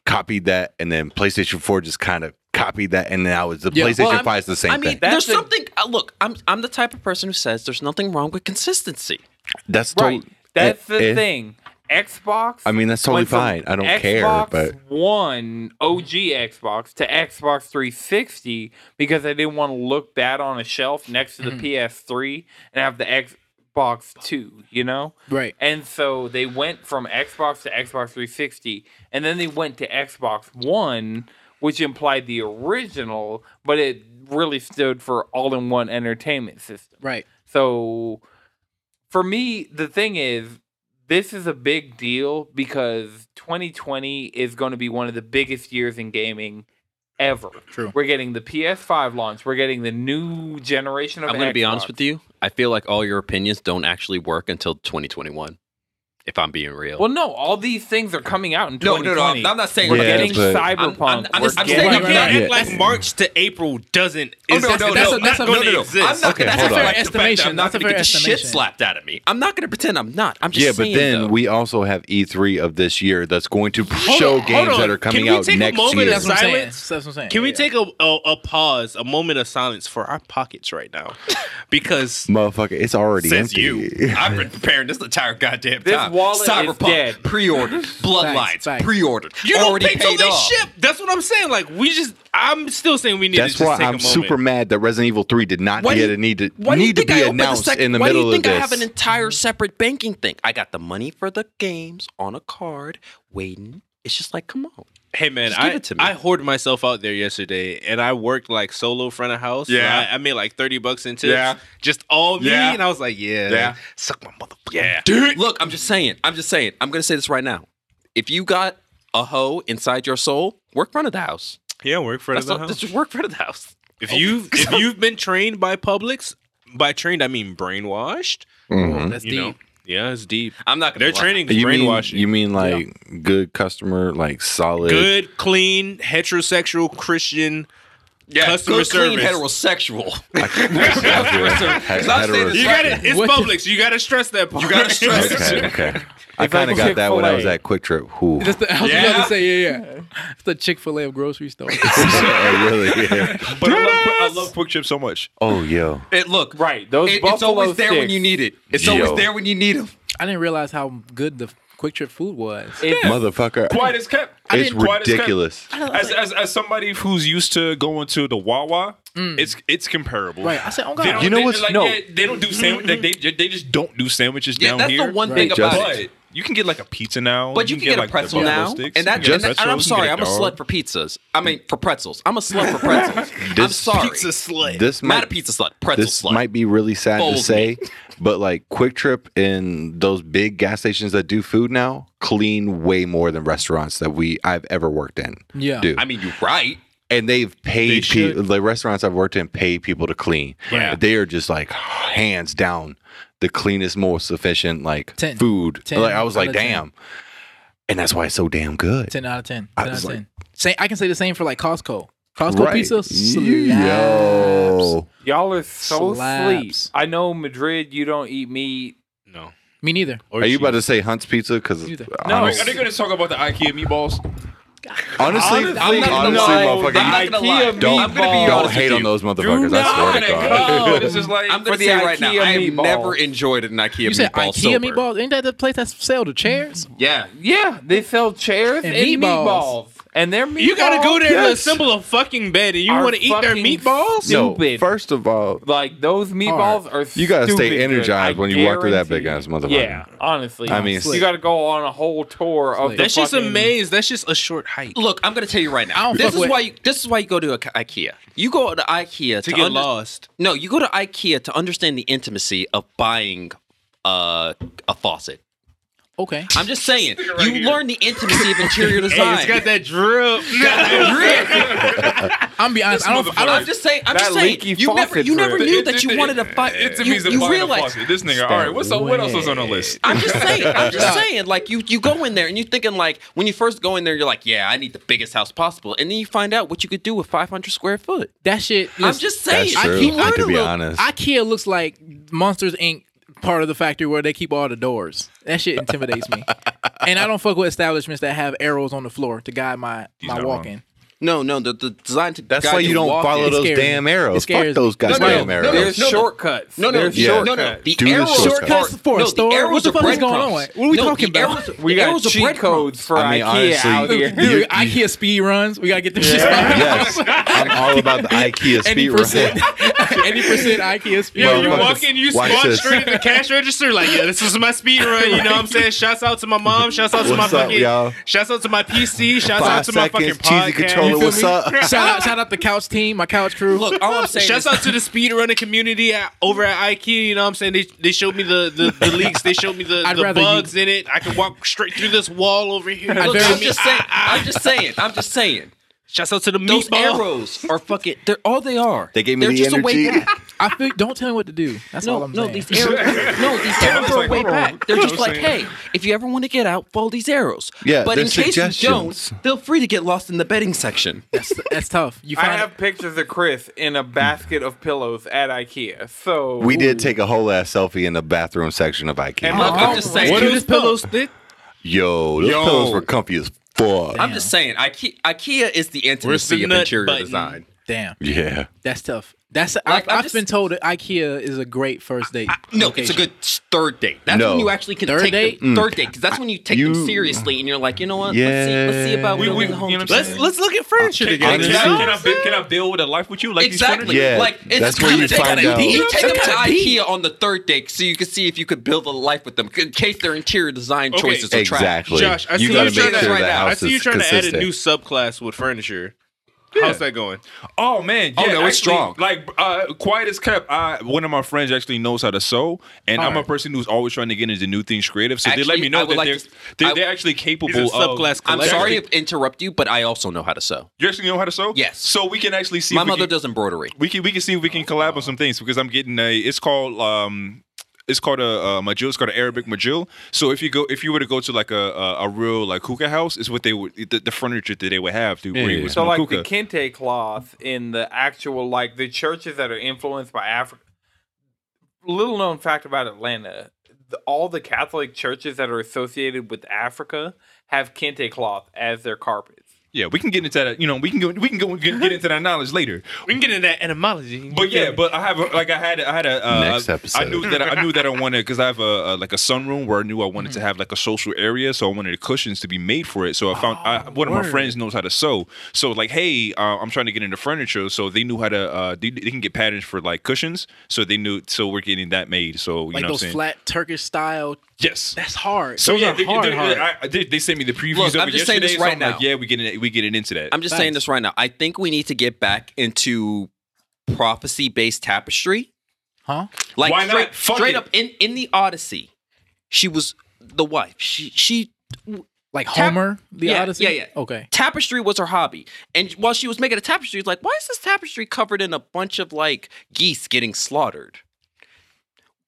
[SPEAKER 8] copied that, and then PlayStation Four just kind of copied that, and now it's the
[SPEAKER 4] Yeah, well,
[SPEAKER 8] PlayStation
[SPEAKER 6] I'm-
[SPEAKER 8] Five is the same
[SPEAKER 6] I mean,
[SPEAKER 8] thing.
[SPEAKER 6] there's
[SPEAKER 2] That's a-
[SPEAKER 6] something. uh, look, I'm I'm the type of person who says there's nothing wrong with consistency.
[SPEAKER 8] That's
[SPEAKER 2] Right.
[SPEAKER 8] tot-
[SPEAKER 2] That's
[SPEAKER 8] eh,
[SPEAKER 2] the
[SPEAKER 8] eh.
[SPEAKER 2] thing. Xbox.
[SPEAKER 8] I mean, that's totally
[SPEAKER 2] went from
[SPEAKER 8] fine. I don't care,
[SPEAKER 2] Xbox
[SPEAKER 8] but
[SPEAKER 2] One OG Xbox to Xbox 360 because they didn't want to look bad on a shelf next to the
[SPEAKER 8] Mm-hmm.
[SPEAKER 2] PS3 and have the Xbox 2, you know?
[SPEAKER 4] Right.
[SPEAKER 2] And so they went from Xbox to Xbox 360, and then they went to Xbox One, which implied the original, but it really stood for all in one entertainment system.
[SPEAKER 4] Right.
[SPEAKER 2] So for me, the thing is, this is a big deal because 2020 is going to be one of the biggest years in gaming ever.
[SPEAKER 4] True.
[SPEAKER 2] We're getting the PS5 launch, we're getting the new generation of
[SPEAKER 6] I'm going to be honest
[SPEAKER 2] Xbox.
[SPEAKER 6] with you. I feel like all your opinions don't actually work until 2021, if I'm being real.
[SPEAKER 2] Well, no, all these things are coming out in
[SPEAKER 6] no,
[SPEAKER 2] 2020.
[SPEAKER 6] no, no. I'm, I'm not saying
[SPEAKER 2] We're
[SPEAKER 8] Yeah,
[SPEAKER 2] getting
[SPEAKER 8] but-
[SPEAKER 2] cyberpunk.
[SPEAKER 6] I'm- I'm-
[SPEAKER 2] We're
[SPEAKER 6] I'm
[SPEAKER 2] getting-
[SPEAKER 6] saying
[SPEAKER 7] You
[SPEAKER 6] Right,
[SPEAKER 7] can't
[SPEAKER 6] right.
[SPEAKER 7] act
[SPEAKER 8] Yeah.
[SPEAKER 7] like March to April doesn't.
[SPEAKER 6] Oh,
[SPEAKER 7] is
[SPEAKER 6] no,
[SPEAKER 7] that's,
[SPEAKER 6] no,
[SPEAKER 7] that's,
[SPEAKER 6] no,
[SPEAKER 7] that's
[SPEAKER 4] no,
[SPEAKER 7] not going
[SPEAKER 4] no,
[SPEAKER 7] to
[SPEAKER 4] no, no.
[SPEAKER 7] exist.
[SPEAKER 6] I'm not
[SPEAKER 8] Okay,
[SPEAKER 6] gonna,
[SPEAKER 8] hold
[SPEAKER 6] that's a
[SPEAKER 8] on.
[SPEAKER 6] fair
[SPEAKER 4] That's a fair
[SPEAKER 6] estimation. I'm not
[SPEAKER 4] estimation.
[SPEAKER 6] gonna get
[SPEAKER 4] That's a fair
[SPEAKER 6] the shit
[SPEAKER 4] estimation.
[SPEAKER 6] slapped out of me. I'm not gonna pretend I'm not. I'm just
[SPEAKER 8] yeah, but
[SPEAKER 6] saying,
[SPEAKER 8] then
[SPEAKER 6] though.
[SPEAKER 8] we also have E3 of this year that's going to show
[SPEAKER 7] on, hold
[SPEAKER 8] games
[SPEAKER 7] on.
[SPEAKER 8] that are
[SPEAKER 7] Can
[SPEAKER 8] coming
[SPEAKER 7] we
[SPEAKER 8] out
[SPEAKER 7] take a
[SPEAKER 8] next
[SPEAKER 7] moment
[SPEAKER 8] year.
[SPEAKER 7] as
[SPEAKER 4] That's what I'm saying.
[SPEAKER 7] Silence?
[SPEAKER 4] That's what I'm saying.
[SPEAKER 7] Can we
[SPEAKER 4] Yeah.
[SPEAKER 7] take a, a a pause, a moment of silence for our pockets right now, *laughs* because
[SPEAKER 8] Motherfucker, it's already
[SPEAKER 6] Says
[SPEAKER 8] empty. *laughs*
[SPEAKER 6] you. I've been preparing this entire goddamn
[SPEAKER 2] This
[SPEAKER 6] time.
[SPEAKER 2] wallet is
[SPEAKER 6] Cyberpunk,
[SPEAKER 2] dead.
[SPEAKER 6] *laughs* pre-ordered. Bloodlines,
[SPEAKER 4] Facts, facts.
[SPEAKER 6] pre-ordered.
[SPEAKER 7] you don't
[SPEAKER 6] already
[SPEAKER 7] pick till
[SPEAKER 6] paid
[SPEAKER 7] they
[SPEAKER 6] off.
[SPEAKER 7] ship. That's what I'm saying. Like we just, I'm still saying we need to
[SPEAKER 8] That's
[SPEAKER 7] just
[SPEAKER 8] why
[SPEAKER 7] take a
[SPEAKER 8] I'm
[SPEAKER 7] moment.
[SPEAKER 8] super mad that Resident Evil 3 did not
[SPEAKER 6] Why do
[SPEAKER 8] get
[SPEAKER 6] you-
[SPEAKER 8] a need to
[SPEAKER 6] Why do you
[SPEAKER 8] need to
[SPEAKER 6] think
[SPEAKER 8] be
[SPEAKER 6] I opened the
[SPEAKER 8] announced
[SPEAKER 6] second-
[SPEAKER 8] in the
[SPEAKER 6] why
[SPEAKER 8] middle
[SPEAKER 6] do you think
[SPEAKER 8] of this.
[SPEAKER 6] I have an entire separate banking thing? I got the money for the games on a card, waiting. It's just like, come on.
[SPEAKER 7] Hey man,
[SPEAKER 6] Just give
[SPEAKER 7] I
[SPEAKER 6] it to me.
[SPEAKER 7] I hoarded myself out there yesterday, and I worked like solo front of house.
[SPEAKER 5] Yeah.
[SPEAKER 7] I, I made like thirty bucks in tips.
[SPEAKER 5] Yeah.
[SPEAKER 7] just all me,
[SPEAKER 5] Yeah.
[SPEAKER 7] and I was like, yeah,
[SPEAKER 5] Yeah.
[SPEAKER 7] suck my motherfucker.
[SPEAKER 5] Yeah.
[SPEAKER 6] Look, I'm just saying. I'm just saying. I'm gonna say this right now. If you got a hoe inside your soul, work front of the house.
[SPEAKER 7] yeah, work for
[SPEAKER 6] That's
[SPEAKER 7] the
[SPEAKER 6] all,
[SPEAKER 7] house.
[SPEAKER 6] just *laughs* work front of the house.
[SPEAKER 7] If *laughs* you if you've been trained by Publix, by trained I mean brainwashed.
[SPEAKER 8] Mhm.
[SPEAKER 4] That's
[SPEAKER 7] You
[SPEAKER 4] deep.
[SPEAKER 7] know, yeah, it's deep.
[SPEAKER 6] I'm not gonna.
[SPEAKER 7] Their
[SPEAKER 6] lie.
[SPEAKER 7] training is
[SPEAKER 8] You mean,
[SPEAKER 7] brainwashing.
[SPEAKER 8] you mean like good customer, like solid.
[SPEAKER 7] Good, clean, heterosexual Christian.
[SPEAKER 6] Yeah,
[SPEAKER 7] Customer
[SPEAKER 6] good, clean,
[SPEAKER 7] service.
[SPEAKER 6] heterosexual. *laughs*
[SPEAKER 8] Heter-
[SPEAKER 6] Not saying it's-
[SPEAKER 7] You got to It's
[SPEAKER 4] What the-
[SPEAKER 7] Publix. You got to stress that part. You
[SPEAKER 5] *laughs*
[SPEAKER 7] got to
[SPEAKER 6] stress
[SPEAKER 8] Okay, okay. I
[SPEAKER 2] It's like
[SPEAKER 8] kind of got that when I was
[SPEAKER 2] Chick-fil-A.
[SPEAKER 8] at Quick Trip. Who? *laughs*
[SPEAKER 4] That's the, I was
[SPEAKER 5] Yeah.
[SPEAKER 4] about to say, yeah, *laughs* yeah. It's the Chick Fil A of grocery stores.
[SPEAKER 8] Oh, really? *laughs* yeah.
[SPEAKER 5] But I love, I love Quick Trip so much.
[SPEAKER 8] Oh, yo.
[SPEAKER 6] It look
[SPEAKER 2] Right, those
[SPEAKER 6] it- it's
[SPEAKER 2] buffalo
[SPEAKER 6] always there when
[SPEAKER 2] sticks.
[SPEAKER 6] you need it. It's
[SPEAKER 8] Yo.
[SPEAKER 6] always there when you need them.
[SPEAKER 4] I didn't realize how good the Quick Trip food was.
[SPEAKER 2] It's-
[SPEAKER 8] Motherfucker.
[SPEAKER 5] Quiet as kept. I
[SPEAKER 8] It's
[SPEAKER 5] didn't- quiet as kept.
[SPEAKER 8] ridiculous.
[SPEAKER 5] As, as, as somebody who's used to going to the Wawa, it's it's comparable.
[SPEAKER 4] Mm. Right. I said, oh, God.
[SPEAKER 5] They don't,
[SPEAKER 8] You know
[SPEAKER 5] they,
[SPEAKER 8] what's-
[SPEAKER 5] like,
[SPEAKER 8] no.
[SPEAKER 5] yeah, they don't do sandwich. Like, they, they just don't do sandwiches
[SPEAKER 6] Yeah,
[SPEAKER 5] down
[SPEAKER 6] that's
[SPEAKER 5] here.
[SPEAKER 6] the one
[SPEAKER 4] Right.
[SPEAKER 6] thing
[SPEAKER 8] Hey,
[SPEAKER 6] about
[SPEAKER 8] Justin.
[SPEAKER 6] it.
[SPEAKER 5] you can get like a pizza now.
[SPEAKER 6] But you, can, get, a
[SPEAKER 5] like, the
[SPEAKER 6] pretzel now,
[SPEAKER 5] buffalo sticks.
[SPEAKER 6] and that.
[SPEAKER 5] You can
[SPEAKER 6] and,
[SPEAKER 5] get
[SPEAKER 6] that- and I'm
[SPEAKER 5] pretzels, you can
[SPEAKER 6] sorry,
[SPEAKER 5] get
[SPEAKER 6] I'm a
[SPEAKER 5] dog.
[SPEAKER 6] slut for pizzas. I mean, for pretzels. I'm a slut for *laughs* pretzels. I'm
[SPEAKER 8] This
[SPEAKER 6] sorry,
[SPEAKER 1] Pizza slut.
[SPEAKER 8] This
[SPEAKER 6] not a
[SPEAKER 8] might
[SPEAKER 6] pizza slut, pretzel
[SPEAKER 8] this
[SPEAKER 6] slut.
[SPEAKER 8] might be really sad
[SPEAKER 6] Fold
[SPEAKER 8] to
[SPEAKER 6] me.
[SPEAKER 8] say, but like Quick Trip and those big gas stations that do food now clean way more than restaurants that we I've ever worked in.
[SPEAKER 4] Yeah.
[SPEAKER 8] do.
[SPEAKER 6] I mean, you're right.
[SPEAKER 8] and they've paid
[SPEAKER 5] They
[SPEAKER 8] people the restaurants I've worked in pay people to clean.
[SPEAKER 5] Yeah.
[SPEAKER 8] They are just like hands down the cleanest, most efficient like
[SPEAKER 4] Ten.
[SPEAKER 8] food.
[SPEAKER 4] Ten
[SPEAKER 8] like I was like,
[SPEAKER 4] outta ten.
[SPEAKER 8] damn. And that's why it's so damn good.
[SPEAKER 4] Ten out of ten.
[SPEAKER 8] I
[SPEAKER 4] Ten out
[SPEAKER 8] was
[SPEAKER 4] of
[SPEAKER 8] like-
[SPEAKER 4] ten. Say I can say the same for like Costco. Costco
[SPEAKER 8] Right.
[SPEAKER 4] pizza. Slaps.
[SPEAKER 8] Yo.
[SPEAKER 2] Y'all are so sleep.
[SPEAKER 4] Slaps.
[SPEAKER 2] I know Madrid, you don't eat meat.
[SPEAKER 1] No.
[SPEAKER 4] Me neither.
[SPEAKER 8] Are you about to say Hunt's Pizza? Because
[SPEAKER 4] Either.
[SPEAKER 5] Are they going to talk about the IKEA meatballs?
[SPEAKER 8] honestly, honestly,
[SPEAKER 6] I'm not gonna lie.
[SPEAKER 8] motherfucker,
[SPEAKER 6] I'm not gonna lie.
[SPEAKER 2] IKEA
[SPEAKER 8] don't
[SPEAKER 6] I'm gonna be
[SPEAKER 8] don't
[SPEAKER 6] honest
[SPEAKER 8] hate
[SPEAKER 6] with
[SPEAKER 8] on
[SPEAKER 6] you.
[SPEAKER 8] those motherfuckers. I swear to
[SPEAKER 6] *laughs*
[SPEAKER 8] God.
[SPEAKER 5] Oh, this is like
[SPEAKER 6] I'm gonna
[SPEAKER 2] For the
[SPEAKER 6] say right now,
[SPEAKER 2] IKEA
[SPEAKER 6] I have
[SPEAKER 2] meatball.
[SPEAKER 6] never enjoyed an IKEA
[SPEAKER 4] You said
[SPEAKER 6] meatball.
[SPEAKER 4] IKEA
[SPEAKER 6] sober.
[SPEAKER 4] meatballs. Ain't that the place that sell the chairs?
[SPEAKER 6] Yeah,
[SPEAKER 2] Yeah, they sell chairs and,
[SPEAKER 4] And
[SPEAKER 2] meatballs.
[SPEAKER 4] meatballs.
[SPEAKER 2] and their meatballs.
[SPEAKER 1] You gotta go there to
[SPEAKER 8] Yes.
[SPEAKER 1] assemble a fucking bed and you
[SPEAKER 2] are
[SPEAKER 1] want to eat their
[SPEAKER 2] fucking
[SPEAKER 1] meatballs?
[SPEAKER 8] No,
[SPEAKER 2] Stupid.
[SPEAKER 8] first of all,
[SPEAKER 2] Like those meatballs are.
[SPEAKER 8] You gotta stay
[SPEAKER 2] stupid good.
[SPEAKER 8] energized
[SPEAKER 2] I
[SPEAKER 8] when you walk through that
[SPEAKER 2] guarantee
[SPEAKER 8] big-ass
[SPEAKER 2] you.
[SPEAKER 8] motherfucker.
[SPEAKER 2] Yeah, honestly.
[SPEAKER 8] I mean,
[SPEAKER 2] you
[SPEAKER 8] slick.
[SPEAKER 2] gotta go on a whole tour of
[SPEAKER 4] Slick.
[SPEAKER 2] the
[SPEAKER 1] That's just a
[SPEAKER 2] fucking-
[SPEAKER 1] maze. That's just a short hike.
[SPEAKER 6] Look, I'm gonna tell you right
[SPEAKER 4] I
[SPEAKER 6] now.
[SPEAKER 4] don't
[SPEAKER 6] This
[SPEAKER 4] fuck
[SPEAKER 6] is
[SPEAKER 4] with-
[SPEAKER 6] why you, this is why you go to a, IKEA. You go to IKEA
[SPEAKER 1] to get
[SPEAKER 6] under-
[SPEAKER 1] lost.
[SPEAKER 6] No, you go to IKEA to understand the intimacy of buying uh, a faucet.
[SPEAKER 4] Okay.
[SPEAKER 6] I'm just saying, you learn the intimacy of *laughs* interior
[SPEAKER 1] Hey,
[SPEAKER 6] design.
[SPEAKER 1] it's got
[SPEAKER 6] *laughs*
[SPEAKER 1] that drip.
[SPEAKER 4] I'm be honest. I don't. I
[SPEAKER 6] I,
[SPEAKER 4] don't
[SPEAKER 6] am just saying. I'm
[SPEAKER 2] That
[SPEAKER 6] just saying.
[SPEAKER 2] leaky
[SPEAKER 6] You never,
[SPEAKER 2] faucet
[SPEAKER 6] you never
[SPEAKER 2] drip.
[SPEAKER 6] knew that you wanted to fight.
[SPEAKER 5] It to me
[SPEAKER 6] you,
[SPEAKER 5] is the
[SPEAKER 6] you
[SPEAKER 5] bottom of the
[SPEAKER 6] realize.
[SPEAKER 5] faucet. This nigga. All right, what's up? What else was on the list?
[SPEAKER 6] I'm just saying. I'm just saying. Like you, you go in there and you're thinking like when you first go in there, you're like, yeah, I need the biggest house possible, and then you find out what you could do with 500 square foot.
[SPEAKER 4] that shit.
[SPEAKER 6] I'm
[SPEAKER 4] listen,
[SPEAKER 6] just saying.
[SPEAKER 8] That's true.
[SPEAKER 4] IKEA,
[SPEAKER 8] I- to be
[SPEAKER 4] look-
[SPEAKER 8] honest.
[SPEAKER 4] IKEA looks like Monsters Inc. part of the factory where they keep all the doors. That shit intimidates
[SPEAKER 6] *laughs*
[SPEAKER 4] me. And I don't fuck with establishments that have arrows on the floor to guide my my
[SPEAKER 5] not
[SPEAKER 4] walk
[SPEAKER 5] wrong.
[SPEAKER 4] in.
[SPEAKER 6] No, no, the, the design to
[SPEAKER 8] that's
[SPEAKER 6] guide
[SPEAKER 8] why you don't
[SPEAKER 6] walk
[SPEAKER 8] follow
[SPEAKER 6] in.
[SPEAKER 8] those
[SPEAKER 4] scares me.
[SPEAKER 8] damn
[SPEAKER 4] It
[SPEAKER 8] arrows. Fuck
[SPEAKER 4] scares me.
[SPEAKER 8] those
[SPEAKER 5] no,
[SPEAKER 8] goddamn
[SPEAKER 5] no,
[SPEAKER 8] arrows.
[SPEAKER 2] There's
[SPEAKER 5] no, no.
[SPEAKER 2] shortcuts.
[SPEAKER 6] No, no,
[SPEAKER 2] There's
[SPEAKER 6] the-
[SPEAKER 8] yeah.
[SPEAKER 6] no,
[SPEAKER 2] shortcuts.
[SPEAKER 6] no. The
[SPEAKER 8] Do the
[SPEAKER 6] arrows
[SPEAKER 8] shortcuts
[SPEAKER 6] are-
[SPEAKER 4] for a
[SPEAKER 6] no, the
[SPEAKER 4] store?
[SPEAKER 6] arrows
[SPEAKER 4] What the
[SPEAKER 6] are
[SPEAKER 4] fuck is going on?
[SPEAKER 6] breadcrumbs.
[SPEAKER 4] What are we
[SPEAKER 6] No,
[SPEAKER 4] talking
[SPEAKER 6] the
[SPEAKER 4] about?
[SPEAKER 6] arrows-
[SPEAKER 2] We
[SPEAKER 6] the
[SPEAKER 2] got
[SPEAKER 6] arrows are
[SPEAKER 2] cheat
[SPEAKER 6] breadcrumbs.
[SPEAKER 2] codes for
[SPEAKER 8] I mean,
[SPEAKER 2] IKEA
[SPEAKER 8] honestly,
[SPEAKER 2] out
[SPEAKER 8] *laughs*
[SPEAKER 2] here.
[SPEAKER 4] Dude, IKEA speed runs. We gotta get this shit. *laughs*
[SPEAKER 8] yes, I'm all about the IKEA
[SPEAKER 4] Any
[SPEAKER 8] speed
[SPEAKER 4] percent, *laughs*
[SPEAKER 8] run.
[SPEAKER 4] any percent IKEA speed.
[SPEAKER 1] Yo,
[SPEAKER 8] Well,
[SPEAKER 1] you
[SPEAKER 8] watch
[SPEAKER 1] walk
[SPEAKER 8] this.
[SPEAKER 1] in, you
[SPEAKER 8] Watch
[SPEAKER 1] squat
[SPEAKER 8] this.
[SPEAKER 1] straight at the cash register, like, yeah, this is my speed run. You know what I'm saying? Shouts out to my mom. Shouts out to my
[SPEAKER 8] What's up,
[SPEAKER 1] fucking.
[SPEAKER 8] y'all?
[SPEAKER 1] Shouts out to my PC. Shouts
[SPEAKER 8] Five
[SPEAKER 1] out to my fucking
[SPEAKER 8] seconds, cheesy
[SPEAKER 1] podcast.
[SPEAKER 8] controller.
[SPEAKER 1] You feel
[SPEAKER 8] What's
[SPEAKER 1] me?
[SPEAKER 8] up?
[SPEAKER 4] shout out, shout out the couch team, my couch crew.
[SPEAKER 6] Look, all I'm saying
[SPEAKER 1] Shouts
[SPEAKER 6] is
[SPEAKER 1] out to the speedrunning community at, over at IKEA. You know what I'm saying? They, they showed me the, the, the leaks. They showed me the,
[SPEAKER 4] I'd
[SPEAKER 1] the
[SPEAKER 4] rather
[SPEAKER 1] bugs in it. I can walk straight through this wall over here.
[SPEAKER 6] Look,
[SPEAKER 1] Look,
[SPEAKER 4] very-
[SPEAKER 6] I'm just saying. I'm just saying. I'm just saying.
[SPEAKER 1] Shouts out to the
[SPEAKER 6] Those
[SPEAKER 1] meatball. *laughs*
[SPEAKER 6] arrows are fucking. They're all they are.
[SPEAKER 8] They gave me
[SPEAKER 6] They're
[SPEAKER 8] the
[SPEAKER 6] just a way
[SPEAKER 8] energy.
[SPEAKER 6] back.
[SPEAKER 4] I feel, don't tell me what to do. That's all
[SPEAKER 6] No,
[SPEAKER 4] I'm
[SPEAKER 6] no,
[SPEAKER 4] saying.
[SPEAKER 6] these arrows. No, these arrows are
[SPEAKER 5] like,
[SPEAKER 6] way
[SPEAKER 5] hold on.
[SPEAKER 6] back. They're
[SPEAKER 5] You know
[SPEAKER 6] just
[SPEAKER 5] what
[SPEAKER 6] like,
[SPEAKER 5] I'm
[SPEAKER 6] hey, if you ever want to get out, follow these arrows.
[SPEAKER 8] Yeah,
[SPEAKER 6] but
[SPEAKER 8] they're
[SPEAKER 6] in case you don't,
[SPEAKER 8] suggestions.
[SPEAKER 6] feel free to get lost in the betting section.
[SPEAKER 4] that's, *laughs* that's tough. You
[SPEAKER 2] I
[SPEAKER 4] find
[SPEAKER 2] have pictures of Chris in a basket of pillows at IKEA. So
[SPEAKER 8] We did take a whole ass selfie in the bathroom section of IKEA.
[SPEAKER 6] Look, I'm just saying.
[SPEAKER 1] What
[SPEAKER 4] Dude,
[SPEAKER 1] are those
[SPEAKER 4] this pillow-
[SPEAKER 1] pillows thick?
[SPEAKER 8] Yo, those
[SPEAKER 5] Yo.
[SPEAKER 8] pillows were comfy as fuck.
[SPEAKER 6] I'm just saying. Ikea, IKEA is the intimacy of
[SPEAKER 1] nut
[SPEAKER 6] interior
[SPEAKER 1] button?
[SPEAKER 6] design.
[SPEAKER 4] damn,
[SPEAKER 8] yeah.
[SPEAKER 4] that's tough. That's
[SPEAKER 6] Like,
[SPEAKER 4] I,
[SPEAKER 6] I'm
[SPEAKER 4] I've
[SPEAKER 6] just-
[SPEAKER 4] been told that IKEA is a great first date.
[SPEAKER 6] No, it's a
[SPEAKER 4] location.
[SPEAKER 6] good s- third date. That's
[SPEAKER 8] No. Mm.
[SPEAKER 6] when you actually can
[SPEAKER 4] Third
[SPEAKER 6] take
[SPEAKER 4] date?
[SPEAKER 6] Them, third date because that's when you take them
[SPEAKER 8] You-
[SPEAKER 6] seriously and you're like, you know what? Let's see, let's see
[SPEAKER 8] Yeah.
[SPEAKER 6] about
[SPEAKER 8] We-
[SPEAKER 6] building
[SPEAKER 5] we-
[SPEAKER 6] a home.
[SPEAKER 5] you know what I'm
[SPEAKER 6] together.
[SPEAKER 5] saying?
[SPEAKER 1] Let's let's look at furniture together.
[SPEAKER 5] Can,
[SPEAKER 8] Honestly.
[SPEAKER 5] I, can, I, be- can I build with a life with you? Like these
[SPEAKER 6] exactly.
[SPEAKER 5] furniture?
[SPEAKER 8] Yeah,
[SPEAKER 6] Like it's
[SPEAKER 8] that's where
[SPEAKER 6] kinda-
[SPEAKER 8] you
[SPEAKER 6] they gotta
[SPEAKER 8] find out.
[SPEAKER 6] You take them to
[SPEAKER 4] gotta be.
[SPEAKER 6] IKEA on the third date so you can see if you could build a life with them in case their interior design
[SPEAKER 1] Okay,
[SPEAKER 6] choices are trash.
[SPEAKER 8] Exactly.
[SPEAKER 1] Josh, I see
[SPEAKER 8] you
[SPEAKER 1] you
[SPEAKER 8] gotta
[SPEAKER 1] trying
[SPEAKER 8] make
[SPEAKER 1] to-
[SPEAKER 8] sure
[SPEAKER 6] right
[SPEAKER 8] the
[SPEAKER 6] now.
[SPEAKER 1] I
[SPEAKER 8] house
[SPEAKER 1] see you
[SPEAKER 8] is
[SPEAKER 1] trying to add a new
[SPEAKER 8] consistent.
[SPEAKER 1] subclass with furniture. How's that going?
[SPEAKER 5] Oh man, yeah,
[SPEAKER 6] no, it's
[SPEAKER 5] actually,
[SPEAKER 6] strong.
[SPEAKER 5] Like uh, quiet as kept. I, one of my friends actually knows how to sew, and I'm a person who's always trying to get into new things creative. So they let
[SPEAKER 6] Actually,
[SPEAKER 5] me
[SPEAKER 6] I
[SPEAKER 5] know
[SPEAKER 6] would
[SPEAKER 5] that
[SPEAKER 6] like
[SPEAKER 5] they're,
[SPEAKER 6] to-
[SPEAKER 5] they're,
[SPEAKER 6] I-
[SPEAKER 5] they're actually capable
[SPEAKER 1] He's a
[SPEAKER 5] of.
[SPEAKER 1] subclass
[SPEAKER 6] I'm
[SPEAKER 1] Exactly.
[SPEAKER 6] sorry to interrupt you, but I also know how to sew.
[SPEAKER 5] You actually know how to sew?
[SPEAKER 6] Yes.
[SPEAKER 5] So we can actually see.
[SPEAKER 6] My
[SPEAKER 5] if we
[SPEAKER 6] mother
[SPEAKER 5] can-
[SPEAKER 6] does embroidery.
[SPEAKER 5] We can we can see if we can collab on some things because I'm getting a. It's called um. It's called a, uh majil. It's called an Arabic majil. So if you go, if you were to go to like a a, a real like hookah house, is what they would the, the furniture that they would have to where you would
[SPEAKER 2] So
[SPEAKER 5] smoke
[SPEAKER 2] like
[SPEAKER 5] hookah.
[SPEAKER 2] the kente cloth in the actual like the churches that are influenced by Africa. Little known fact about Atlanta: the, all the Catholic churches that are associated with Africa have kente cloth as their carpets.
[SPEAKER 5] yeah, we can get into that. You know, we can go. We can go get, get into that knowledge later.
[SPEAKER 1] We can get into that etymology.
[SPEAKER 5] But yeah, but I have a, like I had I had a uh,
[SPEAKER 8] Next
[SPEAKER 5] I- I
[SPEAKER 8] episode.
[SPEAKER 5] knew that I, I knew that I wanted because I have a, a like a sunroom where I knew I wanted to have like a social area, so I wanted the cushions to be made for it. So I found I, one of my friends knows how to sew, so like hey, uh, I'm trying to get into furniture, so they knew how to uh, they, they can get patterns for like cushions, so they knew so we're getting that made. So you
[SPEAKER 4] like
[SPEAKER 5] know what I'm
[SPEAKER 4] those
[SPEAKER 5] saying.
[SPEAKER 4] flat Turkish style
[SPEAKER 5] Yes.
[SPEAKER 4] That's hard.
[SPEAKER 5] So
[SPEAKER 4] Those
[SPEAKER 5] yeah,
[SPEAKER 4] are
[SPEAKER 5] they,
[SPEAKER 4] hard,
[SPEAKER 5] they,
[SPEAKER 4] hard.
[SPEAKER 5] I- I- they- they sent me the previews.
[SPEAKER 6] Look,
[SPEAKER 5] of
[SPEAKER 6] I'm
[SPEAKER 5] it
[SPEAKER 6] just saying this
[SPEAKER 5] yesterday, so
[SPEAKER 6] right
[SPEAKER 5] I'm like,
[SPEAKER 6] now.
[SPEAKER 5] yeah, we're getting it, we're getting into that.
[SPEAKER 6] I'm just saying
[SPEAKER 4] Thanks.
[SPEAKER 6] this right now. I think we need to get back into prophecy based tapestry.
[SPEAKER 4] Huh?
[SPEAKER 6] Like
[SPEAKER 5] Why not?
[SPEAKER 6] straight,
[SPEAKER 5] Fuck
[SPEAKER 6] straight
[SPEAKER 5] it.
[SPEAKER 6] up in, in the Odyssey, she was the wife. She she
[SPEAKER 4] Like
[SPEAKER 6] Tap-
[SPEAKER 4] Homer, the
[SPEAKER 6] yeah,
[SPEAKER 4] Odyssey.
[SPEAKER 6] yeah, yeah.
[SPEAKER 4] Okay.
[SPEAKER 6] tapestry was her hobby. And while she was making a tapestry, it's like, why is this tapestry covered in a bunch of like geese getting slaughtered?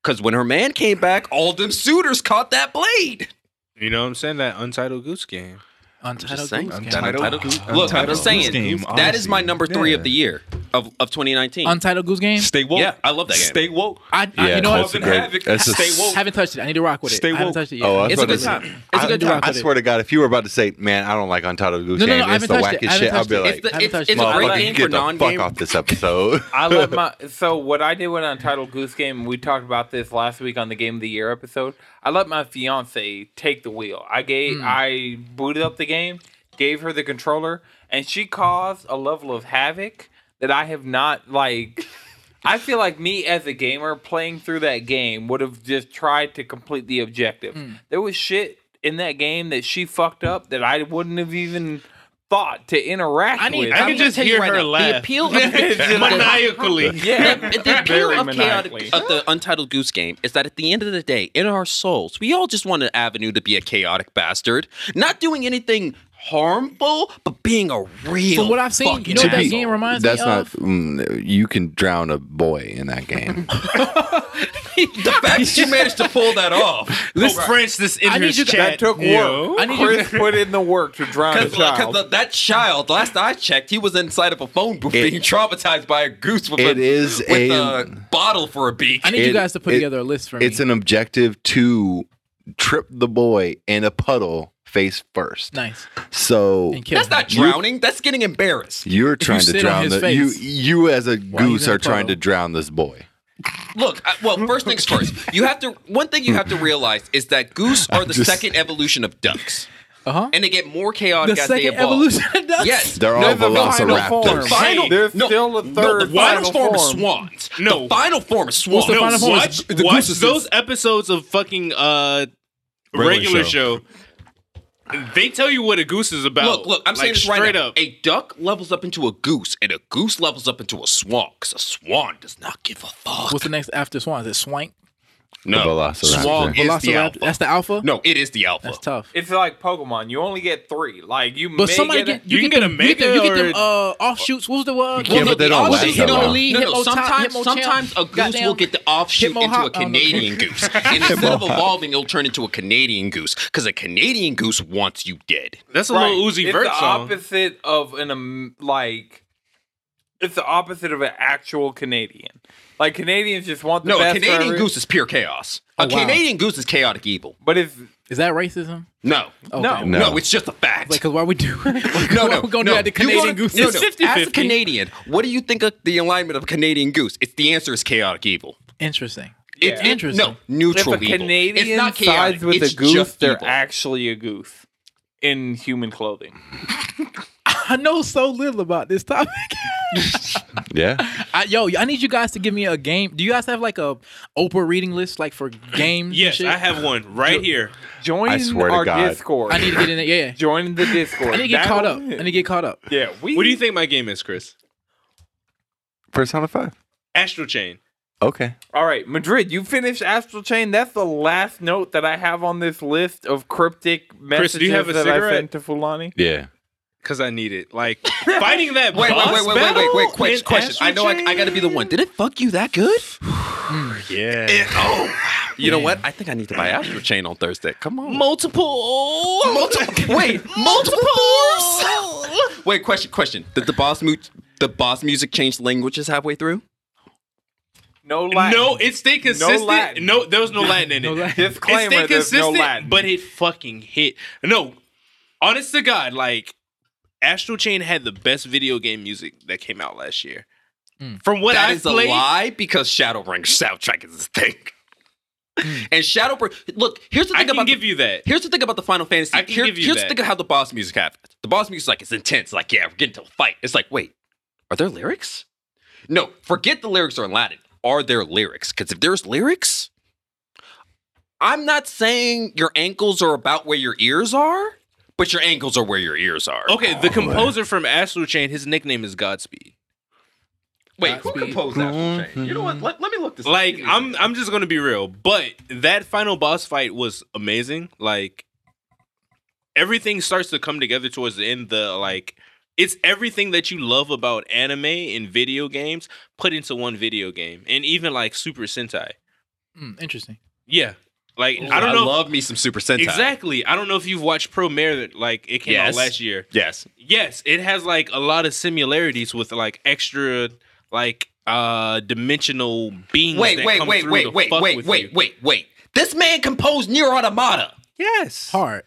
[SPEAKER 6] Because when her man came back, all them suitors caught that blade.
[SPEAKER 1] You know what I'm saying? That Untitled Goose *laughs* Game.
[SPEAKER 4] Untitled
[SPEAKER 6] saying,
[SPEAKER 4] Goose Game.
[SPEAKER 6] Untitled- Untitled Goose-
[SPEAKER 5] Untitled
[SPEAKER 6] Look, I'm
[SPEAKER 5] Goose
[SPEAKER 6] just saying
[SPEAKER 5] Game,
[SPEAKER 6] that is
[SPEAKER 5] honestly.
[SPEAKER 6] my number three
[SPEAKER 5] Yeah.
[SPEAKER 6] of the year of, of 2019.
[SPEAKER 4] Untitled Goose Game.
[SPEAKER 5] Stay woke.
[SPEAKER 6] Yeah, I love that game.
[SPEAKER 5] Stay woke.
[SPEAKER 4] I, I
[SPEAKER 8] Yeah,
[SPEAKER 4] you know
[SPEAKER 8] that's a
[SPEAKER 4] what?
[SPEAKER 5] Causing
[SPEAKER 8] great-
[SPEAKER 5] havoc.
[SPEAKER 8] that's a-
[SPEAKER 5] Stay woke.
[SPEAKER 4] haven't touched it. I need to rock with it.
[SPEAKER 5] Stay
[SPEAKER 4] I haven't
[SPEAKER 5] woke.
[SPEAKER 4] touched it yet.
[SPEAKER 8] Oh, I
[SPEAKER 6] it's
[SPEAKER 8] thought
[SPEAKER 6] a good
[SPEAKER 8] it-
[SPEAKER 6] time. It's a
[SPEAKER 8] I-
[SPEAKER 6] good
[SPEAKER 4] do
[SPEAKER 6] time.
[SPEAKER 4] rock
[SPEAKER 8] I
[SPEAKER 4] with it.
[SPEAKER 8] swear to God, if you were about to say, "Man, I don't like Untitled Goose
[SPEAKER 4] No, no,
[SPEAKER 8] Game,"
[SPEAKER 4] no, I
[SPEAKER 8] it's
[SPEAKER 4] haven't
[SPEAKER 8] the
[SPEAKER 4] touched it.
[SPEAKER 8] wackest
[SPEAKER 4] I haven't
[SPEAKER 8] shit, I'll
[SPEAKER 4] touched
[SPEAKER 8] be
[SPEAKER 4] it.
[SPEAKER 8] like,
[SPEAKER 6] It's, the,
[SPEAKER 4] haven't
[SPEAKER 6] it's,
[SPEAKER 4] touched
[SPEAKER 6] it's
[SPEAKER 4] it.
[SPEAKER 6] a
[SPEAKER 8] "Motherfucker,
[SPEAKER 6] great game
[SPEAKER 8] you
[SPEAKER 6] for
[SPEAKER 8] get the fuck
[SPEAKER 6] non-game.
[SPEAKER 8] off this episode."
[SPEAKER 4] *laughs*
[SPEAKER 2] I let my so what I did with Untitled Goose Game. We talked about this last week on the Game of the Year episode. I let my fiance take the wheel. I gave
[SPEAKER 4] Hmm.
[SPEAKER 2] I booted up the game, gave her the controller, and she caused a level of havoc that I have not
[SPEAKER 4] *laughs*
[SPEAKER 2] like. I feel like me as a gamer playing through that game would have just tried to complete the objective.
[SPEAKER 4] Hmm.
[SPEAKER 2] There was shit in that game that she fucked up that I wouldn't have even thought to interact
[SPEAKER 4] I need.
[SPEAKER 2] with.
[SPEAKER 4] I
[SPEAKER 7] can
[SPEAKER 4] need to
[SPEAKER 7] just
[SPEAKER 4] tell you
[SPEAKER 7] hear
[SPEAKER 4] right
[SPEAKER 7] her
[SPEAKER 4] now,
[SPEAKER 7] laugh.
[SPEAKER 4] The appeal of
[SPEAKER 7] *laughs* Maniacally.
[SPEAKER 2] yeah,
[SPEAKER 4] *laughs*
[SPEAKER 6] the,
[SPEAKER 2] *laughs*
[SPEAKER 6] the appeal
[SPEAKER 2] Very
[SPEAKER 6] of
[SPEAKER 2] maniacally.
[SPEAKER 6] chaotic of the Untitled Goose Game is that at the end of the day, in our souls, we all just want an avenue to be a chaotic bastard, not doing anything harmful, but being a real.
[SPEAKER 4] From what I've seen, you
[SPEAKER 6] fucking
[SPEAKER 4] know what
[SPEAKER 8] *laughs*
[SPEAKER 4] that
[SPEAKER 6] asshole.
[SPEAKER 4] game reminds
[SPEAKER 8] That's
[SPEAKER 4] me
[SPEAKER 8] not.
[SPEAKER 4] of?
[SPEAKER 8] mm, you can drown a boy in that
[SPEAKER 6] *laughs*
[SPEAKER 8] game.
[SPEAKER 6] the fact that you managed to pull
[SPEAKER 4] *laughs*
[SPEAKER 6] that off.
[SPEAKER 1] Let's French this in
[SPEAKER 4] I need
[SPEAKER 1] his
[SPEAKER 4] you-
[SPEAKER 1] chat.
[SPEAKER 2] That took work.
[SPEAKER 1] you know?
[SPEAKER 2] I need *laughs* Chris put in the work to drown a child.
[SPEAKER 6] Because that child, last I checked, he was inside of a phone booth
[SPEAKER 8] It-
[SPEAKER 6] being traumatized by a goose with,
[SPEAKER 8] It
[SPEAKER 6] a,
[SPEAKER 8] is
[SPEAKER 6] with uh,
[SPEAKER 8] a-
[SPEAKER 6] a bottle for a beak.
[SPEAKER 4] I need
[SPEAKER 8] It-
[SPEAKER 4] you guys to put
[SPEAKER 8] it-
[SPEAKER 4] together a list for me.
[SPEAKER 8] it's an objective to trip the boy in a puddle face first.
[SPEAKER 4] nice.
[SPEAKER 8] So
[SPEAKER 4] And kill
[SPEAKER 6] That's
[SPEAKER 4] him.
[SPEAKER 6] not drowning. That's getting embarrassed.
[SPEAKER 8] you're trying
[SPEAKER 4] sit
[SPEAKER 8] to
[SPEAKER 4] on
[SPEAKER 8] drown
[SPEAKER 4] his
[SPEAKER 8] the
[SPEAKER 4] face,
[SPEAKER 8] you. You as a
[SPEAKER 4] are you
[SPEAKER 8] goose
[SPEAKER 4] in a
[SPEAKER 8] are trying to
[SPEAKER 4] puddle?
[SPEAKER 8] drown this boy.
[SPEAKER 6] Look, I, well, first things first. You have to. One thing you have to realize is that goose are the
[SPEAKER 8] just-
[SPEAKER 6] second evolution of ducks,
[SPEAKER 4] Uh-huh.
[SPEAKER 6] and they get more chaotic
[SPEAKER 4] The
[SPEAKER 6] as they
[SPEAKER 4] second
[SPEAKER 6] evolve.
[SPEAKER 4] evolution of ducks?
[SPEAKER 6] Yes,
[SPEAKER 8] They're all
[SPEAKER 2] the final form.
[SPEAKER 8] velociraptors.
[SPEAKER 6] final.
[SPEAKER 2] There's
[SPEAKER 6] no,
[SPEAKER 2] still a
[SPEAKER 6] no,
[SPEAKER 2] third
[SPEAKER 6] the final,
[SPEAKER 2] final
[SPEAKER 6] form, is
[SPEAKER 2] form.
[SPEAKER 6] swans.
[SPEAKER 1] No.
[SPEAKER 6] the final form is swans.
[SPEAKER 4] the final
[SPEAKER 1] No,
[SPEAKER 4] form is-
[SPEAKER 1] watch,
[SPEAKER 5] the
[SPEAKER 1] watch
[SPEAKER 5] goose is-
[SPEAKER 1] those episodes of fucking uh, regular,
[SPEAKER 5] Regular
[SPEAKER 1] show. They tell you what a goose is about.
[SPEAKER 6] Look, look, I'm saying
[SPEAKER 1] Like,
[SPEAKER 6] this right
[SPEAKER 1] straight
[SPEAKER 6] now.
[SPEAKER 1] up.
[SPEAKER 6] A duck levels up into a goose, and a goose levels up into a swan, because a swan does not give a fuck.
[SPEAKER 4] What's the next after Swan? Is it Swank?
[SPEAKER 8] The velociraptor.
[SPEAKER 6] Swan is the
[SPEAKER 4] Velociraptor?
[SPEAKER 6] alpha.
[SPEAKER 4] That's the alpha.
[SPEAKER 6] No, it is the alpha.
[SPEAKER 4] that's tough.
[SPEAKER 2] It's like Pokemon. You only get three. Like you
[SPEAKER 4] But
[SPEAKER 2] may
[SPEAKER 4] somebody
[SPEAKER 2] get.
[SPEAKER 4] get,
[SPEAKER 2] a-
[SPEAKER 1] you
[SPEAKER 4] you,
[SPEAKER 1] can
[SPEAKER 4] get
[SPEAKER 1] get a
[SPEAKER 4] them, you can- you get
[SPEAKER 1] mega
[SPEAKER 4] them
[SPEAKER 1] or-
[SPEAKER 4] uh, offshoots. What was the word?
[SPEAKER 8] Yeah, but they don't
[SPEAKER 6] offshoot-
[SPEAKER 8] last that
[SPEAKER 6] no,
[SPEAKER 8] long.
[SPEAKER 6] no, no, sometimes, sometimes a goose will get the offshoot
[SPEAKER 4] Hitmo
[SPEAKER 6] into a
[SPEAKER 4] hop- oh, no.
[SPEAKER 6] Canadian
[SPEAKER 4] *laughs*
[SPEAKER 6] goose. And instead of evolving, it'll turn into a Canadian goose because a Canadian goose wants you dead.
[SPEAKER 1] That's a
[SPEAKER 2] Right.
[SPEAKER 1] little Uzi
[SPEAKER 2] it's
[SPEAKER 1] Vert
[SPEAKER 2] the
[SPEAKER 1] song.
[SPEAKER 2] opposite of an um, like. It's the opposite of an actual Canadian. Like Canadians just want the
[SPEAKER 6] No, a
[SPEAKER 2] best.
[SPEAKER 6] Canadian
[SPEAKER 2] for every-
[SPEAKER 6] goose is pure chaos. A
[SPEAKER 4] Oh, wow.
[SPEAKER 6] Canadian goose is chaotic evil.
[SPEAKER 2] But it's
[SPEAKER 4] Is that racism?
[SPEAKER 6] No.
[SPEAKER 2] Oh, no.
[SPEAKER 8] No.
[SPEAKER 6] No, it's just a fact.
[SPEAKER 4] Like, cause why we do? *laughs*
[SPEAKER 6] no,
[SPEAKER 4] why
[SPEAKER 6] no,
[SPEAKER 4] we gonna
[SPEAKER 6] no.
[SPEAKER 4] do that to
[SPEAKER 6] You
[SPEAKER 4] Canadian
[SPEAKER 6] wanna- *laughs*
[SPEAKER 4] goose?
[SPEAKER 6] No,
[SPEAKER 4] It's
[SPEAKER 6] no.
[SPEAKER 4] 50
[SPEAKER 6] As a Canadian, what do you think of the alignment of a Canadian goose? It's the answer is chaotic evil.
[SPEAKER 4] Interesting.
[SPEAKER 6] It's
[SPEAKER 2] Yeah.
[SPEAKER 4] Interesting.
[SPEAKER 6] No, neutral
[SPEAKER 2] if a
[SPEAKER 6] evil.
[SPEAKER 2] Canadian
[SPEAKER 6] it's not chaotic.
[SPEAKER 2] sides with
[SPEAKER 6] it's
[SPEAKER 2] a goose,
[SPEAKER 6] just
[SPEAKER 2] they're
[SPEAKER 6] evil.
[SPEAKER 2] actually a goose in human clothing.
[SPEAKER 4] I know so little about this topic. *laughs*
[SPEAKER 8] Yeah.
[SPEAKER 4] I, yo, I need you guys to give me a game. Do you guys have like a Oprah reading list, like for games? and
[SPEAKER 1] Yes,
[SPEAKER 4] shit?
[SPEAKER 1] I have one right here.
[SPEAKER 2] Join
[SPEAKER 8] I swear to
[SPEAKER 2] our
[SPEAKER 8] God.
[SPEAKER 2] Discord.
[SPEAKER 4] I need to get in it. Yeah, yeah.
[SPEAKER 2] Join the Discord.
[SPEAKER 4] I need to get caught up.
[SPEAKER 2] That'll-
[SPEAKER 4] I need to get caught up.
[SPEAKER 2] Yeah, we.
[SPEAKER 1] What do you think my game is, Chris?
[SPEAKER 8] *laughs* Persona Five.
[SPEAKER 1] Astral Chain.
[SPEAKER 8] Okay.
[SPEAKER 2] All right, Madrid, you finished Astral Chain. That's the last note that I have on this list of cryptic messages
[SPEAKER 1] do you have a
[SPEAKER 2] that I
[SPEAKER 1] cigarette?
[SPEAKER 2] sent to Fulani.
[SPEAKER 8] Yeah.
[SPEAKER 1] Because I need it. Like,
[SPEAKER 6] *laughs*
[SPEAKER 1] fighting that
[SPEAKER 6] Wait, wait,
[SPEAKER 1] boss
[SPEAKER 6] wait, wait, wait, wait, wait,
[SPEAKER 1] battle
[SPEAKER 6] Question,
[SPEAKER 1] in
[SPEAKER 6] question.
[SPEAKER 1] Astral
[SPEAKER 6] I know I,
[SPEAKER 1] Chain?
[SPEAKER 6] I got to be the one. Did it fuck you that good?
[SPEAKER 1] *sighs*
[SPEAKER 6] Eh, oh,
[SPEAKER 1] Yeah.
[SPEAKER 6] You know what? I think I need to buy Astro Chain on Thursday. Come on. Multiple.
[SPEAKER 1] *laughs*
[SPEAKER 6] Multiple. Wait. Multiples. *laughs* wait. Question. Question. Did the boss mu- the boss music change languages halfway through?
[SPEAKER 2] No Latin.
[SPEAKER 1] No, it stayed consistent. No,
[SPEAKER 2] Latin.
[SPEAKER 1] there was no Latin in it.
[SPEAKER 2] Disclaimer,
[SPEAKER 1] it stayed
[SPEAKER 2] there's no
[SPEAKER 1] consistent,
[SPEAKER 2] Latin.
[SPEAKER 1] but it fucking hit. No, honest to God, like Astral Chain had the best video game music that came out last year. From what
[SPEAKER 6] That
[SPEAKER 1] I
[SPEAKER 6] is
[SPEAKER 1] played,
[SPEAKER 6] a lie because Shadowbringers soundtrack is a thing. and Shadowbring. Look. Here's the
[SPEAKER 1] Hmm. I
[SPEAKER 6] thing
[SPEAKER 1] can
[SPEAKER 6] about
[SPEAKER 1] give
[SPEAKER 6] the-
[SPEAKER 1] you that.
[SPEAKER 6] Here's the thing about the Final Fantasy.
[SPEAKER 1] I can give you
[SPEAKER 6] here's
[SPEAKER 1] that.
[SPEAKER 6] the thing of how the boss music happened. The boss music like it's intense. Like yeah, we're getting to a fight. It's like wait, are there lyrics? No, forget the lyrics are in Latin. Are there lyrics? Because if there's lyrics, I'm not saying your ankles are about where your ears are, but your ankles are where your ears are.
[SPEAKER 1] Okay, the composer from Astral Chain, his nickname is Godspeed.
[SPEAKER 6] Wait, who composed Astral Chain? You know what? Let, let me look this up.
[SPEAKER 1] *laughs* Like,
[SPEAKER 6] Give me a
[SPEAKER 1] I'm
[SPEAKER 6] second.
[SPEAKER 1] I'm just gonna be real, but that final boss fight was amazing. Like, everything starts to come together towards the end. The like, it's everything that you love about anime and video games put into one video game, and even like Super Sentai.
[SPEAKER 4] Mm, interesting.
[SPEAKER 1] Yeah, like I don't know.
[SPEAKER 6] Oh, love me some Super Sentai.
[SPEAKER 1] Exactly. I don't know if you've watched Pro Mare. that, Like it came
[SPEAKER 6] Yes.
[SPEAKER 1] out last year.
[SPEAKER 6] Yes.
[SPEAKER 1] Yes, it has like a lot of similarities with like extra like uh dimensional beings.
[SPEAKER 6] Wait,
[SPEAKER 1] that
[SPEAKER 6] wait,
[SPEAKER 1] come
[SPEAKER 6] wait,
[SPEAKER 1] through to
[SPEAKER 6] wait, wait,
[SPEAKER 1] fuck
[SPEAKER 6] wait,
[SPEAKER 1] with
[SPEAKER 6] wait,
[SPEAKER 1] you.
[SPEAKER 6] wait, wait. This man composed Near Automata.
[SPEAKER 1] Yes.
[SPEAKER 4] Hard.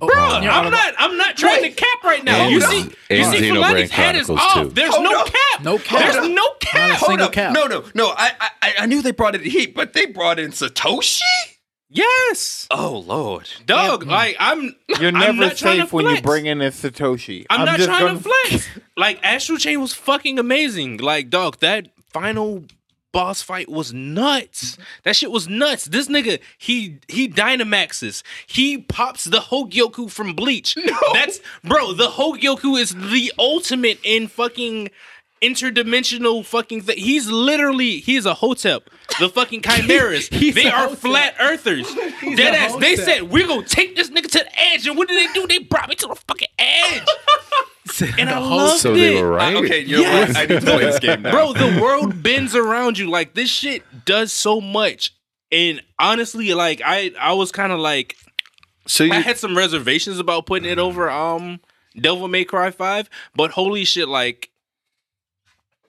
[SPEAKER 4] Oh,
[SPEAKER 6] Bruh,
[SPEAKER 4] Near
[SPEAKER 1] I'm
[SPEAKER 4] Autom-
[SPEAKER 1] not. I'm not trying to cap right now.
[SPEAKER 8] And-
[SPEAKER 1] you see, you
[SPEAKER 8] and
[SPEAKER 1] see,
[SPEAKER 8] Xenoblade
[SPEAKER 1] Fulani's head is
[SPEAKER 8] Chronicles
[SPEAKER 1] off.
[SPEAKER 8] 2.
[SPEAKER 1] There's
[SPEAKER 6] Hold
[SPEAKER 1] no
[SPEAKER 6] up.
[SPEAKER 1] cap.
[SPEAKER 4] No cap.
[SPEAKER 1] There's no cap.
[SPEAKER 4] Not a single
[SPEAKER 6] up.
[SPEAKER 4] cap.
[SPEAKER 6] No, no, no. I, I- I I knew they brought in Heat, but they brought in Satoshi.
[SPEAKER 1] Yes,
[SPEAKER 6] Oh Lord.
[SPEAKER 1] Doug. Like I'm.
[SPEAKER 2] You're
[SPEAKER 1] I'm
[SPEAKER 2] never
[SPEAKER 1] not trying to
[SPEAKER 2] safe when you
[SPEAKER 1] flex.
[SPEAKER 2] bring in a Satoshi.
[SPEAKER 1] I'm, not
[SPEAKER 2] just
[SPEAKER 1] trying
[SPEAKER 2] gonna-
[SPEAKER 1] to
[SPEAKER 2] *laughs*
[SPEAKER 1] flex. like Astral Chain was fucking amazing. Like dog, that final boss fight was nuts. That shit was nuts. This nigga, he he dynamaxes. He pops the Hogyoku
[SPEAKER 2] *laughs*
[SPEAKER 1] from Bleach. That's bro, the Hogyoku is the ultimate in fucking interdimensional fucking thing. He's literally he's a hotep.
[SPEAKER 2] *laughs*
[SPEAKER 1] The fucking chimeras. they are flat earthers. Dead ass. They said we're gonna take this nigga to the edge. And what did they do? They brought me to the fucking edge. and I loved
[SPEAKER 8] So
[SPEAKER 1] it.
[SPEAKER 8] they were right.
[SPEAKER 6] Okay, you know
[SPEAKER 1] Yes.
[SPEAKER 6] what? I need to play this *laughs* game now.
[SPEAKER 1] Bro, the world bends around you. Like this shit does so much. And honestly, like I I was kind of like
[SPEAKER 8] So
[SPEAKER 1] I
[SPEAKER 8] you,
[SPEAKER 1] had some reservations about putting it over um Devil May Cry 5, but holy shit, like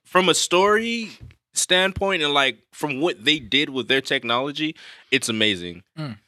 [SPEAKER 1] from a story standpoint and like from what they did with their technology, it's amazing.
[SPEAKER 4] Mm.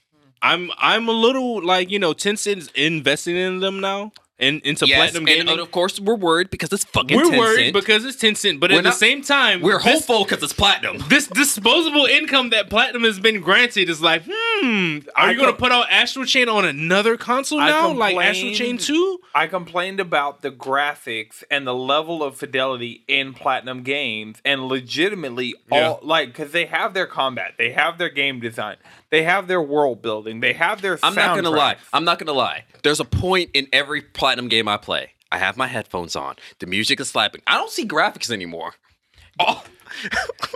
[SPEAKER 1] I'm I'm a little like, you know, Tencent's investing in them now and into
[SPEAKER 6] yes,
[SPEAKER 1] platinum
[SPEAKER 6] and
[SPEAKER 1] gaming.
[SPEAKER 6] of course we're worried because it's fucking.
[SPEAKER 1] we're
[SPEAKER 6] Tencent.
[SPEAKER 1] worried because it's Tencent, but
[SPEAKER 6] We're
[SPEAKER 1] at the
[SPEAKER 6] not-
[SPEAKER 1] same time,
[SPEAKER 6] we're
[SPEAKER 1] this-
[SPEAKER 6] hopeful because it's platinum.
[SPEAKER 1] This disposable income that Platinum has been granted is like, hmm, are
[SPEAKER 2] I
[SPEAKER 1] you going to
[SPEAKER 2] com-
[SPEAKER 1] put out Astral Chain on another console
[SPEAKER 2] I
[SPEAKER 1] now? Like Astral
[SPEAKER 2] complained-
[SPEAKER 1] Chain 2?
[SPEAKER 2] I complained about the graphics and the level of fidelity in platinum games, and legitimately, all like because they have their combat, they have their game design, they have their world building, they have their.
[SPEAKER 6] I'm not gonna lie.
[SPEAKER 2] soundtracks.
[SPEAKER 6] I'm not gonna lie. There's a point in every platinum game I play. I have my headphones on. The music is slapping. I don't see graphics anymore. Oh,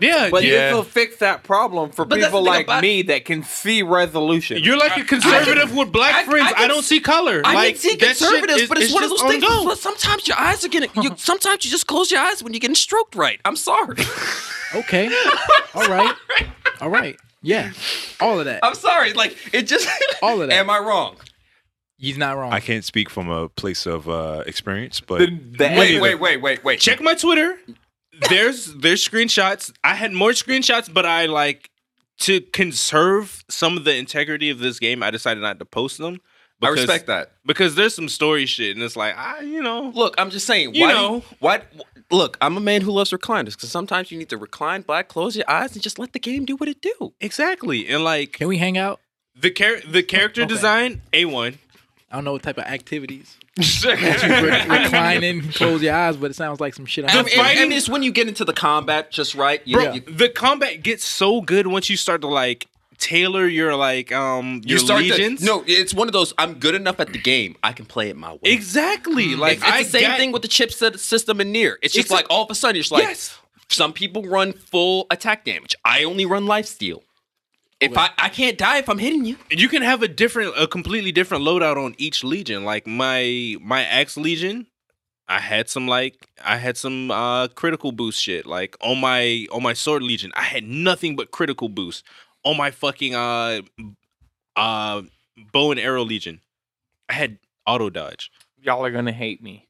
[SPEAKER 1] Yeah,
[SPEAKER 2] But
[SPEAKER 1] you-
[SPEAKER 2] this will fix that problem for
[SPEAKER 6] But that's the
[SPEAKER 2] people
[SPEAKER 6] thing
[SPEAKER 2] like
[SPEAKER 6] about-
[SPEAKER 2] me that can see resolution.
[SPEAKER 1] you're like a conservative with black
[SPEAKER 6] I- I
[SPEAKER 1] friends. I,
[SPEAKER 6] can-
[SPEAKER 1] don't see color.
[SPEAKER 6] I
[SPEAKER 1] like,
[SPEAKER 6] can see
[SPEAKER 1] that shit
[SPEAKER 6] conservatives,
[SPEAKER 1] is-
[SPEAKER 6] but it's, one of those
[SPEAKER 1] just
[SPEAKER 6] things.
[SPEAKER 1] on go.
[SPEAKER 6] where Sometimes your eyes are getting.
[SPEAKER 1] *laughs*
[SPEAKER 6] You, sometimes you just close your eyes when you're getting stroked right. I'm sorry.
[SPEAKER 4] Okay. All right. All right. Yeah. All of that.
[SPEAKER 6] I'm sorry. Like it just.
[SPEAKER 4] All of that.
[SPEAKER 6] Am I wrong?
[SPEAKER 4] He's not wrong.
[SPEAKER 5] I can't speak from a place of uh, experience, but
[SPEAKER 2] the, the
[SPEAKER 6] Wait, wait, wait, wait, wait.
[SPEAKER 1] Check my Twitter. *laughs* There's there's screenshots. I had more screenshots, but I like to conserve some of the integrity of this game. I decided not to post them.
[SPEAKER 6] I
[SPEAKER 1] because-
[SPEAKER 6] respect that.
[SPEAKER 1] because there's some story shit, and it's like I, you know,
[SPEAKER 6] Look, I'm just saying.
[SPEAKER 1] You
[SPEAKER 6] why do
[SPEAKER 1] know.
[SPEAKER 6] why? wh- Look, I'm a man who loves recliners because sometimes you need to recline back, close your eyes, and just let the game do what it do.
[SPEAKER 1] exactly. And like
[SPEAKER 4] Can we hang out?
[SPEAKER 1] the char- the character
[SPEAKER 4] Okay.
[SPEAKER 1] design, a one.
[SPEAKER 4] I don't know what type of activities. Re- reclining, close your eyes, but it sounds like some shit.
[SPEAKER 6] I
[SPEAKER 4] I'm
[SPEAKER 6] mean, and-
[SPEAKER 1] fighting-
[SPEAKER 6] and it's when you get into the combat just right. You,
[SPEAKER 4] Bro,
[SPEAKER 6] you-
[SPEAKER 1] The combat gets so good once you start to like tailor your like um
[SPEAKER 6] you
[SPEAKER 1] your
[SPEAKER 6] start
[SPEAKER 1] legions.
[SPEAKER 6] to, no, it's one of those. I'm good enough at the game. I can play it my way.
[SPEAKER 1] exactly. Like
[SPEAKER 6] Mm. It's, it's
[SPEAKER 1] I
[SPEAKER 6] the same
[SPEAKER 1] got-
[SPEAKER 6] thing with the chipset system in near. It's just
[SPEAKER 1] It's a-
[SPEAKER 6] like all of a sudden you're just like,
[SPEAKER 1] Yes.
[SPEAKER 6] some people run full attack damage. I only run lifesteal. If I, I can't die if I'm hitting you.
[SPEAKER 1] you can have a different a completely different loadout on each legion like my my axe legion i had some like i had some uh critical boost shit like on my on my sword legion i had nothing but critical boost on my fucking uh uh bow and arrow legion i had auto dodge
[SPEAKER 2] y'all are gonna hate me.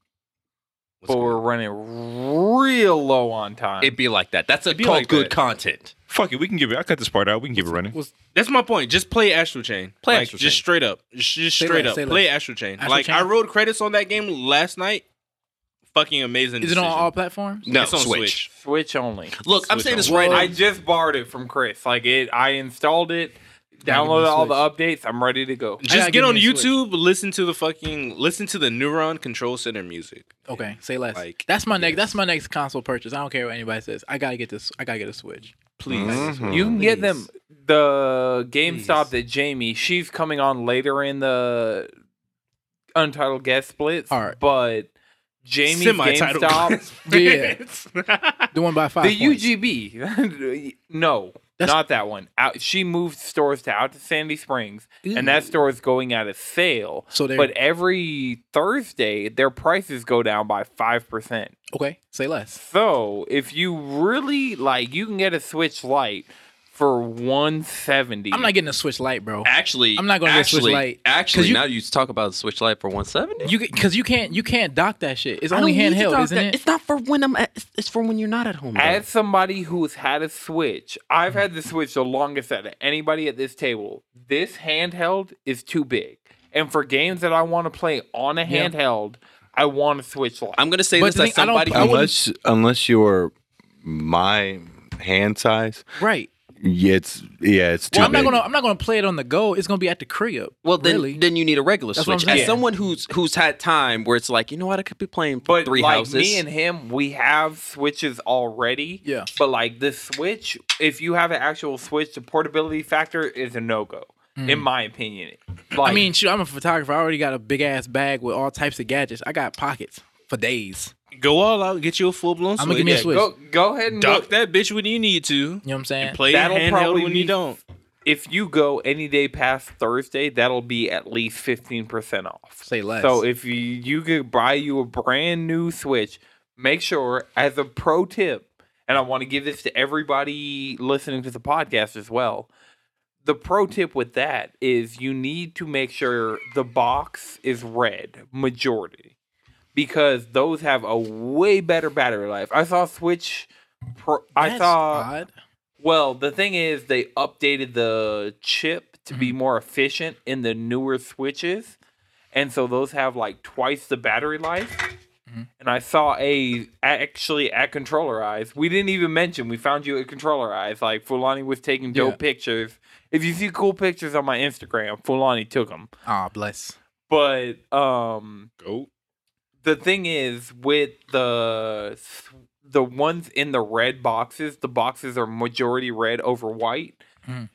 [SPEAKER 1] What's
[SPEAKER 2] but
[SPEAKER 1] going
[SPEAKER 2] we're
[SPEAKER 1] on?
[SPEAKER 2] running real low on time.
[SPEAKER 6] It'd be like that. That's a
[SPEAKER 1] It'd be
[SPEAKER 6] called
[SPEAKER 1] like
[SPEAKER 6] good
[SPEAKER 1] that.
[SPEAKER 6] content.
[SPEAKER 5] fuck it, we can give it. I cut this part out. We can give it running.
[SPEAKER 1] that's my point just play astral chain
[SPEAKER 6] Play
[SPEAKER 1] Like,
[SPEAKER 6] Astral
[SPEAKER 1] just
[SPEAKER 6] Chain.
[SPEAKER 1] straight up just, just
[SPEAKER 4] Say
[SPEAKER 1] straight
[SPEAKER 4] less,
[SPEAKER 1] up
[SPEAKER 4] say
[SPEAKER 1] play
[SPEAKER 4] less.
[SPEAKER 1] astral chain
[SPEAKER 4] Astral
[SPEAKER 1] like
[SPEAKER 4] Chain?
[SPEAKER 1] i wrote credits on that game last night fucking amazing
[SPEAKER 4] Is it on
[SPEAKER 1] decision.
[SPEAKER 4] all platforms?
[SPEAKER 6] No,
[SPEAKER 1] It's on
[SPEAKER 6] switch.
[SPEAKER 1] Switch.
[SPEAKER 2] Switch only.
[SPEAKER 6] Look, I'm
[SPEAKER 1] Switch
[SPEAKER 6] saying
[SPEAKER 1] on
[SPEAKER 6] this
[SPEAKER 1] one.
[SPEAKER 6] right
[SPEAKER 2] I
[SPEAKER 6] now.
[SPEAKER 2] just borrowed it from Chris. Like it, I installed it, downloaded all the updates. I'm ready to go.
[SPEAKER 1] Just
[SPEAKER 4] gotta
[SPEAKER 1] get
[SPEAKER 4] give
[SPEAKER 1] on
[SPEAKER 4] me a Switch.
[SPEAKER 1] YouTube, listen to the fucking listen to the Neuron Control Center music.
[SPEAKER 4] Okay, say less.
[SPEAKER 1] Like,
[SPEAKER 4] that's my next. That's my next console purchase. I don't care what anybody says. I gotta get this. I gotta get a Switch.
[SPEAKER 2] Mm-hmm.
[SPEAKER 1] Please.
[SPEAKER 2] You can get them. the GameStop that Jamie, she's coming on later in the Untitled Guest Splits.
[SPEAKER 4] All right.
[SPEAKER 2] But Jamie's
[SPEAKER 7] Semi-titled
[SPEAKER 2] GameStop,
[SPEAKER 4] Yeah,
[SPEAKER 7] *laughs*
[SPEAKER 4] the one by
[SPEAKER 2] *laughs*
[SPEAKER 4] five.
[SPEAKER 2] the
[SPEAKER 4] points.
[SPEAKER 2] UGB, *laughs* no,
[SPEAKER 4] That's-
[SPEAKER 2] not that one. Out, she moved stores to out to Sandy Springs, and that store is going out of sale.
[SPEAKER 4] So Mm-hmm. there.
[SPEAKER 2] But every Thursday, their prices go down by five percent.
[SPEAKER 4] okay, say less.
[SPEAKER 2] So if you really like, you can get a Switch Lite for one seventy.
[SPEAKER 4] I'm not getting a Switch Lite, bro.
[SPEAKER 6] Actually,
[SPEAKER 4] I'm not gonna get Switch
[SPEAKER 6] actually,
[SPEAKER 4] Lite. 'Cause
[SPEAKER 6] Actually,
[SPEAKER 4] you-
[SPEAKER 6] now you talk about the Switch Lite for 170.
[SPEAKER 4] You because you can't you can't dock that shit. It's only handheld, isn't it?
[SPEAKER 6] It's not for when I'm. At, it's- it's for when you're not at home.
[SPEAKER 2] As somebody who's had a Switch, I've had the Switch the longest out of anybody at this table. This handheld is too big, and for games that I want to play on a
[SPEAKER 4] Yeah.
[SPEAKER 2] handheld, I want a Switch Lite.
[SPEAKER 6] I'm gonna say
[SPEAKER 4] But
[SPEAKER 6] this
[SPEAKER 4] the
[SPEAKER 6] as
[SPEAKER 4] thing- I don't-
[SPEAKER 6] somebody.
[SPEAKER 4] I wouldn't-
[SPEAKER 8] unless unless you're my hand size,
[SPEAKER 4] Right.
[SPEAKER 8] yeah, it's yeah, it's too
[SPEAKER 4] Well, I'm not
[SPEAKER 8] big.
[SPEAKER 4] gonna I'm not gonna play it on the go. It's gonna be at the crib.
[SPEAKER 6] well, then
[SPEAKER 4] really.
[SPEAKER 6] then you need a regular
[SPEAKER 4] That's what I'm
[SPEAKER 6] Switch. As
[SPEAKER 4] saying.
[SPEAKER 6] someone who's who's had time where it's like, you know what, I could be playing for
[SPEAKER 2] but
[SPEAKER 6] three
[SPEAKER 2] like
[SPEAKER 6] houses.
[SPEAKER 2] me and him, we have Switches already.
[SPEAKER 4] Yeah.
[SPEAKER 2] But like the Switch, if you have an actual Switch, the portability factor is a no go, in my opinion. Like,
[SPEAKER 4] Mm. I mean, shoot, I'm a photographer. I already got a big ass bag with all types of gadgets. I got pockets for days.
[SPEAKER 7] Go all out and get you a full blown
[SPEAKER 4] I'm gonna give me a
[SPEAKER 7] switch.
[SPEAKER 4] Switch.
[SPEAKER 2] go go ahead and
[SPEAKER 7] Duck
[SPEAKER 2] look-
[SPEAKER 7] that bitch when you need to.
[SPEAKER 4] You know what I'm saying?
[SPEAKER 7] And play that
[SPEAKER 2] That'll
[SPEAKER 7] handheld
[SPEAKER 2] probably
[SPEAKER 7] when
[SPEAKER 2] be-
[SPEAKER 7] you
[SPEAKER 2] *laughs*
[SPEAKER 7] don't.
[SPEAKER 2] if you go any day past Thursday, that'll be at least fifteen percent off.
[SPEAKER 4] Say less.
[SPEAKER 2] So if you you could buy you a brand new Switch, make sure as a pro tip, and I want to give this to everybody listening to the podcast as well. The pro tip with that is you need to make sure the box is red majority because those have a way better battery life. I saw Switch Pro, I
[SPEAKER 4] That's
[SPEAKER 2] saw
[SPEAKER 4] odd.
[SPEAKER 2] well, the thing is, they updated the chip to be more efficient in the newer switches, and so those have like twice the battery life. And I saw a actually at Controller Eyes. We didn't even mention we found you at Controller Eyes. Like Fulani was taking dope
[SPEAKER 4] Yeah.
[SPEAKER 2] pictures. If you see cool pictures on my Instagram, Fulani took them.
[SPEAKER 4] Ah, bless.
[SPEAKER 2] But um,
[SPEAKER 5] Go.
[SPEAKER 2] the thing is with the the ones in the red boxes the boxes are majority red over white
[SPEAKER 4] Mhm.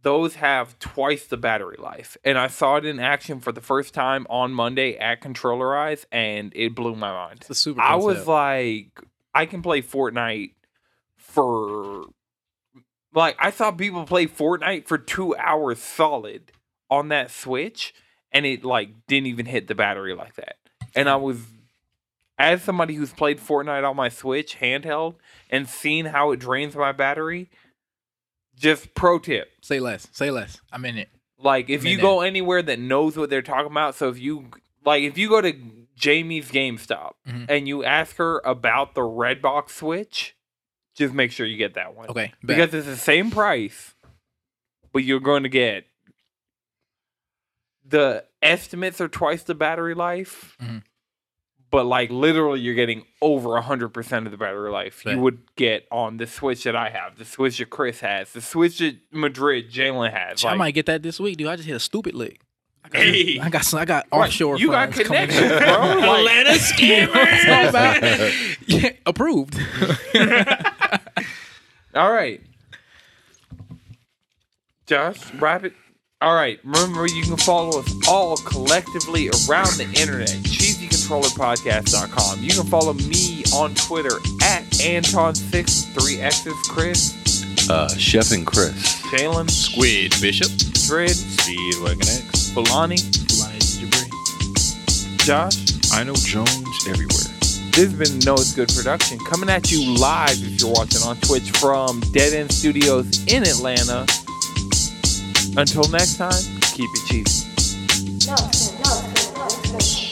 [SPEAKER 2] those have twice the battery life and i saw it in action for the first time on monday at controller eyes and it blew my mind
[SPEAKER 4] It's a super.
[SPEAKER 2] i
[SPEAKER 4] Concept.
[SPEAKER 2] was like i can play fortnite for like i saw people play fortnite for two hours solid on that switch and it like didn't even hit the battery like that and i was as somebody who's played fortnite on my switch handheld and seen how it drains my battery just pro tip
[SPEAKER 4] say less. Say less. I'm in it.
[SPEAKER 2] like if
[SPEAKER 4] I'm in
[SPEAKER 2] you go anywhere that knows what they're talking about, so if you like if you go to Jamie's GameStop
[SPEAKER 4] Mhm.
[SPEAKER 2] and you ask her about the red box switch, just make sure you get that one.
[SPEAKER 4] Okay. bet.
[SPEAKER 2] Because it's the same price, but you're going to get the estimates are twice the battery life.
[SPEAKER 4] Mhm.
[SPEAKER 2] But like literally you're getting over 100% of the battery life
[SPEAKER 4] Bet.
[SPEAKER 2] you would get on the Switch that I have, the Switch that Chris has, the Switch that Madrid, Jalen has.
[SPEAKER 4] Shit, I
[SPEAKER 2] like-
[SPEAKER 4] might get that this week, dude. I just hit a stupid lick. I got,
[SPEAKER 7] Hey.
[SPEAKER 4] I got some. I got
[SPEAKER 2] Right,
[SPEAKER 4] offshore.
[SPEAKER 2] You got
[SPEAKER 4] funds coming in.
[SPEAKER 2] connections,
[SPEAKER 4] *laughs*
[SPEAKER 2] bro. Like,
[SPEAKER 7] Atlanta
[SPEAKER 4] It's all
[SPEAKER 7] scammers.
[SPEAKER 4] about- *laughs* yeah, approved.
[SPEAKER 2] all right, Josh, wrap it. All right, remember you can follow us all collectively around the internet. CheesyControllerPodcast.com. You can follow me on Twitter at Anton6 three X's Chris
[SPEAKER 8] Uh, Chef and Chris.
[SPEAKER 2] Jalen
[SPEAKER 6] Squid Bishop.
[SPEAKER 2] Madrid
[SPEAKER 5] Speed like an X.
[SPEAKER 2] Balani Josh.
[SPEAKER 5] I know Jones everywhere.
[SPEAKER 2] This has been No It's Good production coming at you live if you're watching on Twitch from Dead End Studios in Atlanta. Until next time, keep it cheesy.
[SPEAKER 9] No, no, no, no, no.